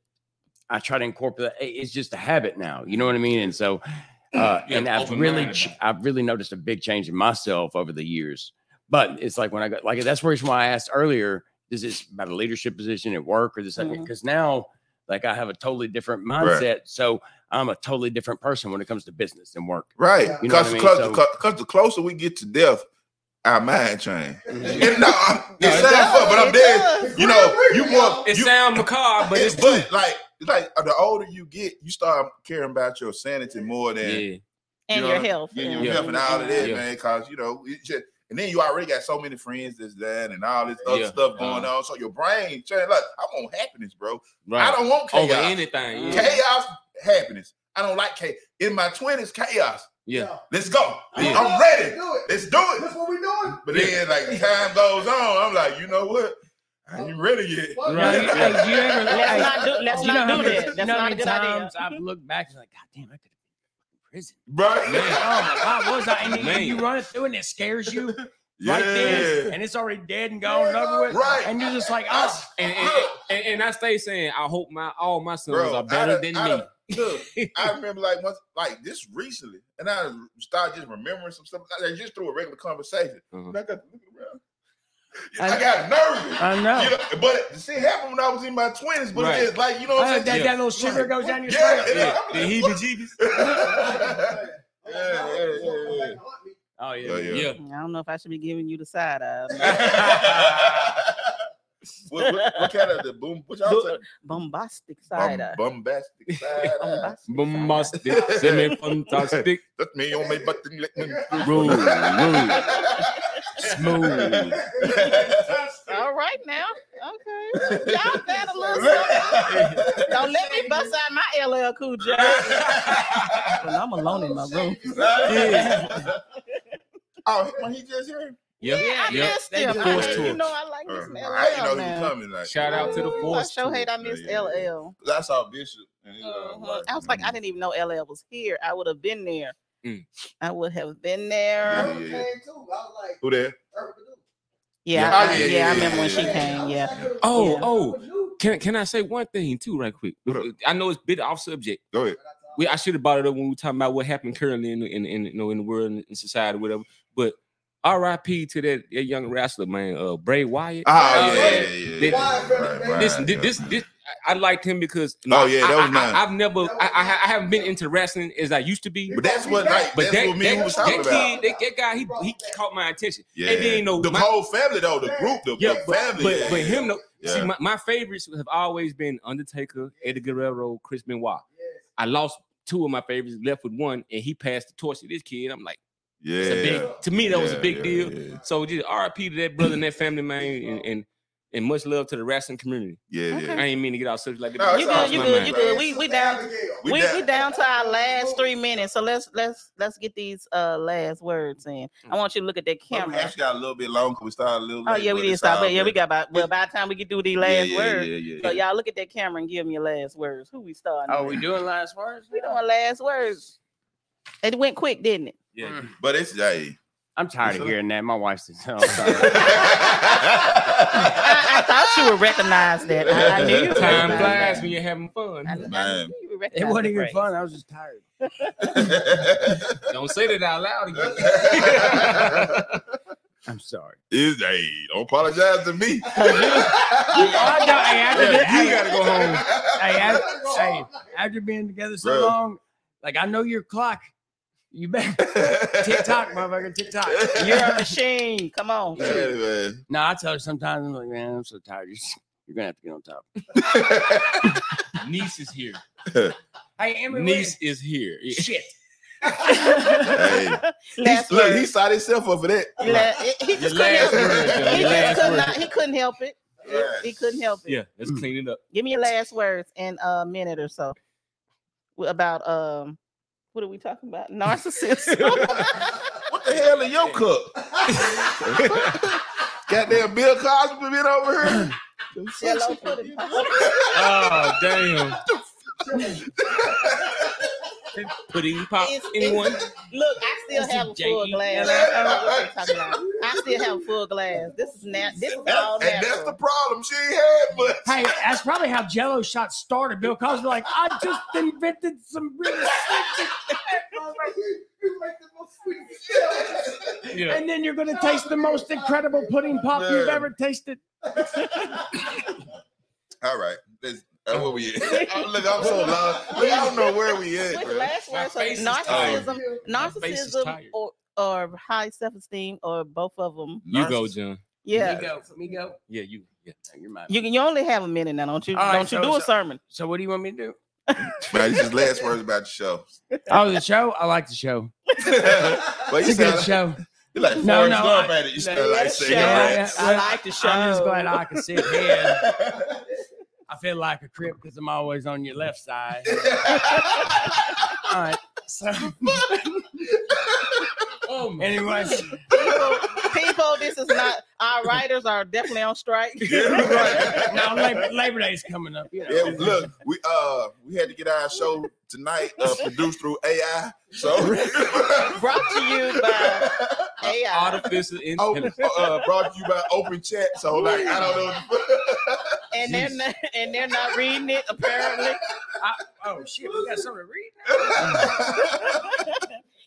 [SPEAKER 5] I try to incorporate. it- It's just a habit now, you know what I mean? And so, uh,
[SPEAKER 4] You
[SPEAKER 5] and
[SPEAKER 4] have
[SPEAKER 5] I've
[SPEAKER 4] open
[SPEAKER 5] really,
[SPEAKER 4] mind
[SPEAKER 5] ch-
[SPEAKER 4] about
[SPEAKER 5] I've really noticed a big change in myself over the years. But it's like when I got like that's the reason why I asked earlier: Is this about a leadership position at work or this?
[SPEAKER 3] Mhm.
[SPEAKER 5] Because now, like, I have a totally different mindset. So I'm a totally different person when it comes to business and work.
[SPEAKER 1] Right.
[SPEAKER 5] You know
[SPEAKER 1] Because
[SPEAKER 5] what I mean?
[SPEAKER 1] close-
[SPEAKER 5] So-
[SPEAKER 1] cause- 'cause the closer we get to death, our mind change. And no, I'm,
[SPEAKER 7] No,
[SPEAKER 1] it
[SPEAKER 7] it
[SPEAKER 1] sounds fun, but I'm
[SPEAKER 3] It
[SPEAKER 1] dead.
[SPEAKER 3] does.
[SPEAKER 1] You know, you more
[SPEAKER 4] It
[SPEAKER 1] you,
[SPEAKER 4] sound macabre, but it's
[SPEAKER 1] but like like the older you get, you start caring about your sanity more than
[SPEAKER 4] yeah.
[SPEAKER 3] And
[SPEAKER 1] know
[SPEAKER 3] your
[SPEAKER 1] what I-
[SPEAKER 3] health.
[SPEAKER 1] getting your
[SPEAKER 4] Yeah.
[SPEAKER 1] help and all of that,
[SPEAKER 4] Yeah.
[SPEAKER 1] man. Cause you know, it just, and then you already got so many friends that's that and all this other
[SPEAKER 4] Yeah.
[SPEAKER 1] stuff going
[SPEAKER 4] Uh-huh.
[SPEAKER 1] on. So your brain change. Look, I want happiness, bro. I
[SPEAKER 4] Right.
[SPEAKER 1] don't want chaos.
[SPEAKER 4] Over anything. Yeah.
[SPEAKER 1] Chaos, happiness. I don't like chaos. In my twenties, chaos.
[SPEAKER 4] yeah.
[SPEAKER 1] Let's go.
[SPEAKER 4] Yeah.
[SPEAKER 1] I'm ready.
[SPEAKER 7] Do it.
[SPEAKER 1] Let's do it.
[SPEAKER 7] That's what we're doing.
[SPEAKER 1] But then, like the time goes on, I'm like, you know what? I ain't ready yet.
[SPEAKER 7] Fuck
[SPEAKER 5] Right.
[SPEAKER 7] it.
[SPEAKER 5] Hey, do you ever-
[SPEAKER 3] Let's
[SPEAKER 5] Hey,
[SPEAKER 3] not do let's
[SPEAKER 5] You know
[SPEAKER 3] not
[SPEAKER 5] how
[SPEAKER 3] do
[SPEAKER 5] many-
[SPEAKER 3] that.
[SPEAKER 5] you
[SPEAKER 3] That's
[SPEAKER 5] know how
[SPEAKER 3] not a
[SPEAKER 5] many
[SPEAKER 3] good idea.
[SPEAKER 5] times I've looked back and like, God damn, I could have been in prison.
[SPEAKER 1] Right?
[SPEAKER 5] Oh my God, what was I? And you-
[SPEAKER 4] Man.
[SPEAKER 5] you run it through and it scares you right
[SPEAKER 1] Yeah.
[SPEAKER 5] then, and it's already dead and gone and over with.
[SPEAKER 1] Right.
[SPEAKER 5] And you're just like,
[SPEAKER 1] I,
[SPEAKER 5] oh,
[SPEAKER 4] And, and, and, and I stay saying, I hope my all my sons
[SPEAKER 1] bro,
[SPEAKER 4] are better
[SPEAKER 1] I done-
[SPEAKER 4] than
[SPEAKER 1] I
[SPEAKER 4] me.
[SPEAKER 1] done- look, I remember like once, like this recently, and I started just remembering some stuff, like just through a regular conversation.
[SPEAKER 4] Uh-huh.
[SPEAKER 1] And I got to look around. I got nervous.
[SPEAKER 5] I know.
[SPEAKER 1] You know, but the shit happened when I was in my twenties. But
[SPEAKER 4] Right.
[SPEAKER 1] it's like you know
[SPEAKER 5] Oh,
[SPEAKER 1] what I'm
[SPEAKER 5] that,
[SPEAKER 1] saying.
[SPEAKER 4] Yeah.
[SPEAKER 5] that little shiver
[SPEAKER 1] Right.
[SPEAKER 5] goes down your
[SPEAKER 1] Yeah,
[SPEAKER 5] spine.
[SPEAKER 1] yeah.
[SPEAKER 4] The heebie-jeebies.
[SPEAKER 1] yeah, yeah, yeah,
[SPEAKER 5] Oh
[SPEAKER 1] yeah.
[SPEAKER 5] yeah.
[SPEAKER 4] Yeah.
[SPEAKER 3] I don't know if I should be giving you the side eye.
[SPEAKER 1] what, what, what kind of the boom? What y'all say?
[SPEAKER 3] Look, Bombastic
[SPEAKER 1] Bum,
[SPEAKER 3] side eye.
[SPEAKER 1] bombastic side. eye.
[SPEAKER 3] Bombastic side eye.
[SPEAKER 4] Bombastic, semi-fantastic,
[SPEAKER 1] That's me on my button. Let me
[SPEAKER 4] roll, roll, smooth.
[SPEAKER 3] All right now. Okay. Y'all got a little something. Don't let me bust out my LL Cool J. When I'm alone in my room.
[SPEAKER 1] Oh, when he just here?
[SPEAKER 4] Yeah,
[SPEAKER 3] Yeah, I
[SPEAKER 4] yeah.
[SPEAKER 3] missed
[SPEAKER 5] They
[SPEAKER 3] him.
[SPEAKER 5] do
[SPEAKER 3] I
[SPEAKER 4] force
[SPEAKER 3] hate-
[SPEAKER 4] to
[SPEAKER 3] you
[SPEAKER 4] it.
[SPEAKER 3] know I like
[SPEAKER 1] Uh,
[SPEAKER 3] this
[SPEAKER 1] I didn't know
[SPEAKER 3] LL
[SPEAKER 1] he was
[SPEAKER 3] man.
[SPEAKER 1] coming. Like,
[SPEAKER 4] Shout out to the
[SPEAKER 3] Ooh,
[SPEAKER 4] force
[SPEAKER 3] I sure
[SPEAKER 4] to
[SPEAKER 3] hate
[SPEAKER 4] it.
[SPEAKER 3] I missed
[SPEAKER 1] Yeah, yeah, yeah.
[SPEAKER 3] LL.
[SPEAKER 1] I saw Bishop. And he uh, was
[SPEAKER 3] Mhm. I was like, I
[SPEAKER 1] mm,
[SPEAKER 3] didn't even know LL was here. I would have been there.
[SPEAKER 4] Mm.
[SPEAKER 3] I would have
[SPEAKER 1] Yeah,
[SPEAKER 3] been
[SPEAKER 5] Mm.
[SPEAKER 3] there.
[SPEAKER 1] yeah, yeah.
[SPEAKER 7] Too. I was like,
[SPEAKER 1] Who that?
[SPEAKER 7] Earth to do.
[SPEAKER 3] Yeah,
[SPEAKER 1] Yeah.
[SPEAKER 3] I,
[SPEAKER 1] Oh, yeah,
[SPEAKER 3] yeah,
[SPEAKER 1] yeah,
[SPEAKER 3] I remember
[SPEAKER 1] yeah,
[SPEAKER 3] when she
[SPEAKER 1] yeah.
[SPEAKER 3] came. Yeah.
[SPEAKER 4] Oh,
[SPEAKER 3] Yeah.
[SPEAKER 4] oh. Can can I say one thing too, right quick?
[SPEAKER 1] What up?
[SPEAKER 4] I know it's a bit off subject.
[SPEAKER 1] Go ahead.
[SPEAKER 4] We I should have brought it up when we were talking about what happened currently in in, in you know in the world and in society, whatever. But R.I.P. to that, that young wrestler, man, uh, Bray Wyatt.
[SPEAKER 1] Oh, yeah, yeah, yeah.
[SPEAKER 4] Wyatt. Did-
[SPEAKER 1] yeah. Right, right,
[SPEAKER 4] This,
[SPEAKER 1] yeah.
[SPEAKER 4] this, this, this- I I liked him because
[SPEAKER 1] Oh, yeah, that
[SPEAKER 4] I,
[SPEAKER 1] was
[SPEAKER 4] I-
[SPEAKER 1] nice.
[SPEAKER 4] I, have never, I, I, I haven't been into wrestling as I used to be.
[SPEAKER 1] But that's what, like,
[SPEAKER 4] But
[SPEAKER 1] that's
[SPEAKER 4] that,
[SPEAKER 1] what me and
[SPEAKER 4] that,
[SPEAKER 1] you was talking
[SPEAKER 4] that
[SPEAKER 1] about.
[SPEAKER 4] kid, that, that guy, he, he caught my attention.
[SPEAKER 1] Yeah.
[SPEAKER 4] And then, you know,
[SPEAKER 1] the
[SPEAKER 4] my-
[SPEAKER 1] whole family though, the group, the,
[SPEAKER 4] Yeah,
[SPEAKER 1] the
[SPEAKER 4] but,
[SPEAKER 1] family.
[SPEAKER 4] but,
[SPEAKER 1] yeah,
[SPEAKER 4] but
[SPEAKER 1] yeah.
[SPEAKER 4] him, no, see,
[SPEAKER 1] Yeah.
[SPEAKER 4] my, my favorites have always been Undertaker, Eddie Guerrero, Chris Benoit. I lost two of my favorites, left with one, and he passed the torch to this kid. I'm like,
[SPEAKER 1] yeah,
[SPEAKER 4] it's a big, to me, that was a
[SPEAKER 1] yeah,
[SPEAKER 4] big
[SPEAKER 1] yeah,
[SPEAKER 4] deal.
[SPEAKER 1] Yeah,
[SPEAKER 4] So just RIP to that brother and that family, man, and, and, and much love to the wrestling community.
[SPEAKER 1] yeah, yeah.
[SPEAKER 3] Okay.
[SPEAKER 4] I ain't mean to get off subject like that.
[SPEAKER 1] No,
[SPEAKER 4] but
[SPEAKER 1] it's
[SPEAKER 3] You
[SPEAKER 4] that
[SPEAKER 1] all
[SPEAKER 3] good,
[SPEAKER 4] crossed
[SPEAKER 3] you
[SPEAKER 4] my
[SPEAKER 3] good,
[SPEAKER 4] mind.
[SPEAKER 3] you good. We we down
[SPEAKER 1] We
[SPEAKER 3] we, we,
[SPEAKER 1] down-
[SPEAKER 3] down to our last three minutes. So let's let's let's get these uh last words in.
[SPEAKER 4] Mm.
[SPEAKER 3] I want you to look at that
[SPEAKER 1] Well, Oh, We
[SPEAKER 3] camera.
[SPEAKER 1] actually got a little bit long because we started a little.
[SPEAKER 3] Oh
[SPEAKER 1] late,
[SPEAKER 3] yeah, we
[SPEAKER 1] but
[SPEAKER 3] did
[SPEAKER 1] it's
[SPEAKER 3] stop.
[SPEAKER 1] all
[SPEAKER 3] But yeah, we
[SPEAKER 1] good.
[SPEAKER 3] got about well by the time we get through the
[SPEAKER 1] Yeah,
[SPEAKER 3] last
[SPEAKER 1] yeah,
[SPEAKER 3] words.
[SPEAKER 1] Yeah, yeah,
[SPEAKER 3] So
[SPEAKER 1] yeah.
[SPEAKER 3] y'all look at that camera and give me your last words. Who we starting?
[SPEAKER 5] Oh,
[SPEAKER 3] with?
[SPEAKER 5] we doing last words?
[SPEAKER 3] we doing last words. It went quick, didn't it?
[SPEAKER 4] Yeah.
[SPEAKER 1] Mm. But it's hey.
[SPEAKER 5] I'm tired of
[SPEAKER 1] Listen.
[SPEAKER 5] hearing that. My wife says, oh, I'm sorry.
[SPEAKER 3] I, I thought you would recognize that. I, I knew you would
[SPEAKER 4] Time
[SPEAKER 3] recognize
[SPEAKER 4] flies
[SPEAKER 3] that.
[SPEAKER 4] when you're having fun.
[SPEAKER 3] I, knew- I
[SPEAKER 1] Man.
[SPEAKER 3] knew you would recognize
[SPEAKER 5] it wasn't
[SPEAKER 3] the
[SPEAKER 5] even
[SPEAKER 3] phrase.
[SPEAKER 5] fun. I was just tired.
[SPEAKER 4] Don't say that out loud again.
[SPEAKER 5] I'm sorry.
[SPEAKER 1] It's hey. Don't apologize to me.
[SPEAKER 5] I know, hey, after
[SPEAKER 1] Yeah,
[SPEAKER 5] that-
[SPEAKER 1] you gotta go home.
[SPEAKER 5] Hey, after, hey, after being together so
[SPEAKER 1] Bro.
[SPEAKER 5] long, like I know your clock. You better TikTok, motherfucker, TikTok. You're
[SPEAKER 3] You're a machine. Come on.
[SPEAKER 1] Anyway.
[SPEAKER 5] No, I tell her sometimes I'm like, man, I'm so tired. You're, just- you're gonna have to get on top.
[SPEAKER 4] Niece is here.
[SPEAKER 5] Hey, Amber,
[SPEAKER 4] Niece is here. Yeah.
[SPEAKER 5] shit.
[SPEAKER 1] Hey.
[SPEAKER 3] Last
[SPEAKER 1] Look, he
[SPEAKER 3] word.
[SPEAKER 1] signed himself up for that.
[SPEAKER 3] La- he- he just couldn't help
[SPEAKER 4] last word,
[SPEAKER 3] it.
[SPEAKER 4] Johnny,
[SPEAKER 3] He just
[SPEAKER 4] last
[SPEAKER 3] could
[SPEAKER 4] word.
[SPEAKER 3] not. He couldn't help it. He couldn't help it.
[SPEAKER 4] Yeah, let's clean it up.
[SPEAKER 3] Give me your last words in a minute or so. about um what are we talking about? Narcissism.
[SPEAKER 1] What the hell in your cup? Goddamn Bill Cosby been over here.
[SPEAKER 3] Jello pudding pop.
[SPEAKER 5] Oh damn!
[SPEAKER 4] Pudding pop.
[SPEAKER 3] It's- it's-
[SPEAKER 4] Anyone?
[SPEAKER 3] Look, I still
[SPEAKER 5] It's
[SPEAKER 3] have
[SPEAKER 5] a
[SPEAKER 3] a full
[SPEAKER 5] janky-
[SPEAKER 3] glass. I don't know what you're talking about. I still have a full glass. This is now. This is all
[SPEAKER 1] and that's the
[SPEAKER 3] natural.
[SPEAKER 1] problem. She ain't had much.
[SPEAKER 5] Hey, that's probably how Jello shot started. Bill Cosby, like I just invented some really, and then you're gonna taste the most incredible pudding pop you've
[SPEAKER 1] Man.
[SPEAKER 5] ever tasted.
[SPEAKER 1] All right. That's, that's where we at. Oh, look, I'm so lost. Look, I don't know where we at.
[SPEAKER 3] With
[SPEAKER 1] bro.
[SPEAKER 3] last
[SPEAKER 4] My
[SPEAKER 3] word, so
[SPEAKER 4] face is
[SPEAKER 3] narcissism,
[SPEAKER 4] face is
[SPEAKER 3] narcissism,
[SPEAKER 4] tired.
[SPEAKER 3] or or high self esteem, or both of them.
[SPEAKER 4] You go, John.
[SPEAKER 3] Yeah,
[SPEAKER 2] Me go. Me go.
[SPEAKER 4] Yeah, you. Yeah.
[SPEAKER 2] You're mine.
[SPEAKER 3] you can. You only have a minute now, don't you?
[SPEAKER 2] All right,
[SPEAKER 3] don't you
[SPEAKER 2] so-
[SPEAKER 3] do a
[SPEAKER 2] so-
[SPEAKER 3] sermon?
[SPEAKER 2] So what do you want me to do?
[SPEAKER 1] Man, this is last words about the show.
[SPEAKER 5] Oh, the show. I like the show.
[SPEAKER 1] but Oh, you
[SPEAKER 5] It's a good
[SPEAKER 1] sound
[SPEAKER 5] show.
[SPEAKER 1] you like
[SPEAKER 5] No,
[SPEAKER 1] Forrest
[SPEAKER 5] no,
[SPEAKER 1] Gump
[SPEAKER 5] I-
[SPEAKER 1] at it. You
[SPEAKER 5] no,
[SPEAKER 1] smell like
[SPEAKER 3] that's a show.
[SPEAKER 1] cigarettes.
[SPEAKER 5] Yeah, yeah,
[SPEAKER 3] I like the show.
[SPEAKER 5] I'm just glad I can sit here. I feel like a crip because I'm always on your left side. All right. So,
[SPEAKER 4] Oh my.
[SPEAKER 5] anyways,
[SPEAKER 3] people, people, this is not. Our writers are definitely on strike.
[SPEAKER 5] now Labor, Labor Day's coming up. You know.
[SPEAKER 1] Yeah, look, we uh we had to get our show tonight uh, produced through AI. So
[SPEAKER 3] Brought to you by AI
[SPEAKER 4] Artificial
[SPEAKER 1] Oh,
[SPEAKER 4] intelligence.
[SPEAKER 1] uh, brought to you by Open Chat. So like, I don't know.
[SPEAKER 3] and they're not, and they're not reading it apparently.
[SPEAKER 5] Oh, shit. We got something to read.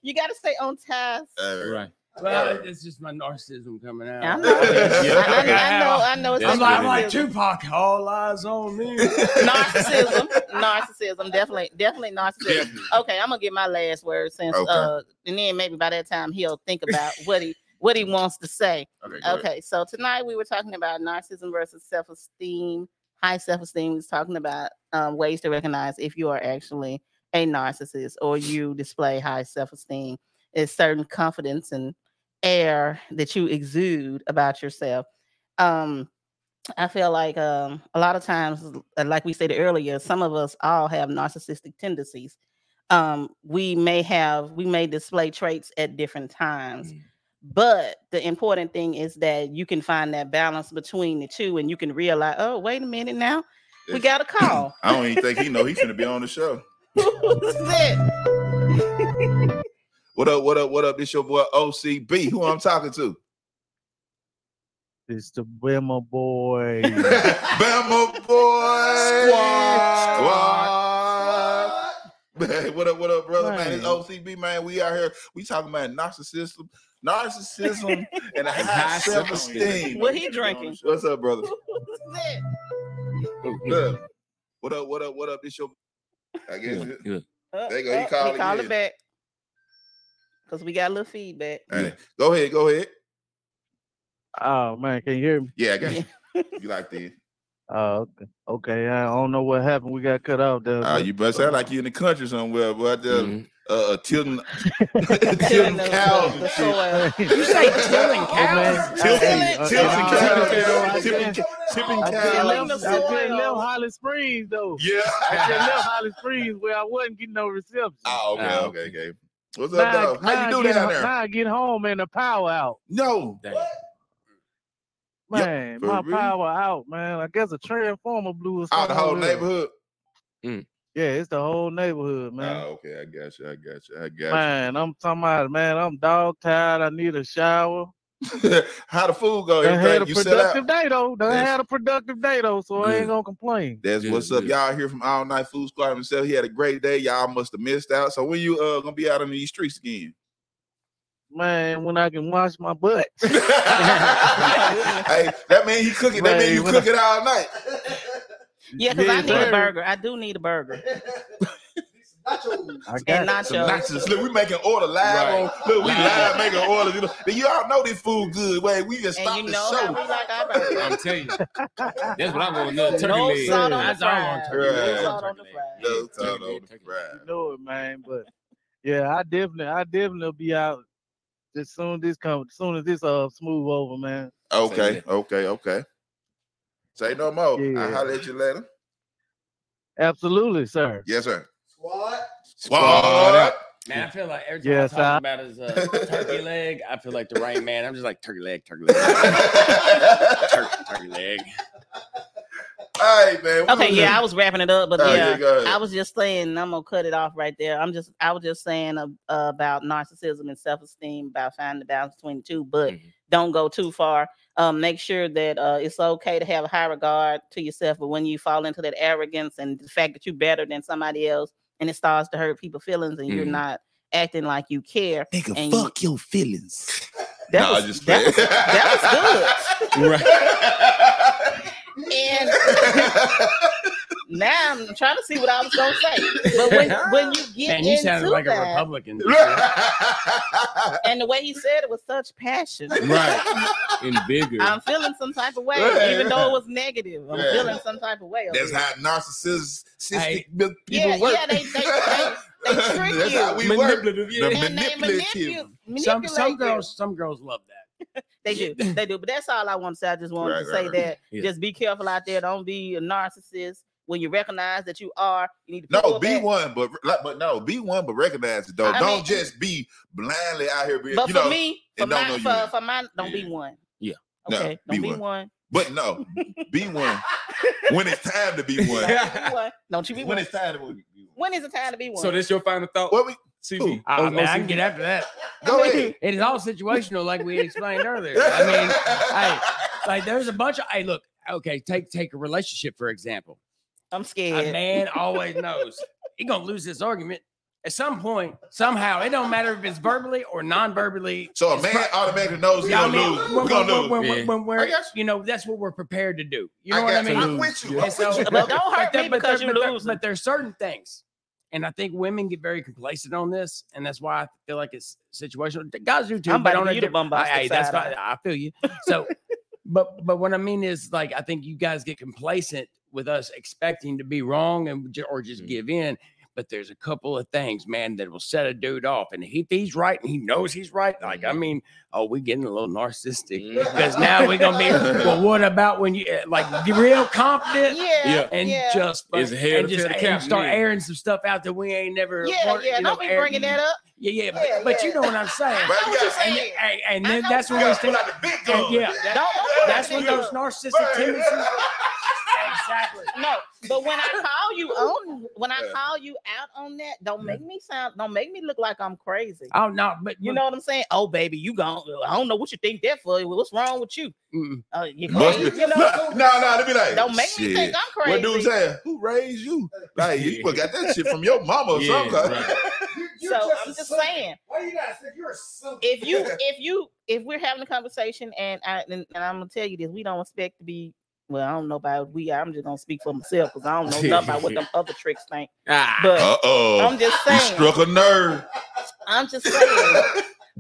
[SPEAKER 3] You got to stay on task.
[SPEAKER 1] Alright.
[SPEAKER 4] Right.
[SPEAKER 5] Well, it's just my narcissism coming out.
[SPEAKER 3] I know.
[SPEAKER 1] Yeah.
[SPEAKER 3] I, I- I know. I know. It's
[SPEAKER 4] Yeah.
[SPEAKER 5] I'm like, I'm like
[SPEAKER 3] narcissism.
[SPEAKER 5] Tupac, all eyes on me.
[SPEAKER 3] narcissism, narcissism, definitely, definitely narcissism. Okay, I'm gonna get my last word since,
[SPEAKER 1] Okay.
[SPEAKER 3] uh, and then maybe by that time he'll think about what he what he wants to say.
[SPEAKER 1] Okay. go ahead.
[SPEAKER 3] Okay, so tonight we were talking about narcissism versus self esteem, high self esteem. We was talking about um, ways to recognize if you are actually a narcissist or you display high self esteem. It's certain confidence and air that you exude about yourself. Um, I feel like um, a lot of times, uh, like we stated earlier, some of us all have narcissistic tendencies. Um, we may have, we may display traits at different times.
[SPEAKER 1] Mm.
[SPEAKER 3] But the important thing is that you can find that balance between the two and you can realize, oh, wait a minute now, we
[SPEAKER 1] Yes.
[SPEAKER 3] got a call.
[SPEAKER 1] I don't even think he know he's gonna be on the show.
[SPEAKER 3] Who's that?
[SPEAKER 1] What up? What up? What up? This your boy OCB. Who I'm talking to?
[SPEAKER 8] It's the Bama boy.
[SPEAKER 1] Bama boy. Squad. Squad. what up? What up, brother? Man, it's
[SPEAKER 8] Man.
[SPEAKER 1] OCB. Man, we out here. We talking about narcissism, narcissism, and a high
[SPEAKER 4] High
[SPEAKER 1] self
[SPEAKER 4] self-esteem.
[SPEAKER 1] esteem.
[SPEAKER 3] What he drinking?
[SPEAKER 1] What's up, brother?
[SPEAKER 3] Who's that?
[SPEAKER 1] Look. What up? What up? What up? This your. I guess.
[SPEAKER 4] Yeah,
[SPEAKER 1] it-
[SPEAKER 4] yeah.
[SPEAKER 3] Uh,
[SPEAKER 1] There you go, he
[SPEAKER 3] uh,
[SPEAKER 1] called
[SPEAKER 3] he called
[SPEAKER 1] again.
[SPEAKER 3] it back. Because we got a little feedback.
[SPEAKER 1] Hey, Go ahead. Go ahead.
[SPEAKER 8] oh man, can you hear me?
[SPEAKER 1] Yeah, I got you. You like that?
[SPEAKER 8] Oh, okay. okay. I don't know what happened. We got cut off there.
[SPEAKER 1] Ah,
[SPEAKER 8] but-
[SPEAKER 1] you must sound like you in the country somewhere, but uh,
[SPEAKER 4] Mhm.
[SPEAKER 1] uh, tilting,
[SPEAKER 3] Tilling
[SPEAKER 1] tilting
[SPEAKER 3] the-
[SPEAKER 1] cows
[SPEAKER 3] the-
[SPEAKER 1] and
[SPEAKER 3] the
[SPEAKER 1] shit.
[SPEAKER 3] soil.
[SPEAKER 5] You say tilling
[SPEAKER 3] Oh,
[SPEAKER 8] Hey, man,
[SPEAKER 5] cows?
[SPEAKER 8] hey,
[SPEAKER 1] Tilting-
[SPEAKER 3] tilling
[SPEAKER 8] hey, uh,
[SPEAKER 1] Tilting
[SPEAKER 8] uh,
[SPEAKER 1] cows,
[SPEAKER 8] I
[SPEAKER 1] tipping,
[SPEAKER 8] just-
[SPEAKER 1] tipping
[SPEAKER 8] I
[SPEAKER 3] Tilling
[SPEAKER 8] just
[SPEAKER 1] cows.
[SPEAKER 3] the
[SPEAKER 8] left- I just
[SPEAKER 3] soil.
[SPEAKER 8] left Holly Springs though.
[SPEAKER 1] Yeah.
[SPEAKER 8] I just left Holly Springs where I wasn't getting no reception.
[SPEAKER 1] Oh, okay,
[SPEAKER 4] Ah,
[SPEAKER 1] okay, okay. What's up,
[SPEAKER 8] Now,
[SPEAKER 1] dog? How
[SPEAKER 8] now
[SPEAKER 1] you
[SPEAKER 8] I
[SPEAKER 1] do
[SPEAKER 8] get
[SPEAKER 1] down
[SPEAKER 8] ho-
[SPEAKER 1] there?
[SPEAKER 8] Now I get home and the power out.
[SPEAKER 1] No.
[SPEAKER 4] Dang.
[SPEAKER 1] Yep,
[SPEAKER 8] Man,
[SPEAKER 1] for
[SPEAKER 8] my
[SPEAKER 1] real.
[SPEAKER 8] power out, man. I guess a transformer blew us
[SPEAKER 1] Out the whole
[SPEAKER 8] neighborhood.
[SPEAKER 1] neighborhood.
[SPEAKER 8] Yeah, it's the whole neighborhood, man.
[SPEAKER 1] Oh, okay. I got you. I got you. I got
[SPEAKER 8] Man, I'm talking about, man, I'm dog tired. I need a shower.
[SPEAKER 1] you. How the food go?
[SPEAKER 8] Done had a
[SPEAKER 1] Everything you set out.
[SPEAKER 8] productive day though. Done
[SPEAKER 1] That's-
[SPEAKER 8] had a productive day though, so I
[SPEAKER 4] Good.
[SPEAKER 8] ain't gonna complain.
[SPEAKER 1] That's
[SPEAKER 4] Good,
[SPEAKER 1] what's up,
[SPEAKER 4] good.
[SPEAKER 1] y'all. Here from All Night Food Squad himself. He had a great day. Y'all must have missed out. So when you uh gonna be out on these streets again?
[SPEAKER 8] Man, when I can wash my butt.
[SPEAKER 1] hey, that mean he cooking. That mean
[SPEAKER 8] Man,
[SPEAKER 1] you
[SPEAKER 8] when I-
[SPEAKER 1] cook it all night.
[SPEAKER 3] Yeah, because I
[SPEAKER 8] Yes,
[SPEAKER 3] need a
[SPEAKER 8] sir.
[SPEAKER 3] burger. I do need a burger.
[SPEAKER 8] I got
[SPEAKER 3] And nachos.
[SPEAKER 1] Nachos. Look, we making order live.
[SPEAKER 4] Right.
[SPEAKER 1] On, look, we live making orders. You know, Then you all know this food good. Wait, we just
[SPEAKER 3] And
[SPEAKER 1] stop
[SPEAKER 3] you
[SPEAKER 1] the
[SPEAKER 3] know how we
[SPEAKER 1] show.
[SPEAKER 3] like our burger.
[SPEAKER 4] I'm telling you. That's what I want. Another turkey
[SPEAKER 3] No
[SPEAKER 4] leg.
[SPEAKER 3] salt on the
[SPEAKER 5] That's all I want.
[SPEAKER 3] fries.
[SPEAKER 1] turkey
[SPEAKER 3] No
[SPEAKER 1] leg.
[SPEAKER 3] salt on the
[SPEAKER 4] Turkey
[SPEAKER 3] fries.
[SPEAKER 1] No, no,
[SPEAKER 4] Turkey
[SPEAKER 1] no,
[SPEAKER 4] leg, turkey
[SPEAKER 1] right.
[SPEAKER 8] you know it, man. But yeah, I definitely I definitely will be out as soon as this comes as soon as this uh smooth over, man.
[SPEAKER 1] Okay,
[SPEAKER 4] Say
[SPEAKER 1] okay, okay. Say no more. I
[SPEAKER 8] Yeah.
[SPEAKER 1] holler at you later.
[SPEAKER 8] Absolutely, sir.
[SPEAKER 1] Yes, sir.
[SPEAKER 7] Squad.
[SPEAKER 4] Squad up.
[SPEAKER 5] Man, I feel like every time
[SPEAKER 8] Yes,
[SPEAKER 5] I talk
[SPEAKER 8] I-
[SPEAKER 5] about his uh, turkey leg, I feel like the right man. I'm just like turkey leg, turkey leg, turkey, turkey leg.
[SPEAKER 1] All right, man. what
[SPEAKER 3] Okay,
[SPEAKER 1] was
[SPEAKER 3] yeah,
[SPEAKER 1] it?
[SPEAKER 3] I was wrapping it up, but
[SPEAKER 1] Oh,
[SPEAKER 3] yeah,
[SPEAKER 1] go ahead.
[SPEAKER 3] I was just saying, I'm gonna cut it off right there. I'm just, I was just saying ab- uh, about narcissism and self esteem, about finding the balance between the two, but
[SPEAKER 1] Mm-hmm.
[SPEAKER 4] Mhm.
[SPEAKER 3] don't go too far. Um, make sure that uh, it's okay to have a high regard to yourself, but when you fall into that arrogance and the fact that you're better than somebody else, and it starts to hurt people's feelings, and you're
[SPEAKER 1] Mm-hmm.
[SPEAKER 4] Mhm.
[SPEAKER 3] not acting like you care,
[SPEAKER 4] Nigga,
[SPEAKER 3] and you-
[SPEAKER 4] fuck your feelings.
[SPEAKER 3] that
[SPEAKER 1] Nah,
[SPEAKER 3] was,
[SPEAKER 1] I just
[SPEAKER 3] that was-
[SPEAKER 1] that was good.
[SPEAKER 3] and now I'm trying to see what I was gonna say, but when, when you get
[SPEAKER 5] Man, you
[SPEAKER 3] into
[SPEAKER 5] sounded like a
[SPEAKER 3] that,
[SPEAKER 5] Republican.
[SPEAKER 3] and the way he said it was such passion.
[SPEAKER 4] Right. In vigor.
[SPEAKER 3] I'm feeling some type of way,
[SPEAKER 1] Right,
[SPEAKER 3] even though
[SPEAKER 1] right.
[SPEAKER 3] it was negative. I'm
[SPEAKER 1] Yeah.
[SPEAKER 3] feeling some type of way. over
[SPEAKER 1] That's
[SPEAKER 3] here.
[SPEAKER 1] how narcissistic
[SPEAKER 5] Hey.
[SPEAKER 1] people
[SPEAKER 3] Yeah,
[SPEAKER 1] work.
[SPEAKER 3] yeah, they- they- they- they trick
[SPEAKER 1] That's how
[SPEAKER 3] you.
[SPEAKER 1] we work.
[SPEAKER 5] Yeah.
[SPEAKER 1] The
[SPEAKER 3] And they
[SPEAKER 1] manipulative.
[SPEAKER 3] manipu-
[SPEAKER 5] Some
[SPEAKER 3] manipulate
[SPEAKER 5] some
[SPEAKER 3] you.
[SPEAKER 5] girls some girls love that.
[SPEAKER 3] they do, they do. But that's all I want to say. I just wanted
[SPEAKER 1] Right,
[SPEAKER 3] to
[SPEAKER 1] right,
[SPEAKER 3] say
[SPEAKER 1] right.
[SPEAKER 3] that.
[SPEAKER 4] Yeah.
[SPEAKER 3] Just be careful out there. Don't be a narcissist. When you recognize that you are, you need to
[SPEAKER 1] No,
[SPEAKER 3] pull
[SPEAKER 1] be
[SPEAKER 3] back.
[SPEAKER 1] one, but like, but no, be one, but recognize it though.
[SPEAKER 3] I
[SPEAKER 1] don't
[SPEAKER 3] mean-
[SPEAKER 1] just be blindly out here being,
[SPEAKER 3] But
[SPEAKER 1] you
[SPEAKER 3] for
[SPEAKER 1] know.
[SPEAKER 3] me, for
[SPEAKER 1] and don't know
[SPEAKER 3] my,
[SPEAKER 1] you
[SPEAKER 3] for,
[SPEAKER 1] is.
[SPEAKER 3] for mine, don't
[SPEAKER 1] Yeah.
[SPEAKER 3] be one.
[SPEAKER 4] Yeah.
[SPEAKER 1] No,
[SPEAKER 3] Okay.
[SPEAKER 1] be
[SPEAKER 3] don't be
[SPEAKER 1] one.
[SPEAKER 3] one.
[SPEAKER 1] But no, be one when it's time to be one.
[SPEAKER 3] Be one. Don't you be
[SPEAKER 1] when
[SPEAKER 3] one.
[SPEAKER 1] it's time to be one.
[SPEAKER 3] When is the time to be one?
[SPEAKER 4] so this your final thought,
[SPEAKER 1] Well, we
[SPEAKER 4] CG?
[SPEAKER 5] Ah,
[SPEAKER 4] Oh,
[SPEAKER 5] man, I
[SPEAKER 4] oh,
[SPEAKER 5] can
[SPEAKER 4] CG?
[SPEAKER 5] get after that.
[SPEAKER 1] go ahead.
[SPEAKER 5] It is all situational, like we explained earlier. I mean, hey, like there's a bunch of hey, look, okay, take take a relationship for example.
[SPEAKER 3] I'm
[SPEAKER 5] A
[SPEAKER 3] scared.
[SPEAKER 5] man always knows he gonna lose this argument at some point, somehow. It don't matter if it's verbally or non-verbally.
[SPEAKER 1] so a
[SPEAKER 5] it's
[SPEAKER 1] man
[SPEAKER 5] pro-
[SPEAKER 1] automatically knows he's
[SPEAKER 5] Yeah, I
[SPEAKER 1] gonna
[SPEAKER 5] mean,
[SPEAKER 1] lose.
[SPEAKER 5] when,
[SPEAKER 1] We're gonna
[SPEAKER 5] when-
[SPEAKER 1] lose.
[SPEAKER 5] when-
[SPEAKER 4] lose.
[SPEAKER 5] when-
[SPEAKER 4] Yeah.
[SPEAKER 5] when
[SPEAKER 1] I
[SPEAKER 5] we're,
[SPEAKER 1] got
[SPEAKER 5] you know, that's what we're prepared to do. You
[SPEAKER 1] I
[SPEAKER 5] know what I
[SPEAKER 1] got you.
[SPEAKER 5] mean?
[SPEAKER 1] I'm with you. I'm
[SPEAKER 5] And
[SPEAKER 1] with
[SPEAKER 5] so-
[SPEAKER 1] you.
[SPEAKER 3] But don't hurt
[SPEAKER 5] but there-
[SPEAKER 3] me
[SPEAKER 5] but
[SPEAKER 3] because
[SPEAKER 5] there-
[SPEAKER 3] you
[SPEAKER 5] but there-
[SPEAKER 3] lose.
[SPEAKER 5] But there's certain things, and I think women get very complacent on this, and that's why I feel like it's situational. The Guys do too.
[SPEAKER 3] I'm about to
[SPEAKER 5] but on
[SPEAKER 3] give
[SPEAKER 5] a
[SPEAKER 3] you the
[SPEAKER 5] different-
[SPEAKER 3] bum box
[SPEAKER 5] I, I- that's
[SPEAKER 3] upside
[SPEAKER 5] fine. I feel you. So, but but what I mean is, like, I think you guys get complacent with us expecting to be wrong and ju- or just
[SPEAKER 3] Mm.
[SPEAKER 4] Mhm.
[SPEAKER 5] give in. But there's a couple of things, man, that will set a dude off. And if he's right and he knows he's right, like,
[SPEAKER 3] Mm-hmm.
[SPEAKER 5] I mean, oh, we getting a little narcissistic
[SPEAKER 1] Mm-hmm.
[SPEAKER 5] because
[SPEAKER 3] Mm.
[SPEAKER 5] now we're gonna be. Well, what about when you uh, like get real confident?
[SPEAKER 3] yeah.
[SPEAKER 4] Yeah.
[SPEAKER 5] And
[SPEAKER 3] yeah.
[SPEAKER 5] just
[SPEAKER 4] It's
[SPEAKER 5] like,
[SPEAKER 4] hell
[SPEAKER 5] and
[SPEAKER 4] to
[SPEAKER 5] just
[SPEAKER 4] the
[SPEAKER 5] and
[SPEAKER 4] cap,
[SPEAKER 5] start
[SPEAKER 4] man.
[SPEAKER 5] airing some stuff out that we ain't never.
[SPEAKER 3] Yeah,
[SPEAKER 5] wanted,
[SPEAKER 3] yeah.
[SPEAKER 5] you know,
[SPEAKER 3] Don't be
[SPEAKER 5] air-
[SPEAKER 3] bringing that up.
[SPEAKER 5] Yeah, yeah, but,
[SPEAKER 3] Yeah,
[SPEAKER 5] but
[SPEAKER 3] yeah.
[SPEAKER 5] you know what I'm saying.
[SPEAKER 1] But
[SPEAKER 3] know
[SPEAKER 1] you
[SPEAKER 3] what
[SPEAKER 1] got-
[SPEAKER 3] you're
[SPEAKER 5] and,
[SPEAKER 3] saying.
[SPEAKER 5] and- and
[SPEAKER 3] I
[SPEAKER 5] then
[SPEAKER 3] know
[SPEAKER 5] that's
[SPEAKER 1] You
[SPEAKER 5] when we
[SPEAKER 1] gotta pull
[SPEAKER 5] start.
[SPEAKER 1] out the big gun.
[SPEAKER 5] yeah,
[SPEAKER 3] Don't,
[SPEAKER 5] that-
[SPEAKER 3] don't put
[SPEAKER 5] That's
[SPEAKER 3] that
[SPEAKER 5] when
[SPEAKER 3] nigga
[SPEAKER 5] those
[SPEAKER 3] up.
[SPEAKER 5] narcissistic tendencies. exactly.
[SPEAKER 3] No, but when I call you on, when I
[SPEAKER 1] Yeah.
[SPEAKER 3] call you out on that, don't make me sound, don't make me look like I'm crazy.
[SPEAKER 5] Oh no, but
[SPEAKER 3] You know what I'm saying? Oh, baby, you gone. I don't know what you think that for. What's wrong with you?
[SPEAKER 5] Mm.
[SPEAKER 3] Uh, you
[SPEAKER 1] Must
[SPEAKER 3] crazy?
[SPEAKER 1] be.
[SPEAKER 3] You
[SPEAKER 1] No, no,
[SPEAKER 3] know,
[SPEAKER 1] no, they be like,
[SPEAKER 3] don't make me
[SPEAKER 1] shit.
[SPEAKER 3] think I'm
[SPEAKER 1] What
[SPEAKER 3] crazy.
[SPEAKER 1] dude saying? Who raised you? Like you must got that shit from your mama or
[SPEAKER 4] Yeah,
[SPEAKER 1] something.
[SPEAKER 4] right.
[SPEAKER 7] You-
[SPEAKER 3] so
[SPEAKER 7] you're a
[SPEAKER 3] I'm just
[SPEAKER 7] sucker.
[SPEAKER 3] saying,
[SPEAKER 7] Why you not sick? You're a sucker.
[SPEAKER 3] if you, if you, if we're having a conversation, and I, and, and I'm gonna tell you this, we don't expect to be. Well, I don't know about we. I'm just gonna speak for myself because I don't know nothing about what them other tricks think.
[SPEAKER 4] Ah,
[SPEAKER 3] But
[SPEAKER 1] Uh
[SPEAKER 3] I'm
[SPEAKER 1] oh.
[SPEAKER 3] just
[SPEAKER 1] You
[SPEAKER 3] saying.
[SPEAKER 1] struck a nerve. Oh,
[SPEAKER 3] I'm just saying.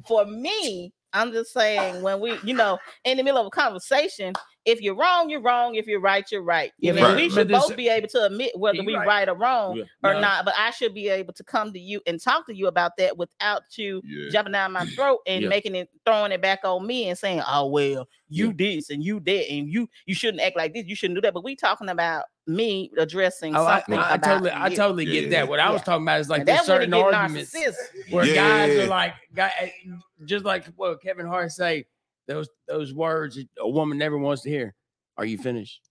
[SPEAKER 3] for me, I'm just saying when we, you know, in the middle of a conversation, if you're wrong, you're wrong. If you're right, you're right.
[SPEAKER 5] Yeah,
[SPEAKER 3] I mean,
[SPEAKER 1] but-
[SPEAKER 3] we
[SPEAKER 1] but
[SPEAKER 3] should
[SPEAKER 5] this-
[SPEAKER 3] both be able to admit whether
[SPEAKER 5] you
[SPEAKER 3] we
[SPEAKER 5] right.
[SPEAKER 3] right. or wrong
[SPEAKER 4] Yeah.
[SPEAKER 3] or
[SPEAKER 4] No.
[SPEAKER 3] not. But I should be able to come to you and talk to you about that without you
[SPEAKER 1] Yeah.
[SPEAKER 3] jumping down my throat and
[SPEAKER 4] Yeah.
[SPEAKER 3] making it throwing it back on me and saying, "Oh well, you
[SPEAKER 4] Yeah.
[SPEAKER 3] this and you that and you you shouldn't act like this. You shouldn't do that." But we talking about me addressing
[SPEAKER 5] Oh, I,
[SPEAKER 3] something.
[SPEAKER 5] I
[SPEAKER 3] about
[SPEAKER 5] totally, I
[SPEAKER 3] you.
[SPEAKER 5] totally get
[SPEAKER 1] Yeah.
[SPEAKER 5] that. What I was talking about is like
[SPEAKER 3] And
[SPEAKER 5] there's
[SPEAKER 3] that when it
[SPEAKER 5] certain
[SPEAKER 3] get
[SPEAKER 5] arguments.
[SPEAKER 3] narcissistic.
[SPEAKER 5] where guys
[SPEAKER 1] Yeah.
[SPEAKER 5] are like, guy, eh, just like what Kevin Hart say, those those words that a woman never wants to hear. Are you finished?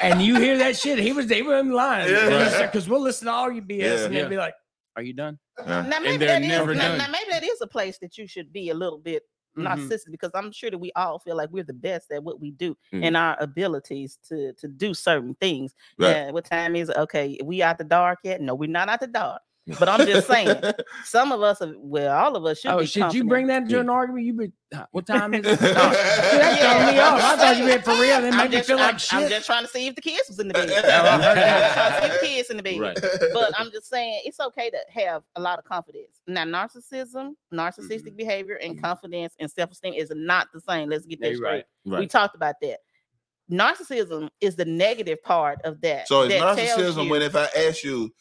[SPEAKER 5] And you hear that shit. He was, he wasn't lying.
[SPEAKER 1] Yeah.
[SPEAKER 5] Because we'll listen to all your BS
[SPEAKER 1] Yeah.
[SPEAKER 5] and
[SPEAKER 4] Yeah.
[SPEAKER 5] they'll be like, are you done?
[SPEAKER 1] Yeah.
[SPEAKER 3] Now maybe,
[SPEAKER 4] they're
[SPEAKER 3] that is,
[SPEAKER 4] never
[SPEAKER 3] now,
[SPEAKER 4] done.
[SPEAKER 3] now maybe that is a place that you should be a little bit
[SPEAKER 5] Mhm.
[SPEAKER 3] narcissistic because I'm sure that we all feel like we're the best at what we do
[SPEAKER 5] Mm.
[SPEAKER 4] Mhm.
[SPEAKER 3] and our abilities to to do certain things.
[SPEAKER 1] Right.
[SPEAKER 3] Yeah, what time is it? Okay, we out the dark yet? No, we're not out the dark. But I'm just saying, some of us, are, well, all of us should.
[SPEAKER 5] Oh,
[SPEAKER 3] be
[SPEAKER 5] should you
[SPEAKER 3] confident.
[SPEAKER 5] bring that into
[SPEAKER 4] Yeah.
[SPEAKER 5] an argument? You be, huh, what time is it? No. See, that
[SPEAKER 1] Yeah.
[SPEAKER 5] throwing me
[SPEAKER 3] I'm
[SPEAKER 5] off. I
[SPEAKER 3] just
[SPEAKER 5] thought you
[SPEAKER 3] saying.
[SPEAKER 5] meant for real. That
[SPEAKER 3] I'm
[SPEAKER 5] made me
[SPEAKER 3] just,
[SPEAKER 5] feel
[SPEAKER 3] I'm-
[SPEAKER 5] like
[SPEAKER 3] I'm,
[SPEAKER 5] shit.
[SPEAKER 3] just trying to see if the kids was in
[SPEAKER 1] Oh,
[SPEAKER 3] the bed.
[SPEAKER 1] I heard that.
[SPEAKER 3] I'm trying to see if the kids in the bed.
[SPEAKER 4] Right.
[SPEAKER 3] But I'm just saying it's okay to have a lot of confidence. Now, narcissism, narcissistic
[SPEAKER 5] Mm-hmm.
[SPEAKER 3] behavior, and
[SPEAKER 4] Mhm.
[SPEAKER 3] confidence and self-esteem is not the same. Let's get
[SPEAKER 5] No,
[SPEAKER 3] that
[SPEAKER 5] you're
[SPEAKER 3] straight.
[SPEAKER 5] right.
[SPEAKER 3] We
[SPEAKER 4] right.
[SPEAKER 3] talked about that. Narcissism is the negative part of that.
[SPEAKER 1] So it's
[SPEAKER 3] that tells
[SPEAKER 1] narcissism
[SPEAKER 3] you-
[SPEAKER 1] when if I ask you,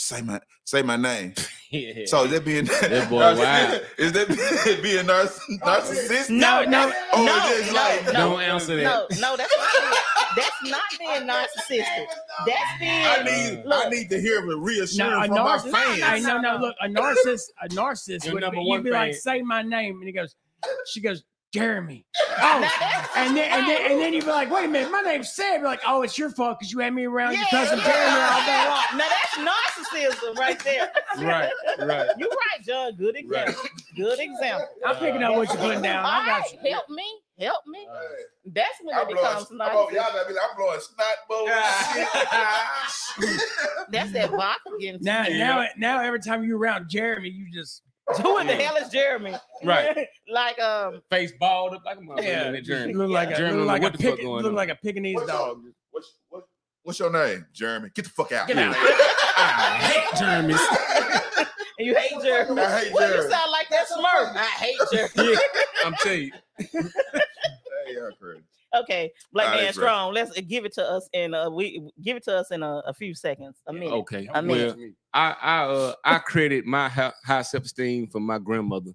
[SPEAKER 1] say my say my name,
[SPEAKER 4] yeah.
[SPEAKER 1] So is that being
[SPEAKER 4] That boy wild.
[SPEAKER 1] Is that being narciss- narcissistic?
[SPEAKER 3] No, no,
[SPEAKER 1] Or
[SPEAKER 3] no,
[SPEAKER 1] is this
[SPEAKER 3] no,
[SPEAKER 1] like
[SPEAKER 3] no,
[SPEAKER 4] Don't answer
[SPEAKER 3] no,
[SPEAKER 4] that.
[SPEAKER 3] no, that's not, that's not being narcissistic. That's
[SPEAKER 1] I
[SPEAKER 3] being
[SPEAKER 1] need I
[SPEAKER 3] Look.
[SPEAKER 1] need to hear a reassurance
[SPEAKER 5] No, a
[SPEAKER 1] from my
[SPEAKER 5] narcissist.
[SPEAKER 1] fans.
[SPEAKER 5] I know. No, look, a narcissist. A narcissist.
[SPEAKER 4] Your
[SPEAKER 5] Would
[SPEAKER 4] number
[SPEAKER 5] be,
[SPEAKER 4] one
[SPEAKER 5] you'd be like,
[SPEAKER 4] fan.
[SPEAKER 5] say my name, and he goes, she goes, Jeremy.
[SPEAKER 3] Now
[SPEAKER 5] Oh,
[SPEAKER 3] that's-
[SPEAKER 5] and then and then and then you'd be like, wait a minute, my name's Sam. You're like, oh, it's your fault because you had me around your cousin Jeremy all day long.
[SPEAKER 3] Now that's narcissism right there.
[SPEAKER 4] Right, right.
[SPEAKER 3] You're right, John. Good example. Good example.
[SPEAKER 5] I'm picking up what you're putting down.
[SPEAKER 3] All
[SPEAKER 5] I
[SPEAKER 3] right,
[SPEAKER 5] got you.
[SPEAKER 3] help me, help me. That's when
[SPEAKER 1] I'm
[SPEAKER 3] it
[SPEAKER 1] blowing, I'm
[SPEAKER 3] becomes
[SPEAKER 1] blowing, y'all
[SPEAKER 3] narcissism.
[SPEAKER 1] gotta be like, I'm blowing snot
[SPEAKER 4] Ah.
[SPEAKER 1] bullshit.
[SPEAKER 3] That's that vodka getting
[SPEAKER 5] Now,
[SPEAKER 3] to you.
[SPEAKER 5] now, now, every time you're around Jeremy, you just
[SPEAKER 3] Who in the hell is Jeremy?
[SPEAKER 4] Right.
[SPEAKER 3] like um,
[SPEAKER 4] Face balled up like a motherfucker.
[SPEAKER 5] Yeah,
[SPEAKER 4] that Jeremy.
[SPEAKER 5] look like a
[SPEAKER 4] Jeremy,
[SPEAKER 5] look like a
[SPEAKER 4] what the fuck
[SPEAKER 5] pick,
[SPEAKER 4] going
[SPEAKER 5] look
[SPEAKER 4] on?
[SPEAKER 5] like a Pekingese
[SPEAKER 1] What's
[SPEAKER 5] dog.
[SPEAKER 1] what's, what, what's your name, Jeremy? Get the fuck out.
[SPEAKER 5] Get
[SPEAKER 1] here.
[SPEAKER 5] out.
[SPEAKER 1] I
[SPEAKER 5] hate Jeremy.
[SPEAKER 3] you hate Jeremy.
[SPEAKER 1] hate
[SPEAKER 3] Well, you
[SPEAKER 1] Jeremy.
[SPEAKER 3] sound like that Smurf. I hate Jeremy.
[SPEAKER 4] I'm telling you.
[SPEAKER 1] Hey, y'all crazy.
[SPEAKER 3] Okay, Black
[SPEAKER 1] All right,
[SPEAKER 3] Man
[SPEAKER 1] bro.
[SPEAKER 3] Strong. Let's give it to us in a we give it to us in a, a few seconds, a minute.
[SPEAKER 4] Okay.
[SPEAKER 3] I mean-
[SPEAKER 4] Oh, well, I I uh, I credit my hi- high self esteem for my grandmother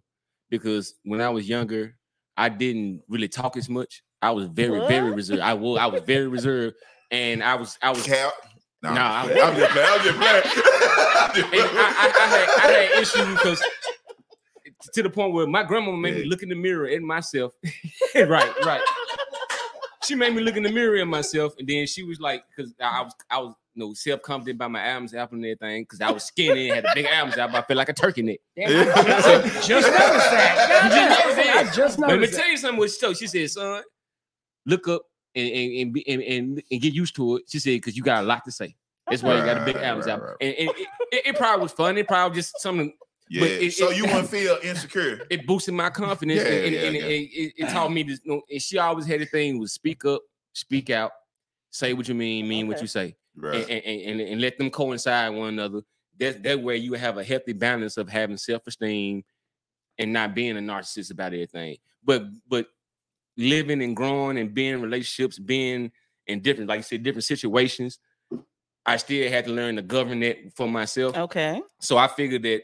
[SPEAKER 4] because when I was younger, I didn't really talk as much. I was very very
[SPEAKER 3] What?
[SPEAKER 4] reserved. I was I was very reserved, and I was I was.
[SPEAKER 1] Cap.
[SPEAKER 4] Nah,
[SPEAKER 1] I'm,
[SPEAKER 4] I-
[SPEAKER 1] just playing. I'm just playing. I'm just
[SPEAKER 4] and I,
[SPEAKER 1] playing.
[SPEAKER 4] I, I, had, I had issues because to the point where my grandma made me
[SPEAKER 1] Yeah.
[SPEAKER 4] look in the mirror at myself. right, right. She made me look in the mirror at myself, and then she was like, because I I was I was you know, self confident by my albums apple and everything, because I was skinny and had a big albums apple. I felt like a turkey neck.
[SPEAKER 5] Just noticed that.
[SPEAKER 4] You just noticed
[SPEAKER 5] I just
[SPEAKER 4] But let me
[SPEAKER 5] noticed that.
[SPEAKER 4] tell you something. What she told she said, son, look up and and and be- and, and, and get used to it. She said, because you got a lot to say. That's why you got a big
[SPEAKER 1] Right,
[SPEAKER 4] albums
[SPEAKER 1] right,
[SPEAKER 4] out.
[SPEAKER 1] right.
[SPEAKER 4] And, and it, it, it probably was fun. It probably just something
[SPEAKER 1] Yeah.
[SPEAKER 4] But it-
[SPEAKER 1] so
[SPEAKER 4] it-
[SPEAKER 1] you won't feel insecure.
[SPEAKER 4] it boosted my confidence
[SPEAKER 1] Yeah,
[SPEAKER 4] and, and,
[SPEAKER 1] yeah,
[SPEAKER 4] and-
[SPEAKER 1] yeah.
[SPEAKER 4] and it, it taught me to you know, and she always had a thing was speak up speak out say what you mean mean what
[SPEAKER 3] Okay.
[SPEAKER 4] you say and,
[SPEAKER 1] Right.
[SPEAKER 4] and, and, and- and let them coincide one another that, that way you have a healthy balance of having self-esteem and not being a narcissist about everything but but living and growing and being in relationships being in different like you said different situations i still had to learn to govern it for myself
[SPEAKER 3] Okay.
[SPEAKER 4] so I figured that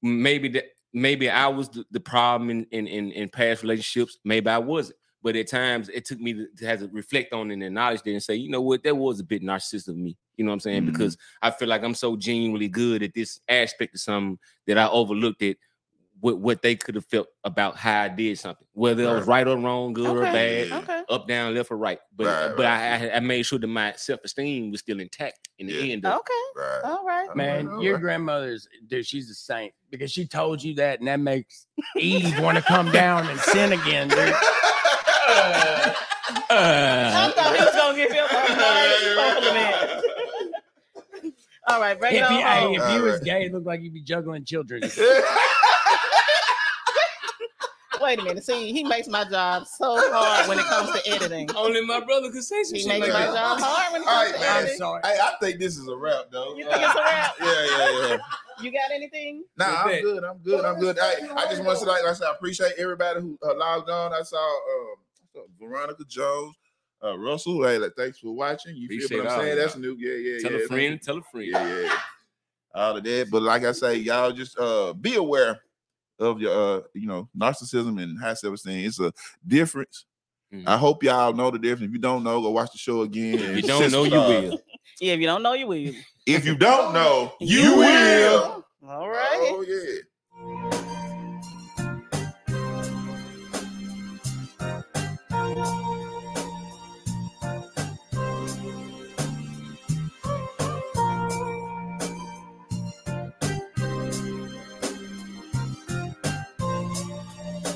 [SPEAKER 4] maybe that maybe I was the, the problem in, in in in past relationships. Maybe I wasn't. But at times it took me to, to have to reflect on and acknowledge that and say, you know what, that was a bit narcissistic of me. You know what I'm saying?
[SPEAKER 1] Mhm.
[SPEAKER 4] Because I feel like I'm so genuinely good at this aspect of something that I overlooked it. What, what they could have felt about how I did something, whether it was right or wrong, good or
[SPEAKER 3] Okay.
[SPEAKER 4] bad,
[SPEAKER 1] Yeah.
[SPEAKER 3] Okay.
[SPEAKER 4] up, down, left or right. But
[SPEAKER 1] Right,
[SPEAKER 4] but
[SPEAKER 1] right.
[SPEAKER 4] I, I I made sure that my self esteem was still intact in the
[SPEAKER 1] Yeah. Oh.
[SPEAKER 4] end. Of,
[SPEAKER 3] Okay.
[SPEAKER 1] Right.
[SPEAKER 3] All
[SPEAKER 4] Uh-huh.
[SPEAKER 3] right.
[SPEAKER 5] Man,
[SPEAKER 1] Alright,
[SPEAKER 5] your
[SPEAKER 1] alright.
[SPEAKER 5] grandmother's dude. She's a saint because she told you that, and that makes Eve want to come down and sin again. Dude.
[SPEAKER 4] Uh.
[SPEAKER 3] I
[SPEAKER 5] Uh,
[SPEAKER 3] thought he was gonna give him a nice compliment. All right, bring
[SPEAKER 5] If
[SPEAKER 3] it
[SPEAKER 5] you,
[SPEAKER 3] on
[SPEAKER 5] hey,
[SPEAKER 3] home.
[SPEAKER 5] if you was
[SPEAKER 1] Alright.
[SPEAKER 5] gay, it looked like you'd be juggling children.
[SPEAKER 3] Wait a minute. See, he makes my job so hard when it comes to editing.
[SPEAKER 4] only my brother could say some
[SPEAKER 3] He
[SPEAKER 4] shit
[SPEAKER 3] makes
[SPEAKER 4] like
[SPEAKER 3] my job
[SPEAKER 4] that.
[SPEAKER 3] hard when it
[SPEAKER 1] uh, All right,
[SPEAKER 3] comes to
[SPEAKER 1] man.
[SPEAKER 5] I'm
[SPEAKER 3] editing.
[SPEAKER 5] sorry.
[SPEAKER 1] Hey, I think this is a wrap, though. Uh,
[SPEAKER 3] You think it's a wrap?
[SPEAKER 1] yeah, yeah, yeah.
[SPEAKER 3] You got anything?
[SPEAKER 1] Nah,
[SPEAKER 4] With
[SPEAKER 1] I'm
[SPEAKER 4] that.
[SPEAKER 1] good. I'm good. I'm good. I, I just want to say, like I said, I appreciate everybody who uh, logged on. I saw um, I saw Veronica Jones, uh, Russell. Hey, like, thanks for watching. You
[SPEAKER 4] Appreciate
[SPEAKER 1] feel what
[SPEAKER 4] all
[SPEAKER 1] I'm saying?
[SPEAKER 4] y'all.
[SPEAKER 1] That's new. Yeah, yeah,
[SPEAKER 4] Tell
[SPEAKER 1] yeah.
[SPEAKER 4] a friend, tell a friend.
[SPEAKER 1] Yeah, yeah. All of that. But like I say, y'all just uh, be aware of your uh, you know narcissism and high self esteem. It's a difference.
[SPEAKER 4] Mhm.
[SPEAKER 1] I hope y'all know the difference. If you don't know, go watch the show again.
[SPEAKER 4] If
[SPEAKER 1] and
[SPEAKER 4] you don't know, you
[SPEAKER 1] sensitize.
[SPEAKER 4] will.
[SPEAKER 3] Yeah, if you don't know, you will.
[SPEAKER 1] If you don't know, you,
[SPEAKER 3] You
[SPEAKER 1] will. Oh,
[SPEAKER 3] will.